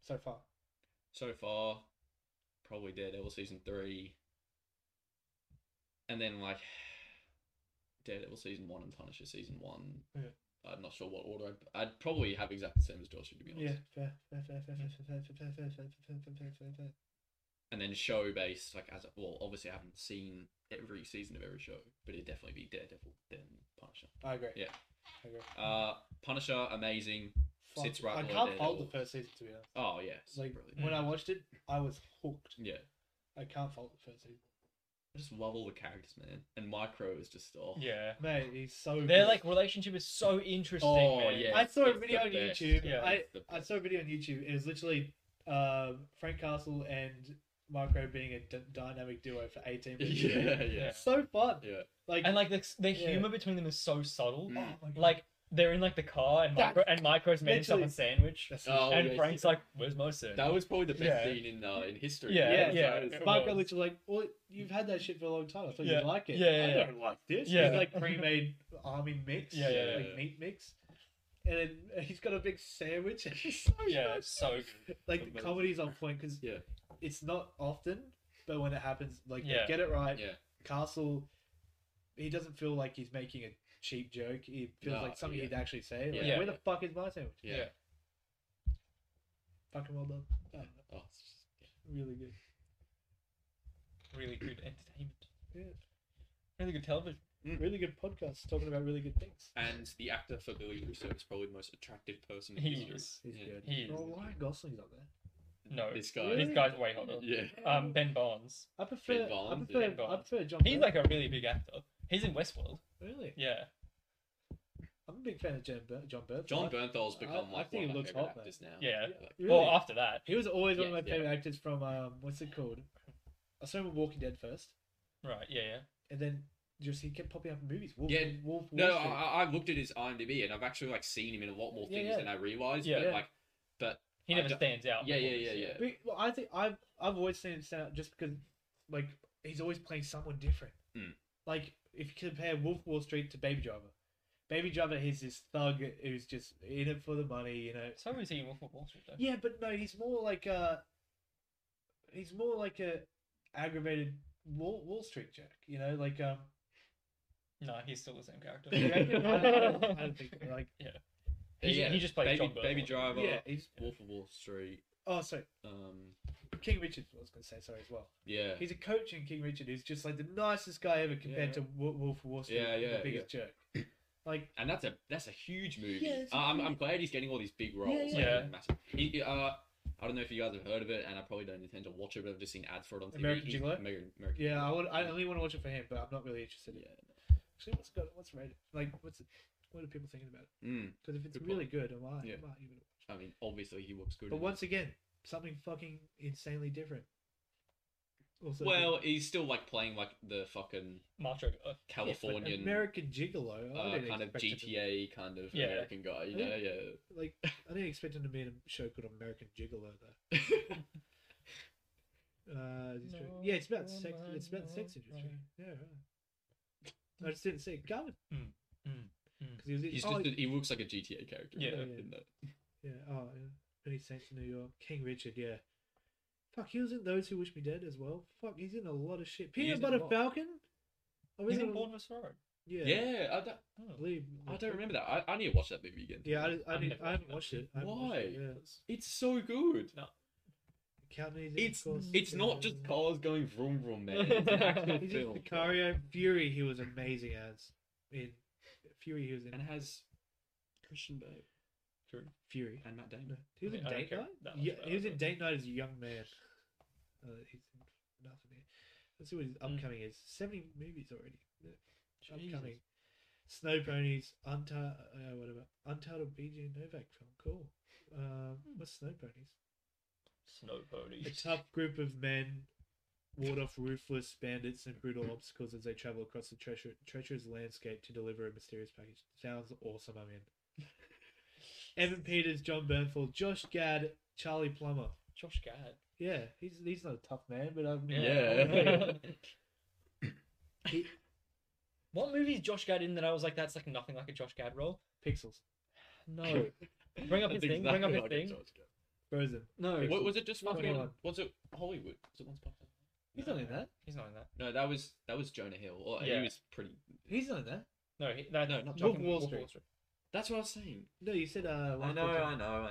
S1: so far.
S3: So far, probably Daredevil season three, and then like Daredevil season one and Punisher season one.
S1: Yeah.
S3: I'm not sure what order. I'd, I'd probably have exactly the same as Josh, to be honest.
S1: Yeah. Fair, fair, fair, fair, fair, fair, fair, fair, fair, fair, fair, fair, fair, fair, fair.
S3: and then show based like as a, well obviously I haven't seen every season of every show but it'd definitely be Daredevil then Punisher
S1: I agree.
S3: Yeah.
S1: I agree.
S3: uh Punisher amazing
S1: Fuck,
S3: sits right
S1: I
S3: below
S1: can't fault the
S3: Daredevil.
S1: first season to be honest.
S3: oh yeah
S1: It's Like
S3: brilliant.
S1: when I watched it, I was hooked.
S3: yeah
S1: I can't fault the first season.
S3: I just love all the characters man and Micro is just oh
S2: Yeah.
S1: Mate, he's so.
S2: Their
S1: good.
S2: like relationship is so interesting.
S3: Oh,
S2: man.
S3: yeah.
S1: I saw a
S3: It's
S1: video
S3: the
S1: on
S3: best.
S1: YouTube.
S2: Yeah,
S1: I,
S3: it's the
S1: I
S3: best.
S1: saw a video on YouTube. It was literally um, Frank Castle and Micro being a d- dynamic duo for 18 minutes.
S3: yeah yeah
S2: Yeah.
S1: So fun.
S3: yeah
S1: Like,
S2: And like the the
S1: Yeah.
S2: humor between them is so subtle.
S1: oh
S3: Mm.
S1: my God.
S2: Like they're in like the car and
S1: That-
S2: micro and micro's made himself a sandwich.
S1: That's
S3: Oh,
S2: and
S3: yeah,
S2: Frank's like, "Where's my sandwich?"
S3: that was probably the best
S2: Yeah.
S3: scene in uh, in history
S2: Yeah,
S1: Yeah,
S2: yeah.
S3: that was-
S1: Micro
S2: was.
S1: literally like, well, you've had that shit for a long time. I thought
S2: Yeah.
S1: you'd like it.
S2: Yeah, yeah,
S1: I
S2: yeah.
S1: don't like this.
S2: Yeah.
S1: It's like pre-made army mix.
S2: Yeah, yeah,
S1: Like
S3: yeah.
S1: meat mix. And then he's got a big sandwich. It's so
S2: yeah,
S1: good.
S2: it's so good.
S1: like the
S3: Amazing.
S1: comedy's on point because
S3: Yeah.
S1: it's not often, but when it happens, like they
S2: Yeah.
S1: get it right.
S3: Yeah.
S1: Castle, he doesn't feel like he's making a cheap joke. He feels
S3: No,
S1: like something
S3: yeah.
S1: he'd actually say. Like,
S2: Yeah.
S1: Where the fuck is my sandwich?
S3: yeah,
S2: Yeah.
S1: Fucking well done. Oh,
S3: Oh, it's just-
S1: really good.
S2: Really good entertainment.
S1: Yeah.
S2: Really good television.
S1: Really good podcast talking about really good things.
S3: and the actor for Billy Russo is probably the most attractive person in
S2: He
S3: history
S2: is.
S1: He's
S3: Yeah.
S1: good.
S2: He is.
S1: Well, Ryan Gosling's up there.
S2: No,
S3: this guy
S1: Really?
S2: this guy's way hotter.
S3: yeah
S2: Um, Ben Barnes.
S1: I prefer. I
S3: Barnes,
S1: prefer.
S2: Ben
S1: I
S2: Barnes.
S1: prefer John.
S2: He's
S1: Burke.
S2: like a really big actor. He's in Westworld.
S1: really.
S2: Yeah.
S1: I'm a big fan of John Burke. John Burke.
S3: John Bernthal's
S1: I-
S3: become
S1: I
S3: like
S1: think
S3: one
S1: he
S3: of my
S1: looks
S3: favorite
S1: hot, man.
S3: actors now
S2: Yeah.
S3: Like,
S1: Really?
S2: Well, after that,
S1: he was always one of
S3: Yeah,
S1: my
S3: yeah.
S1: favorite actors from um, what's it called? I saw him in Walking Dead first.
S2: right? Yeah, yeah.
S1: and then just he kept popping up in movies. Wolf,
S3: Yeah,
S1: Wolf,
S3: No,
S1: Wall Street.
S3: I, I- I've looked at his IMDb and I've actually like seen him in a lot more
S1: Yeah,
S3: things
S1: yeah.
S3: than I realized.
S2: Yeah.
S3: but
S1: Yeah.
S3: like,
S2: He
S3: I
S2: never
S3: don't-
S2: stands out.
S3: yeah,
S2: in
S3: yeah,
S2: all
S3: yeah,
S2: this,
S3: yeah,
S1: We- well, I think I've I've always seen him stand out just because like he's always playing someone different.
S3: Mm.
S1: Like if you compare Wolf of Wall Street to Baby Driver, Baby Driver he's this thug who's just in it for the money, you know.
S2: So is he in Wolf of Wall Street though?
S1: Yeah, but no, he's more like a he's more like a aggravated Wall, Wall Street jerk, you know, like um.
S2: No, he's still the same character.
S1: I, don't- I don't- I don't think like
S2: He-
S3: yeah,
S2: he just played
S3: Baby,
S2: John Bernthal.
S3: Baby Driver,
S1: yeah he's
S3: Wolf of Wall Street.
S1: oh sorry
S3: Um,
S1: King Richard's what I was gonna say sorry as well.
S3: yeah,
S1: He's a coach in King Richard who's just like the nicest guy ever compared
S2: Yeah.
S1: to Wo- Wolf of Wall Street,
S3: Yeah, yeah,
S1: the biggest jerk. Like,
S3: and that's a that's a huge movie.
S1: Yeah, it's a
S3: I- I'm,
S1: huge-
S3: I'm glad he's getting all these big roles. like,
S2: yeah. Yeah.
S3: massive. He, uh, I don't know if you guys have heard of it, and I probably don't intend to watch it, but I've just seen ads for it on TV.
S1: American
S3: He's-
S1: Gigolo?
S3: American, American
S1: yeah, I
S3: Gigolo.
S1: would. I only want to watch it for him, but I'm not really interested. In
S3: Yeah.
S1: Actually, what's got what's rated? Like, what's what are people thinking about it?
S3: Mm,
S1: Because if it's
S3: Good point.
S1: really good, I might,
S3: Yeah.
S1: I might even.
S3: I mean, obviously he looks good.
S1: But
S3: in
S1: once again, something fucking insanely different.
S3: it.
S1: Also,
S3: well, he's still like playing like the fucking
S2: Macho guy.
S1: yes, but
S3: Californian
S1: American Gigolo, I
S3: uh,
S1: didn't
S3: kind of
S1: expect it to-
S3: GTA kind of
S2: Yeah.
S3: American guy. You
S1: Yeah.
S3: know, yeah.
S1: like, I didn't expect him to be in a show called American Gigolo though. Uh, it's true.
S2: No
S1: yeah, it's about sex.
S2: woman,
S1: It's about the
S2: no
S1: sex industry.
S2: man.
S1: Yeah, right. I just didn't see it coming.
S2: Mm, mm, mm.
S1: 'Cause he was in-
S3: He's
S1: oh,
S3: just, he looks like a GTA character.
S2: Yeah.
S3: in that-
S1: Yeah.
S3: in that.
S1: yeah. Oh, yeah. Many Saints in New York. King Richard. Yeah. Fuck, he was in Those Who Wish Me Dead as well. Fuck, he's in a lot of shit.
S2: He
S1: Peanut
S2: is in
S1: Butter
S2: a lot.
S1: Falcon. Oh,
S2: He's in
S1: a-
S2: Bournemouth Road.
S1: Yeah.
S3: Yeah, I don't,
S1: I
S2: Oh.
S1: believe.
S3: I don't remember that. I, I need to watch that movie again.
S1: Yeah, I, I,
S2: I've
S1: did,
S2: never
S1: I haven't
S2: watched
S1: watched
S2: that.
S1: it. I haven't watched it, yeah.
S3: It's so good.
S1: Courtney's in, of
S3: It's
S1: course,
S3: it's
S1: yeah,
S3: not just
S1: yeah.
S3: cars going vroom vroom, man. It's an actual
S1: He's in
S3: film.
S1: Sicario. Fury, he was amazing as. In Fury, he was in.
S3: And it has Christian Bale.
S2: Fury.
S1: Fury.
S3: and Matt Damon.
S1: He was
S2: I
S1: in
S2: don't
S1: Date
S2: care
S1: Night.
S2: that much
S1: Yeah,
S2: about
S1: he was
S2: it,
S1: in
S2: but-
S1: Date Night as a young man. Uh, he's in nothing here. Let's see what his
S2: Mm.
S1: upcoming is. Seventy movies already. Yeah,
S2: Jesus.
S1: Upcoming. Snow Ponies, Untitled, uh, whatever, Untitled B.J. Novak film. Cool. Um,
S2: Hmm.
S1: what's Snow Ponies?
S2: Snow ponies.
S1: A tough group of men ward off ruthless bandits and
S2: Mm.
S1: brutal obstacles as they travel across the treacher- treacherous landscape to deliver a mysterious package. Sounds awesome, I'm in. Evan Peters, John Bernthal, Josh Gad, Charlie Plummer.
S2: Josh Gad.
S1: Yeah, he's he's not a tough man, but I mean,
S3: Yeah.
S1: He-
S2: what movie is Josh Gad in that I was like, that's like nothing like a Josh Gad role?
S1: Pixels,
S2: No. Bring up his
S3: That's
S2: thing, bring up his
S3: what I
S2: thing.
S3: thought it was.
S1: Frozen.
S2: No.
S3: What was it? Just
S1: Not
S3: fucking.
S1: Hollywood.
S3: Was it Hollywood? Was it once upon a Time?
S1: He's not in that.
S2: He's not in that.
S3: No, that was that was Jonah Hill. Or
S2: Yeah.
S3: he was pretty.
S1: He's not in that.
S2: No, he, that,
S3: No, not
S2: Josh-
S1: Wolf of Wall Street.
S3: That's what I was saying.
S1: No, you said uh.
S3: I
S1: Life
S3: know,
S1: Will Come.
S3: I know, I know.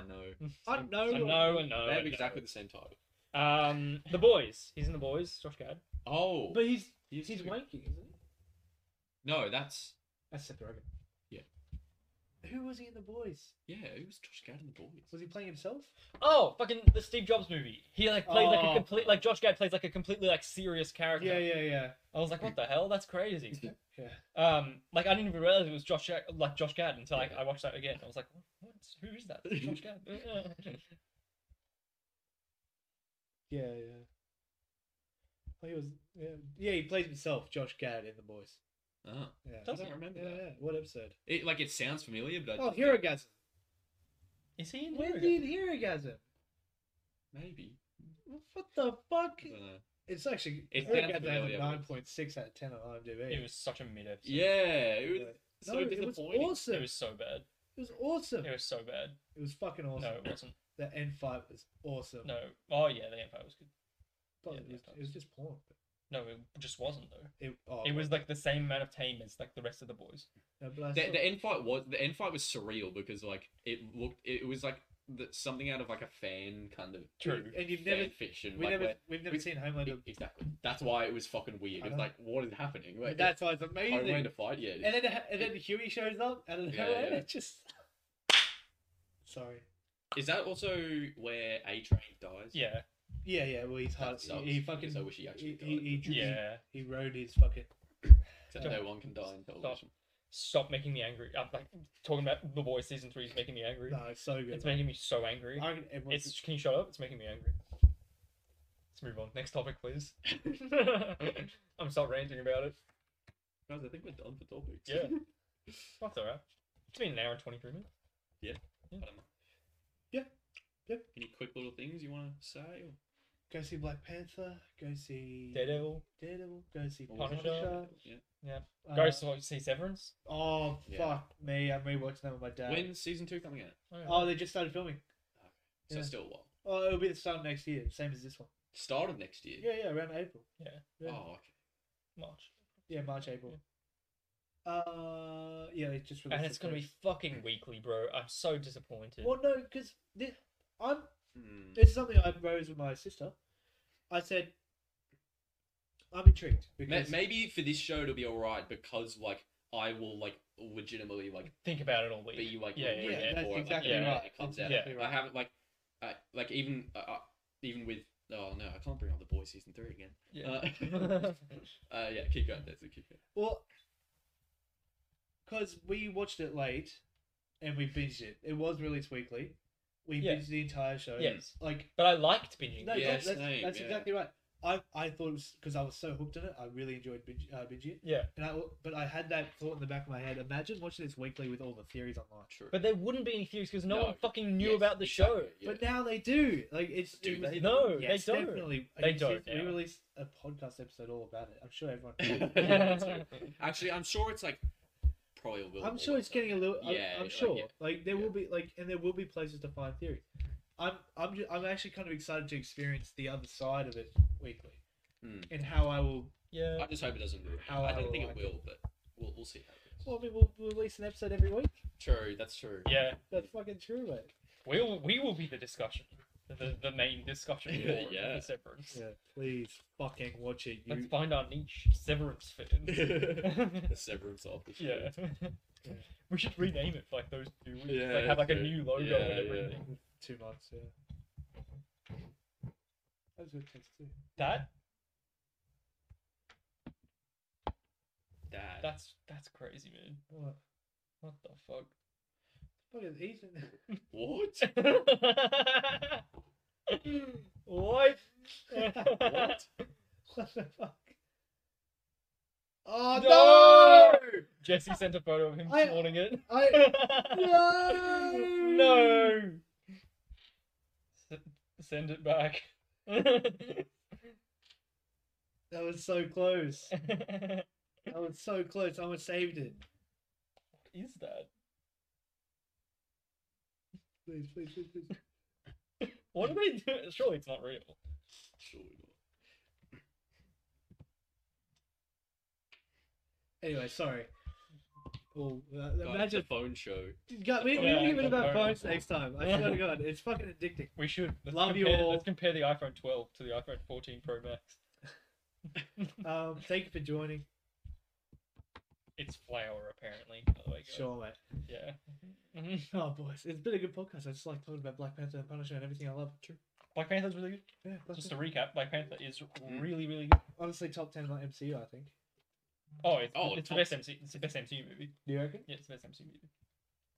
S1: I know.
S2: I know, I know.
S3: They
S2: I
S3: have
S2: know.
S3: exactly the same title.
S2: Um, The Boys. He's in The Boys. Josh Gad.
S3: Oh,
S1: But he's
S3: he's
S1: he's, wanky, isn't he?
S3: no, that's
S1: That's Seth Rogen.
S3: Yeah.
S1: Who was he in The Boys?
S3: yeah. It was Josh Gad and the boys.
S1: Was he playing himself?
S2: Oh, fucking the Steve Jobs movie. He like played like a
S1: Oh.
S2: complete like Josh Gad plays like a completely like serious character.
S1: Yeah, yeah, yeah,
S2: I was like, what the hell? That's crazy.
S1: yeah.
S2: Um, like I didn't even realize it was Josh Gad, like Josh Gad until like
S3: Yeah.
S2: I watched that again. I was like, what? What's- Who is that? Josh Gad.
S1: Yeah, yeah. Oh, he was. Yeah, yeah he plays himself, Josh Gad in The Boys.
S3: Ah,
S1: Yeah,
S3: Does he? I remember
S1: yeah,
S3: that.
S1: yeah. What episode?
S3: it like it sounds familiar, but I
S1: Oh,
S3: just-
S1: Herogasm.
S2: is he in
S1: Where's
S2: here?
S1: he in Herogasm?
S3: maybe.
S1: What the fuck?
S3: I don't know.
S1: It's actually
S3: It sounds
S1: Herogasm has
S3: familiar,
S1: a
S3: but-
S1: nine point six out of ten on IMDb.
S2: It was such a mid episode.
S3: Yeah, it was
S1: Yeah.
S3: so
S1: no, it was
S3: disappointing.
S1: awesome.
S2: It was so bad.
S1: It was awesome.
S2: It was so bad.
S1: It was fucking awesome.
S2: No, it wasn't.
S1: That end fight was awesome.
S2: No. Oh yeah, the Empire was good.
S1: But
S2: yeah,
S1: it, was,
S2: that
S1: it was just porn. but
S2: No, it just wasn't though.
S1: It, oh,
S2: It was like the same amount of tame as like the rest of the boys.
S1: No, but I
S3: The,
S1: saw-
S3: the end fight was the end fight was surreal because like it looked it was like the, something out of like a fan kind of
S2: True.
S1: and you've
S3: fan
S1: never,
S3: fiction.
S1: we
S3: like,
S1: never,
S3: where-
S1: we've never
S3: we-
S1: seen Homelander.
S3: exactly. That's why it was fucking weird.
S1: I
S3: It's
S1: know.
S3: like what is happening? Wait,
S1: Uh-huh. That's why it's
S3: I
S1: amazing.
S3: went to fight. Yeah,
S1: And then and then Huey shows up out of
S3: Yeah,
S1: nowhere.
S3: yeah.
S1: It's just sorry.
S3: is that also where A Train dies?
S2: Yeah.
S1: Yeah, yeah. Well, he's
S3: That
S1: hard.
S3: sucks,
S1: He fucking.
S3: because I wish he actually
S1: He,
S3: died.
S1: he, he,
S2: Yeah.
S1: he rode his fucking.
S3: Except no one can die in television.
S2: Stop making me angry. I'm like talking about the boys season three is making me angry.
S1: No, it's so good.
S2: It's making me so angry.
S1: I reckon everyone.
S2: It's can you shut up? It's making me angry. Let's move on. Next topic, please. I'm stop ranting about it.
S3: Guys, I think we're done for topics.
S2: Yeah. That's alright. It's been an hour and twenty three minutes.
S3: I don't know.
S1: Yeah. Yeah.
S3: Any quick little things you want to say? or-
S1: go see Black Panther. Go see
S2: Daredevil.
S1: Daredevil. Go see
S3: or
S2: Punisher.
S1: Punisher.
S3: Yeah.
S1: Uh,
S2: Go to see Severance.
S1: Oh
S3: Yeah.
S1: fuck me! I'm rewatching that with my dad.
S3: When's season two coming out?
S1: Oh, they just started filming.
S3: So
S1: Yeah.
S3: still a while.
S1: Oh, it'll be the start of next year, same as this one.
S3: Start of next year.
S1: Yeah, yeah, around April.
S2: Yeah.
S1: Yeah,
S3: Oh, okay.
S2: March.
S1: yeah March, April. Uh, yeah, they just released
S2: And
S1: the
S2: it's gonna
S1: first-
S2: be fucking weekly, bro. I'm so disappointed.
S1: Well, no, because I'm.
S3: Hmm.
S1: This is something I rose with my sister. I said, I'm intrigued
S3: Ma-
S1: because
S3: Maybe for this show it'll be alright because like I will like legitimately like
S2: Think about it all week.
S3: be like
S2: Yeah, yeah,
S3: really
S2: yeah.
S3: there
S1: That's
S3: for it, like,
S1: exactly
S3: when
S1: right.
S3: it comes out.
S1: Exactly
S3: I
S1: right.
S3: haven't like uh, like even uh, uh, even with oh no I can't bring up the boys season three again.
S2: Yeah.
S3: Uh, yeah, keep going. That's a keep going.
S1: well, because we watched it late, and we binged it. It was released weekly. We
S2: Yeah.
S1: binged the entire show.
S2: yes.
S1: Like
S2: But I liked binging.
S1: uh, no,
S3: Yeah,
S1: that's, that's,
S3: same,
S1: that's
S3: yeah.
S1: exactly right. I, I thought it was because I was so hooked on it. I really enjoyed binge, uh, binging it.
S2: Yeah.
S1: And I, but I had that thought in the back of my head. Imagine watching this weekly with all the theories online.
S3: True.
S2: But there wouldn't be any theories because no,
S3: No,
S2: one fucking knew
S3: Yes,
S2: about the
S3: exactly,
S2: show.
S3: yeah.
S1: But now they do. Like it's
S3: Do
S1: it was-
S3: they?
S2: No,
S1: Yes,
S2: they don't.
S1: definitely.
S2: They
S1: Like,
S2: don't
S1: We
S2: now.
S1: released a podcast episode all about it. I'm sure everyone.
S3: Yeah, that's true. Actually, I'm sure it's like probably a little.
S1: I'm sure it's getting a little. I'm,
S3: Yeah,
S1: I'm
S3: like,
S1: sure.
S3: yeah.
S1: Like there
S3: Yeah.
S1: will be like, and there will be places to find theories. I'm I'm ju- I'm actually kind of excited to experience the other side of it weekly,
S3: Hmm.
S1: and how I will.
S2: Yeah.
S3: I just hope it doesn't. ruin it.
S1: How
S3: I
S1: Oh, I
S3: don't
S1: will
S3: think it
S1: like
S3: will, but we'll we'll see. How it
S1: Well, I mean, we'll we'll release an episode every week.
S3: goes. True. That's true.
S2: Yeah.
S1: That's fucking true, mate.
S2: We will, we will be the discussion. The, the main discussion for
S3: Yeah, yeah.
S2: the Severance.
S1: Yeah, please fucking watch it.
S2: Let's
S1: You
S2: find our niche Severance fit.
S3: the severance office.
S2: yeah.
S1: Yeah.
S2: We should rename it for like those two weeks.
S3: Yeah,
S2: like have like a
S3: that's it.
S2: new logo
S3: Yeah,
S2: and everything.
S3: yeah.
S1: Two months, yeah. That was a good taste too.
S2: That
S3: Dad.
S2: that's that's crazy, man.
S1: What?
S2: What the fuck?
S1: Fucking Ethan.
S3: What?
S2: what?
S3: What?
S1: what the fuck? Oh
S2: No!
S1: no!
S2: Jesse sent a photo of him
S1: I-
S2: snorting it.
S1: I no
S2: no. S- send it back.
S1: That was so close. That was so close. I almost saved it.
S2: is that?
S1: Please, please, please, please.
S2: What are they doing? Surely it's not real.
S3: Surely not.
S1: Anyway, sorry. Well, uh,
S3: Guys,
S1: imagine
S3: the phone show.
S1: God, we, we
S2: Yeah,
S1: will give it
S2: don't
S1: about
S2: worry.
S1: phones next time. I swear to God, it's fucking addicting.
S2: We should. Let's
S1: Love you
S2: compare-
S1: all.
S2: Let's compare the iPhone 12 to the iPhone 14 Pro Max.
S1: Um, thank you for joining.
S2: It's flour, apparently. by the way, guys.
S1: Sure, mate.
S2: Yeah. Mm-hmm.
S1: Oh, boys, it's been a good podcast. I just like talking about Black Panther and Punisher and everything I love. True.
S2: Black Panther's really good.
S1: Yeah, Black
S2: Just to
S1: Panther.
S2: recap, Black Panther is
S3: Mm.
S2: really, really good.
S1: honestly top ten like MCU, I think.
S2: Oh, it's,
S3: Oh,
S2: it's the
S3: top-
S2: best MC. It's the best MCU movie.
S1: Do you reckon?
S2: Yeah, it's the best MCU movie.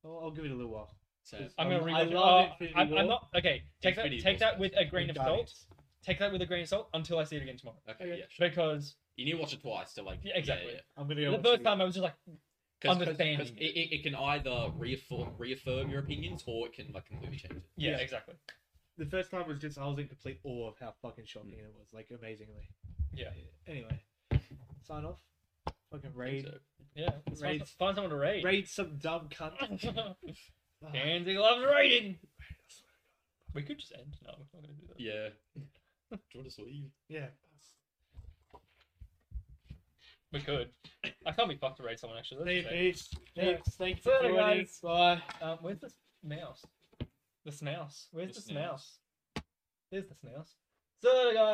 S1: I'll, I'll give it a little while.
S3: Sad.
S2: I'm gonna
S1: Um,
S2: rewatch.
S1: I
S2: it.
S1: love
S2: Oh,
S1: Infinity
S2: I'm, I'm
S1: War.
S2: not okay. Take
S3: Infinity
S2: that. Take
S3: War's
S2: that with a grain
S1: With
S2: of salt.
S1: Guardians.
S2: Take that with a grain of salt until I see it again tomorrow.
S3: Okay,
S1: Okay.
S3: yeah, sure.
S2: Because
S3: You need to watch it twice to like
S2: Yeah, exactly.
S1: I'm gonna go.
S2: the
S1: watch
S2: first
S1: it.
S2: time I was just like,
S3: Understand.
S2: Understanding
S3: Because it, it, it can either reaffirm reaffirm your opinions or it can like completely change it.
S2: yeah,
S1: Yeah.
S2: exactly.
S1: The first time was just I was in complete awe of how fucking shocking it was, like amazingly.
S2: Mm. Yeah,
S1: Anyway, sign off. Fucking raid,
S3: So,
S2: yeah. Let's Find,
S1: Raids.
S2: find someone to raid.
S1: raid some dumb cunt. Ah,
S2: Danzig loves raiding. We could just end. No, we're not gonna do that.
S3: yeah. Do you want to leave?
S1: yeah.
S2: We could. I can't be fucked to raid someone actually. That's
S1: Hey,
S2: the thing.
S1: peace.
S2: Yeah.
S1: Thanks. Thanks
S2: See
S1: for
S2: you later,
S1: joining.
S2: guys.
S1: Bye.
S2: Um, where's the mouse? The snouse. Where's
S3: The
S2: the,
S3: snouse.
S2: snouse? There's the snouse. So guys.